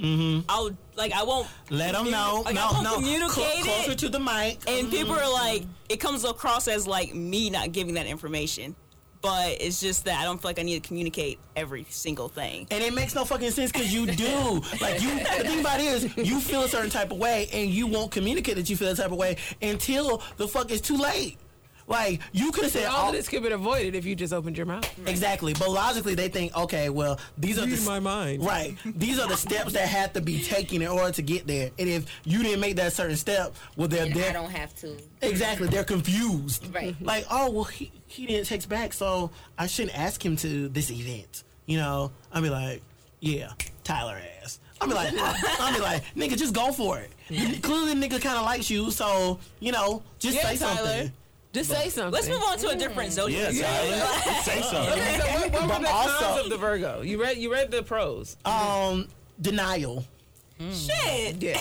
Mm-hmm.
I'll like I won't
Let 'em
communi-
know.
Like,
No,
I won't
no.
communicate
Cl- closer
it.
to the mic.
And people are like, it comes across as like me not giving that information, but it's just that I don't feel like I need to communicate every single thing.
And it makes no fucking sense because you do. Like you, the thing about it is, you feel a certain type of way, and you won't communicate that you feel that type of way until the fuck is too late. Like you could have said
all of this could have been avoided if you just opened your mouth.
Exactly, but logically they think, okay, well, these are the
Read
s-
my mind.
Right, these are the steps that have to be taken in order to get there. And if you didn't make that certain step, well, they're
And I
there.
don't have to.
Exactly, they're confused.
Right.
Like, oh well, he, he didn't text back, so I shouldn't ask him to this event. You know, I'd be like, yeah, Tyler ass. I'd be like, (laughs) I'd be like, nigga, just go for it. Clearly, nigga kind of likes you, so you know, just
Yeah,
say
Tyler.
something.
Just say something.
Let's move on to a different zodiac. (laughs)
Say something.
Okay, so what, what
But
were the
also-
cons of the Virgo? You read you read the pros.
Um, denial.
Shit.
Yeah.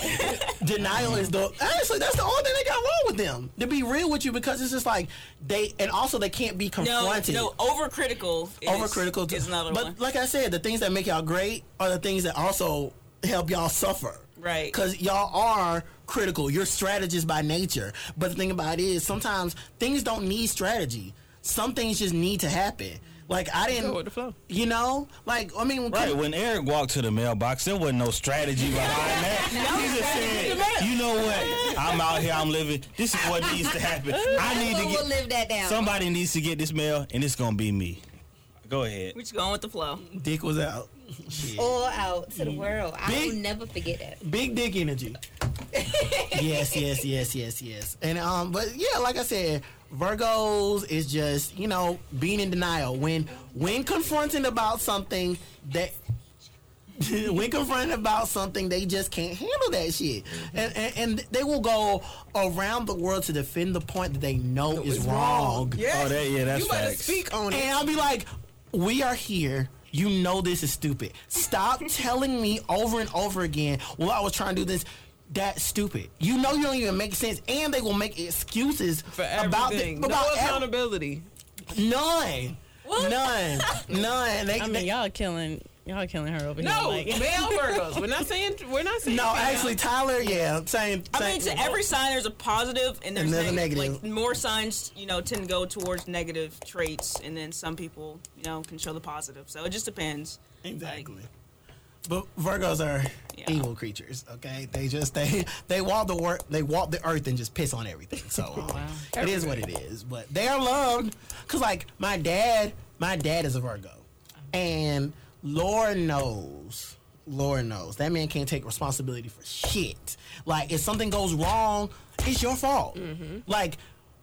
(laughs) Denial is the honestly that's the only thing they got wrong with them. To be real with you, because it's just like they and also they can't be
No,
confronted.
no, overcritical. Is,
overcritical to,
is another
but
one.
like i said the things that make y'all great are the things that also help y'all suffer
Right.
because y'all are critical you're strategists by nature but the thing about it is sometimes things don't need strategy some things just need to happen like i didn't
Go with the flow.
you know like i mean
Right, when Eric walked to the mailbox, there wasn't no strategy behind
(laughs)
that. he just said, "You know what? I'm out here. I'm living. This is what needs to happen. I need
Someone
to
will
get
live that down.
somebody needs to get this mail, and it's gonna be me." Go ahead.
We're just going with the flow.
dick was out
all out to the world. I will
Big-
never forget that.
big dick energy. yes, yes, yes, yes, yes. And um, but yeah, like I said, Virgos is just you know being in denial when when confronted about something that. (laughs) when confronted about something, they just can't handle that shit,
Mm-hmm.
and, and and they will go around the world to defend the point that they know is wrong.
Yes.
Oh, that yeah, that's
you better
facts.
speak on it.
And I'll be like, we are here. You know this is stupid.
(laughs)
Stop telling me over and over again, well, I was trying to do this. That's stupid. You know you don't even make sense, and they will make excuses
For
about
everything.
the, about
no
ev-
accountability.
none, none, none. They, they-
I mean, y'all killing, y'all killing her over
No,
here.
male Virgos. We're not saying we're not saying
no,
female.
actually, Tyler, yeah, saying.
I mean, to every sign there's a positive and there's
Another
neg-
negative.
Like more signs, you know, tend to go towards negative traits, and then some people, you know, can show the positive. So it just depends.
Exactly. But Virgos are
Yeah.
evil creatures. Okay, they just they they walk the work they walk the earth and just piss on everything. So um, it is what it is. But they are loved because like my dad, my dad is a Virgo, and Lord knows, Lord knows that man can't take responsibility for shit. Like if something goes wrong, it's your fault. Like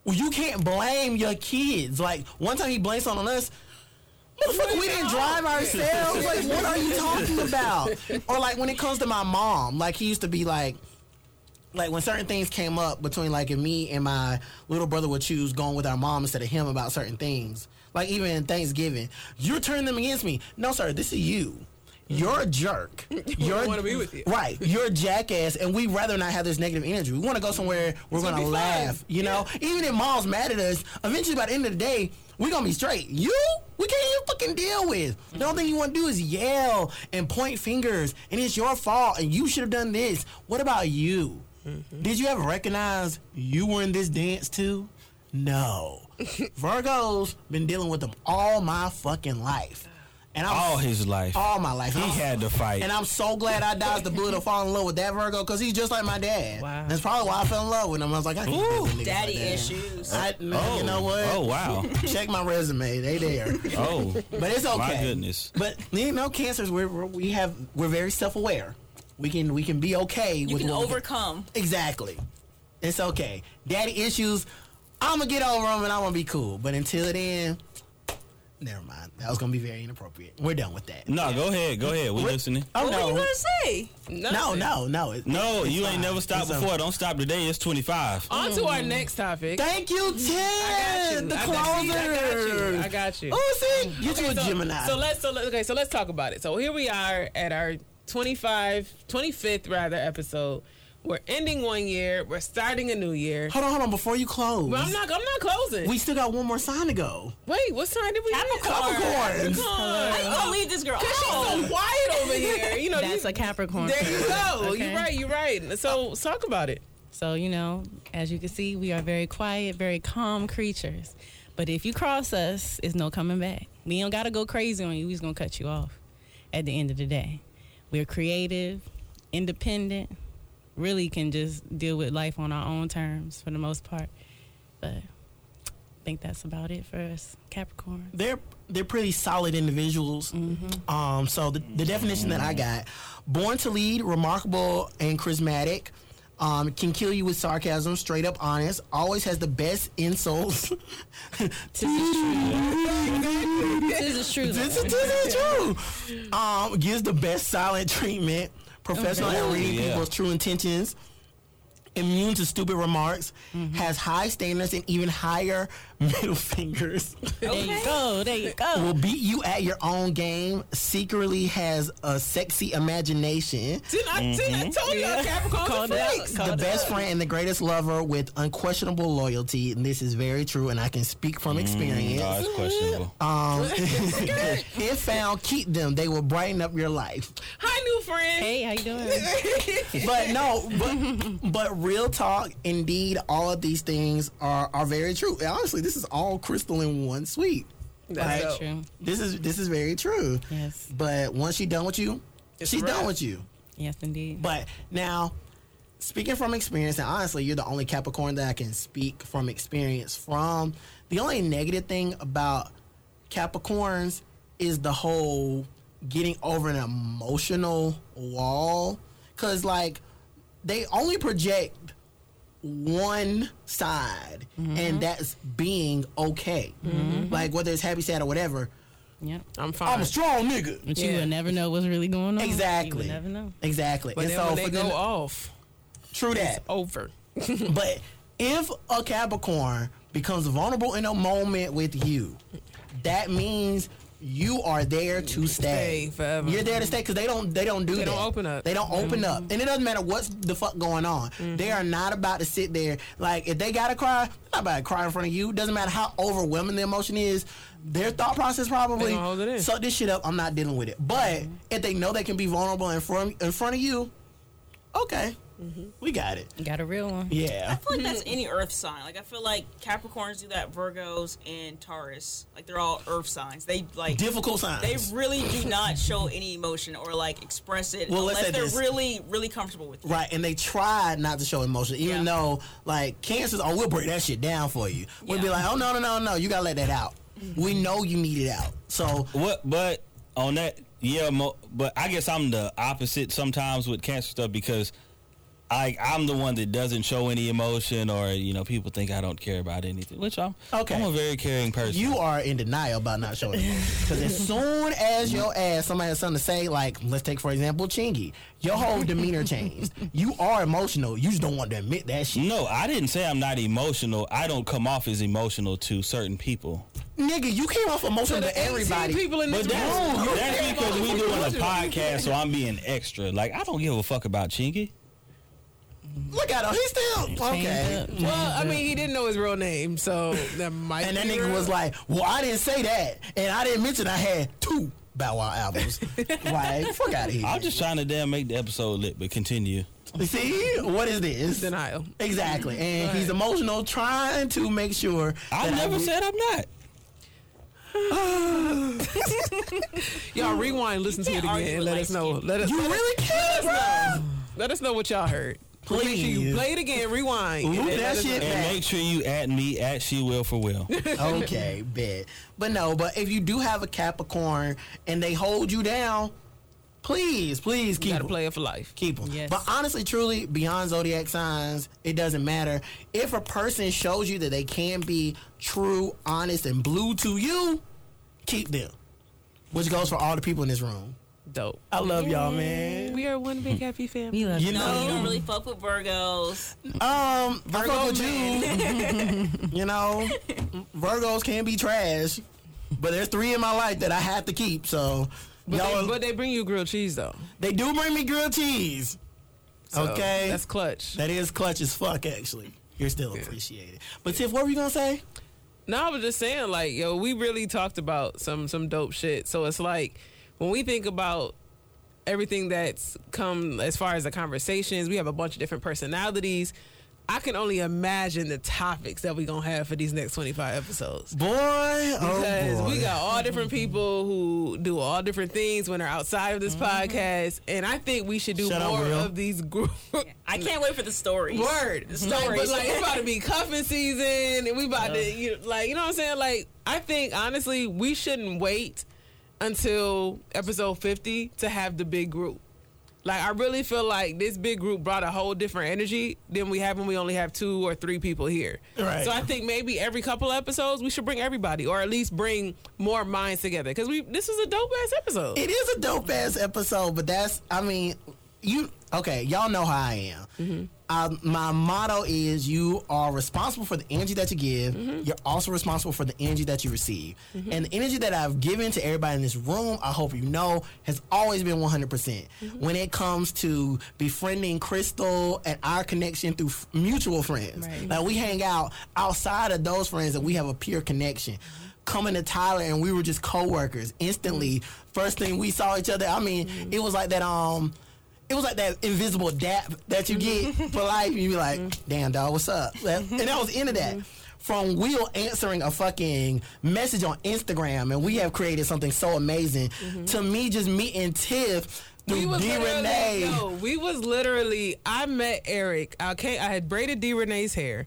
you can't blame your kids. Like one time he blamed something on us. Motherfucker, we didn't drive ourselves. Like, what are you talking about? Or like when it comes to my mom, like he used to be like, like when certain things came up between like if me and my little brother would choose going with our mom instead of him about certain things. Like even Thanksgiving, you're turning them against me. No, sir, this is you. You're a
(laughs)
jerk. You're
wanna be with you.
right. You're a jackass, and we'd rather not have this negative energy. We want to go somewhere we're gonna,
gonna be fun.
laugh. You know, even if mom's mad at us, eventually by the end of the day, we're gonna be straight. You we can't even fucking deal with. The only thing you want to do is yell and point fingers, and it's your fault, and you should have done this. What about you?
Mm-hmm.
Did you ever recognize you were in this dance too?
(laughs)
No. Virgo's been dealing with them all my fucking life. And I'm
All his life.
All my life.
He
I'm-
had to fight.
And I'm so glad I dodged the bullet of falling in love with that Virgo because he's just like my dad.
Wow.
That's probably why I fell in love with him. I was like, I can't
Ooh.
Ooh, nigga
Daddy
like that.
issues.
I, man,
Oh.
you know what?
Oh,
(laughs)
wow.
Check my resume. They there.
Oh.
But it's
(laughs)
okay.
My goodness.
But you know, cancers we're, we're we have we're very self aware. We can we can be okay
You
with
can
what we
(laughs) overcome.
Exactly. It's okay. Daddy issues, I'm gonna get over them and I'm gonna be cool. But until then, never mind. That was gonna be very inappropriate. We're done with that.
No, go ahead. Go ahead. We're listening.
Oh
What
no.
were you gonna say?
no, no, no, It-
No,
it's
you
fine.
ain't never stopped
It's over.
before. Don't stop today. It's 25.
On to our next topic.
Thank you, Ted, the
I got you. I got you.
closer.
I got you.
Oh, see, get you a
so,
Gemini.
So let's so let, okay, so let's talk about it. So here we are at our 25 25th rather episode. We're ending one year, we're starting a new year.
hold on, hold on. Before you close,
But I'm not I'm not closing.
we still got one more sign to go.
Wait, what sign did we have?
Capricorns.
How you gonna leave Oh, this girl? Oh.
She's so quiet over here. You know,
That's
you-
a Capricorn.
there you go.
Okay.
You're right, you're right. So talk about it.
So, you know, as you can see, we are very quiet, very calm creatures. But if you cross us, it's no coming back. We don't got to go crazy on you. We's going to cut you off at the end of the day. We're creative, independent, really can just deal with life on our own terms for the most part. But I think that's about it for us, Capricorn.
they're they're pretty solid individuals. Um, so the, the definition that I got: born to lead, remarkable and charismatic. Um, can kill you with sarcasm, straight up honest. Always has the best insults. (laughs)
This is true.
this, is, this is true. Um, gives the best silent treatment. Professional at reading
Yeah.
people's true intentions. Immune to stupid remarks. Has high standards and even higher (laughs) middle fingers.
There you go. There you go.
will beat you at your own game. Secretly has a sexy imagination.
Didn't I, didn't I told y'all Capricorns
Called
are
it out.
freaks?
The
Called it
best
out.
friend and the greatest lover with unquestionable loyalty. And this is very true, and I can speak from experience.
No, it's questionable.
(laughs) if found, keep them. They will brighten up your life.
Hi, new friend.
Hey, how you doing?
(laughs)
But no, but but real talk, indeed, all of these things are are very true. And honestly, this is all crystal in one sweet.
That's
Like,
dope.
True.
This is this is very true.
Yes.
But once she's done with you,
It's
she's
a
done
wrap.
with you.
Yes, indeed.
But now, speaking from experience, and honestly, you're the only Capricorn that I can speak from experience from. The only negative thing about Capricorns is the whole getting over an emotional wall. Because, like, they only project one side, and that's being okay. Like, whether it's happy, sad, or whatever,
Yep.
I'm fine.
I'm a strong nigga.
But
Yeah.
you will never know what's really going on.
Exactly.
You will never know.
Exactly.
but
and
then
so,
when
for
they
them-
go off,
true that.
over.
But if a Capricorn becomes vulnerable in a moment with you, that means you are there to stay.
Stay forever.
You're there to stay because they don't they don't do
They
that.
don't open up. Mm-hmm.
They don't open up, and it doesn't matter what's the fuck going on. They are not about to sit there. Like if they gotta cry, they're not about to cry in front of you. Doesn't matter how overwhelming the emotion is. Their thought process probably
They gonna hold it in. Mm-hmm.
suck this shit up. I'm not dealing with it. But if they know they can be vulnerable in front in front of you, okay,
Mm-hmm.
we got it.
You got a real one.
Yeah.
I feel like that's any Earth sign. Like I feel like Capricorns do that, Virgos and Taurus. Like they're all Earth signs. They like
Difficult signs.
They really do not show any emotion or like express it
Well, let's
unless
say
they're
this.
really, really comfortable with it.
Right, and they tried not to show emotion, even
Yeah.
though like cancers, oh, we'll break that shit down for you. We'll be
Yeah.
like, oh no, no, no, no, you gotta let that out.
Mm-hmm.
We know you need it out. So
What? But on that, yeah. Mo, but I guess I'm the opposite sometimes with cancer stuff because I I'm the one that doesn't show any emotion, or you know, people think I don't care about anything, which I'm
Okay.
I'm a very caring person.
you are in denial about not showing
(laughs)
emotion. Because as soon as your ass somebody has something to say, like let's take for example Chingy, your whole
(laughs)
demeanor changed. You are emotional. You just don't want to admit that shit.
No, I didn't say I'm not emotional. I don't come off as emotional to certain people.
Nigga, you came off emotional
the
to everybody.
18 people in this
But
room.
that's,
Ooh,
that's because we doing a podcast, so I'm being extra. Like I don't give a fuck about Chingy.
Look at him. He's still okay. (laughs)
Well, I mean, he didn't know his real name, so that might.
And that
be
nigga
real.
was like, "Well, I didn't say that, and I didn't mention I had two Bow Wow
(laughs)
albums." like, fuck out of here.
I'm just trying to damn make the episode lit, but continue.
See, what is this?
denial.
Exactly, and he's emotional, trying to make sure.
I
that
never
get-
said I'm not.
Y'all rewind, listen to it
can't
again,
argue
and
with
let
light
us know.
skin.
Let us
You really can't, bro.
let us know what y'all heard. Make sure
Please.
you play it again, rewind. and
Loop
then
that
let us
And
shit back.
(laughs)
make sure you at me at she will for will.
okay, bet. But no, but if you do have a Capricorn and they hold you down, please, please
You
keep
gotta
'em.
play it for life.
Keep them.
Yes.
But honestly, truly, beyond zodiac signs, it doesn't matter. If a person shows you that they can be true, honest, and blue to you, keep them. Which goes for all the people in this room.
Dope.
I love y'all, man.
We are one big happy family.
We love
You
you.
No, Oh, you
know,
don't really fuck with Virgos.
um, Virgo with you. (laughs) you know, Virgos can be trash, but there's three in my life that I have to keep. So,
But,
y'all,
they, but they bring you grilled cheese though.
they do bring me grilled cheese.
So
okay,
That's clutch.
that is clutch as fuck. Actually, you're still appreciated. But Tiff, what were you gonna say?
No, I was just saying, like, yo, we really talked about some some dope shit. So it's like when we think about everything that's come as far as the conversations, we have a bunch of different personalities. I can only imagine the topics that we're gonna have for these next twenty five episodes.
Boy,
Because
oh boy.
we got all different people who do all different things when they're outside of this
Mm-hmm.
podcast, and I think we should do
Shut up,
more
Will.
of these group
I can't wait for the stories.
Word.
Mm-hmm.
The
Like, but
stories.
like it's about to be cuffing season and we about to you like you know what I'm saying? Like I think honestly we shouldn't wait until episode fifty to have the big group. Like I really feel like this big group brought a whole different energy than we have when we only have two or three people here.
Right.
So I think maybe every couple episodes we should bring everybody, or at least bring more minds together, because we this is a dope ass episode.
It is a dope ass episode, but that's I mean, you okay? Y'all know how I am. Uh, my motto is: you are responsible for the energy that you give. You're also responsible for the energy that you receive, and the energy that I've given to everybody in this room. I hope you know has always been 100. percent When it comes to befriending Crystal and our connection through f- mutual friends,
Right.
like we hang out outside of those friends that we have a pure connection coming to Tyler and we were just coworkers instantly. First thing we saw each other, I mean, it was like that um it was like that invisible dap that you get for life. You be like, damn dog, what's up? That- And that was the end of that. From Will answering a fucking message on Instagram and we have created something so amazing to me just meeting Tiff
We
through
was
D
literally,
Renee.
yo, we was literally. I met Eric. I came, I had braided D Renee's hair,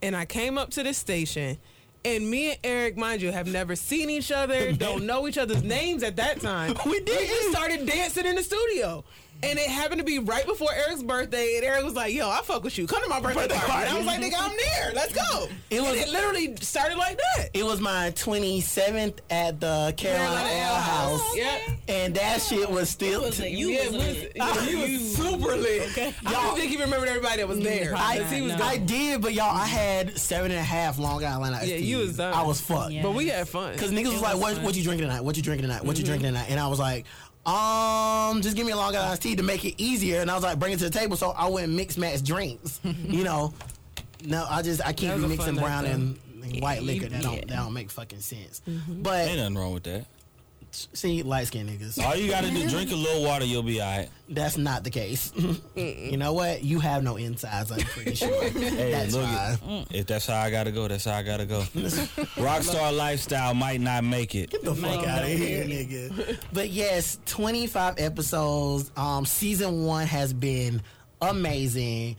and I came up to the station. And me and Eric, mind you, have never seen each other, don't know each other's names at that time.
We
We just
did.
started dancing in the studio. And it happened to be right before Eric's birthday. And Eric was like, yo, I fuck with you. Come to my birthday,
Birthday
party. And I was like,
party.
nigga, I'm there. Let's go.
It
It,
was-
and it literally started like that.
It was my 27th at the Carolina Ale House.
Yeah.
And that shit was still.
You
yeah,
was
we
lit.
(laughs)
yeah, (laughs) you was super lit. I
Y'all-
don't think he remembered everybody that was there.
I,
Because he was
I did, but y'all, I had seven and a half Long Island iced
Yeah, you
teas.
was done.
I was fucked.
Yeah.
But we had fun. Mm-hmm.
Because niggas was, like, what, what you drinking tonight? What you drinking tonight? What you drinking tonight? And I was like, um, just give me a Long Island iced tea to make it easier. And I was like, bring it to the table so I wouldn't mix match drinks. you
(laughs)
know? No, I just, I can't
That
be
was a
mixing
fun night,
brown
though.
and, and white
Yeah, you-
liquor. That, don't,
yeah.
that don't make fucking sense.
Mm-hmm.
Ain't
But,
nothing wrong with that.
see, light skinned niggas.
All you gotta do, drink a little water, you'll be alright.
That's not the case. (laughs) you know what? You have no insides, I'm pretty sure.
(laughs)
Hey,
That's
look,
fine.
if that's how I gotta go, that's how I gotta
(laughs)
go. Rockstar lifestyle might not make it.
the fuck out of here, nigga. But yes, 25 episodes. Um, season one has been amazing.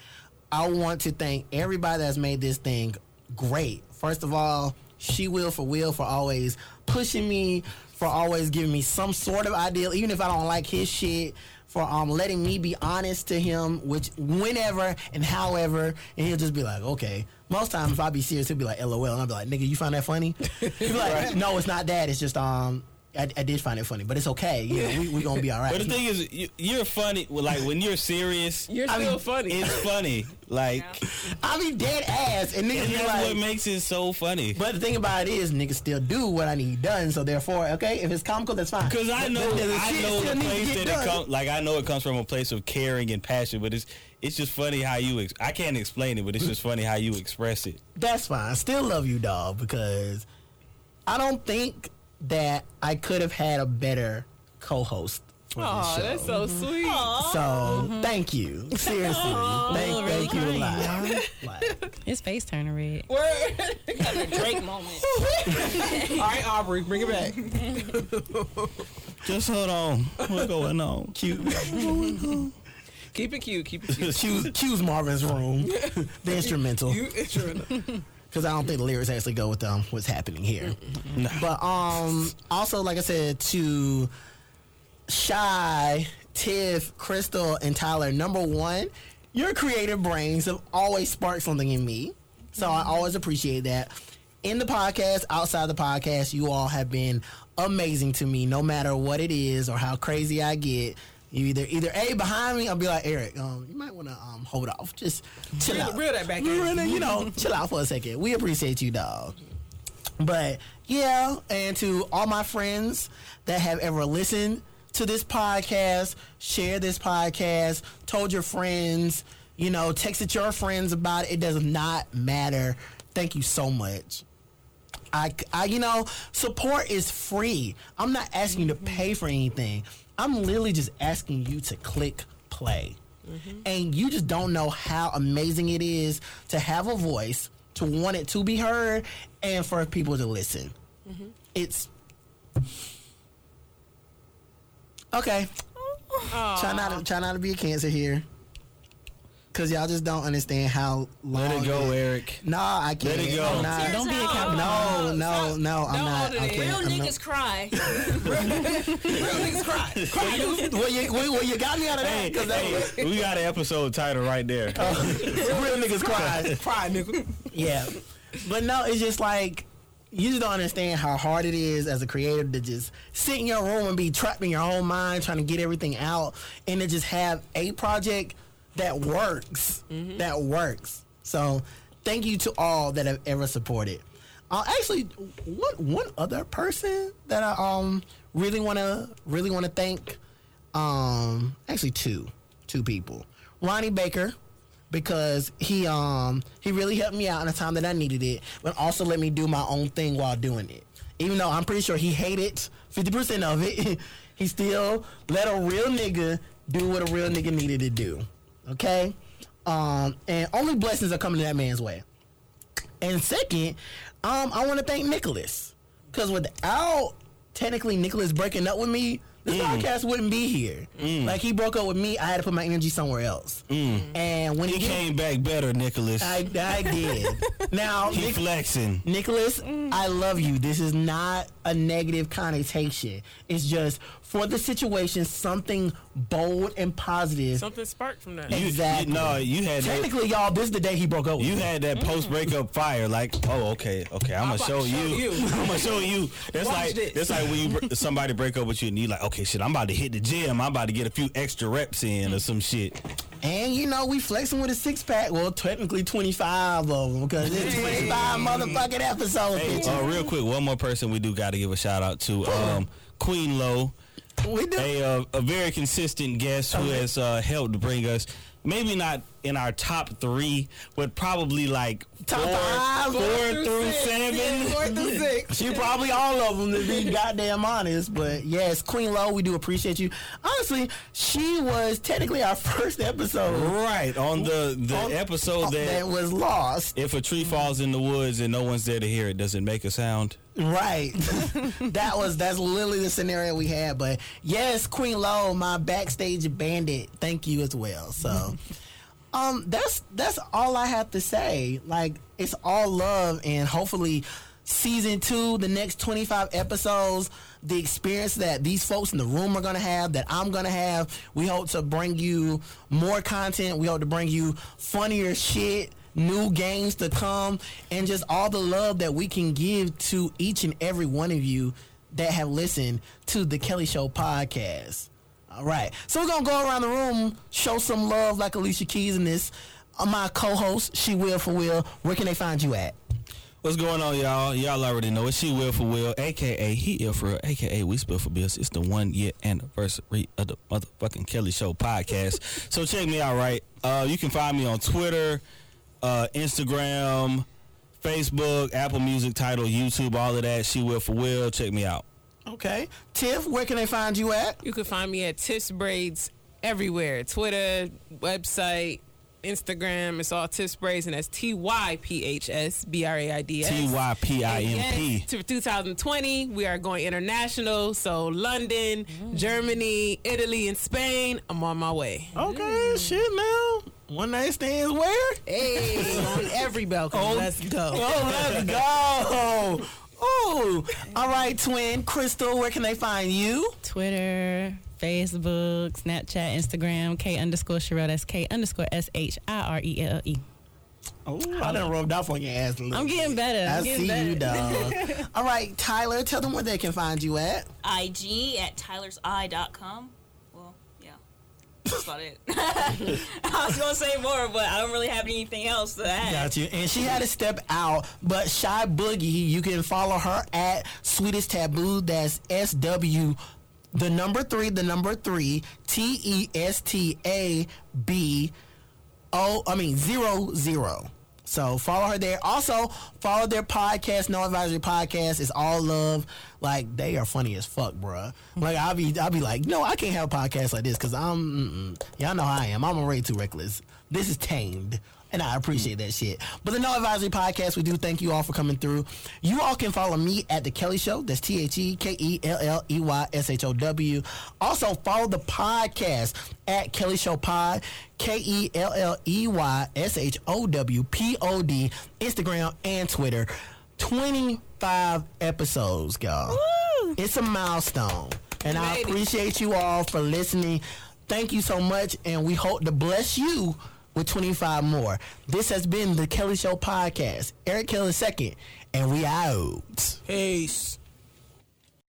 I want to thank everybody that's made this thing great. First of all, she will for will for always pushing me, for always giving me some sort of ideal, even if I don't like his shit. For um letting me be honest to him, which whenever and however, and he'll just be like, okay. Most times, if I be serious, he'll be like, LOL, and I'll be like, nigga, you find that funny? He'll be like, no, it's not that. It's just um, I, I did find it funny, but it's okay. You know, we we gonna be all right.
But the thing is, you, you're funny. well, Like when you're serious,
You're I still mean, funny.
It's funny. Like
I be dead ass, and niggas
and
be
that's
like,
what makes it so funny.
But the thing about it is, niggas still do what I need done. So therefore, okay, if it's comical, that's fine.
Because I
But
know,
the- the
I
shit
know
still
the
needs to
place
get
that it
done.
comes. Like I know it comes from a place of caring and passion. But it's it's just funny how you. Ex- I can't explain it, but it's just funny how you express it.
That's fine. I still love you, dog, because I don't think that I could have had a better co-host. For
Aw,
this show.
that's so sweet.
So thank you.
(laughs)
Seriously. thank thank you a lot.
His face turning red.
Drake moment.
(laughs) All right, Aubrey, bring it back.
Just hold on. What's going on?
Cute.
Keep it cute. Keep it cute.
choose, choose Marvin's room. the instrumental.
you
(laughs)
Because I don't think the lyrics actually go with um, what's happening here. But um, also, like I said, to Shy, Tiff, Crystal, and Tyler, number one, your creative brains have always sparked something in me. So I always appreciate that. In the podcast, outside the podcast, you all have been amazing to me, no matter what it is or how crazy I get. You either either A behind me, I'll be like, Eric, um, you might want to um, hold off. Just chill
Reel-
out.
reel that back in.
Mm, Really, you know, chill out for a second. We appreciate you, dog. But yeah, and to all my friends that have ever listened to this podcast, share this podcast, told your friends, you know, texted your friends about it. It does not matter. Thank you so much. I, I you know, support is free. I'm not asking you to pay for anything. I'm literally just asking you to click play. And you just don't know how amazing it is to have a voice, to want it to be heard, and for people to listen. It's okay. Try not to try not to be a cancer here, cause y'all just don't understand how long.
Let it go, Eric.
Nah, I can't.
it go.
I'm not.
Don't be a
Tears
coward.
No, no, Oh, no, I'm
Don't
not.
hold it
I
in.
can't.
out.
I'm
Real
not.
niggas
(laughs)
cry.
well, you, well, well, you got me out of that because
Hey, we got an episode title right there.
real niggas (laughs) cry.
Pride, nigga.
Yeah, but no, it's just like you just don't understand how hard it is as a creative to just sit in your room and be trapped in your own mind trying to get everything out, and to just have a project that works, that works. So thank you to all that have ever supported. Uh, actually, what one other person that I um really wanna really wanna thank. um actually two two people ronnie baker because he um he really helped me out in the time that i needed it but also let me do my own thing while doing it even though i'm pretty sure he hated 50% of it (laughs) he still let a real nigga do what a real nigga needed to do okay um and only blessings are coming that man's way and second, um, I want to thank Nicholas because without technically Nicholas breaking up with me, this podcast wouldn't be here. Like he broke up with me, I had to put my energy somewhere else. And when he,
He
did,
came back better, Nicholas.
I, I did. now,
he
Nic-
flexing.
Nicholas, I love you. This is not a negative connotation. It's just for the situation, something bold and positive.
Something sparked from that.
You,
Exactly.
You, no, uh, you had that,
Technically, y'all, this is the day he broke up with
you
me.
had that post breakup fire. Like, oh, okay, okay, I'm,
I'm
gonna show
about to show
you.
you.
I'm gonna show you. That's
Watch
like
this.
that's like when you br- somebody break up with you and you like, okay, shit, I'm about to hit the gym. I'm about to get a few extra reps in or some shit.
And you know, we flexing with a six pack. Well, technically 25 of them because it's 25 motherfucking episodes.
Hey,
bitch.
uh, real quick, one more person we do got to give a shout out to um, Queen Low.
we do.
a, uh, a very consistent guest who has uh, helped to bring us maybe not in our top three, but probably like
Top
four,
five,
four
four
through,
through six.
seven.
Four (laughs) through six. She probably all of them to be goddamn honest. But yes, Queen Lo, we do appreciate you. Honestly, she was technically our (laughs) first episode
Right on the the
On-
episode that,
that was lost.
if a tree falls in the woods and no one's there to hear it, does it make a sound?
Right. that was that's literally the scenario we had. But yes, Queen Lo, my backstage bandit, thank you as well. So um that's that's all I have to say. Like it's all love and hopefully season two, the next twenty five episodes, the experience that these folks in the room are gonna have, that I'm gonna have, we hope to bring you more content. We hope to bring you funnier shit new games to come, and just all the love that we can give to each and every one of you that have listened to the Kelly Show podcast. All right. So we're going to go around the room, show some love like Alicia Keys in this. Uh, my co host, She Will for Will, where can they find you at?
What's going on, y'all? Y'all already know it's she will for will, aka he ill for real, aka we spill for bills. It's the one year anniversary of the motherfucking Kelly Show podcast. so check me out, right? Uh, you can find me on Twitter, uh, Instagram, Facebook, Apple Music, title, YouTube, all of that. She will for will. Check me out.
Okay. Tiff, where can they find you at?
You can find me at Tiff's Braids everywhere Twitter, website, Instagram. It's all Tiff's Braids, and that's T Y P H S B R A I D S.
T Y P I
And
M P.
yes, To 2020, we are going international. So London, Germany, Italy, and Spain. I'm on my way.
Okay, shit now. One night stands where?
Hey, on every balcony. Let's go.
Oh, let's go. (laughs) Ooh. All right, twin. Crystal, where can they find you?
Twitter, Facebook, Snapchat, Instagram, K underscore Sherelle. That's K underscore S H I R E L E.
Oh, I done rubbed off on your ass a little
I'm getting better.
I
I'm getting
see
better.
you, dog. (laughs) All right, Tyler, tell them where they can find you at.
IG at tylerseye.com. Well, yeah. That's about it. (laughs) I was going to say more, but I don't really have anything else to add.
you. And she had to step out, but Shy Boogie, you can follow her at Sweetest Taboo. That's S W, the number three, the number three, T E S T A B O, I mean, zero, zero. So follow her there. Also, follow their podcast, No Advisory Podcast. It's all love. Like, they are funny as fuck, bruh. Like, I'll be, I'll be like, no, I can't have a podcast like this because I'm, mm-mm. y'all know how I am. I'm already too reckless. This is tamed. And I appreciate that shit. But the No Advisory Podcast, we do thank you all for coming through. You all can follow me at The Kelly Show. That's T H E K E L L E Y S H O W. Also, follow the podcast at Kelly Show Pod, K E L L E Y S H O W P O D, Instagram and Twitter. 25 episodes, y'all. It's a milestone. And I
Made it.
appreciate you all for listening. Thank you so much, and we hope to bless you with 25 more. This has been the Kelly Show Podcast. Eric Kelly second, and we out.
Peace.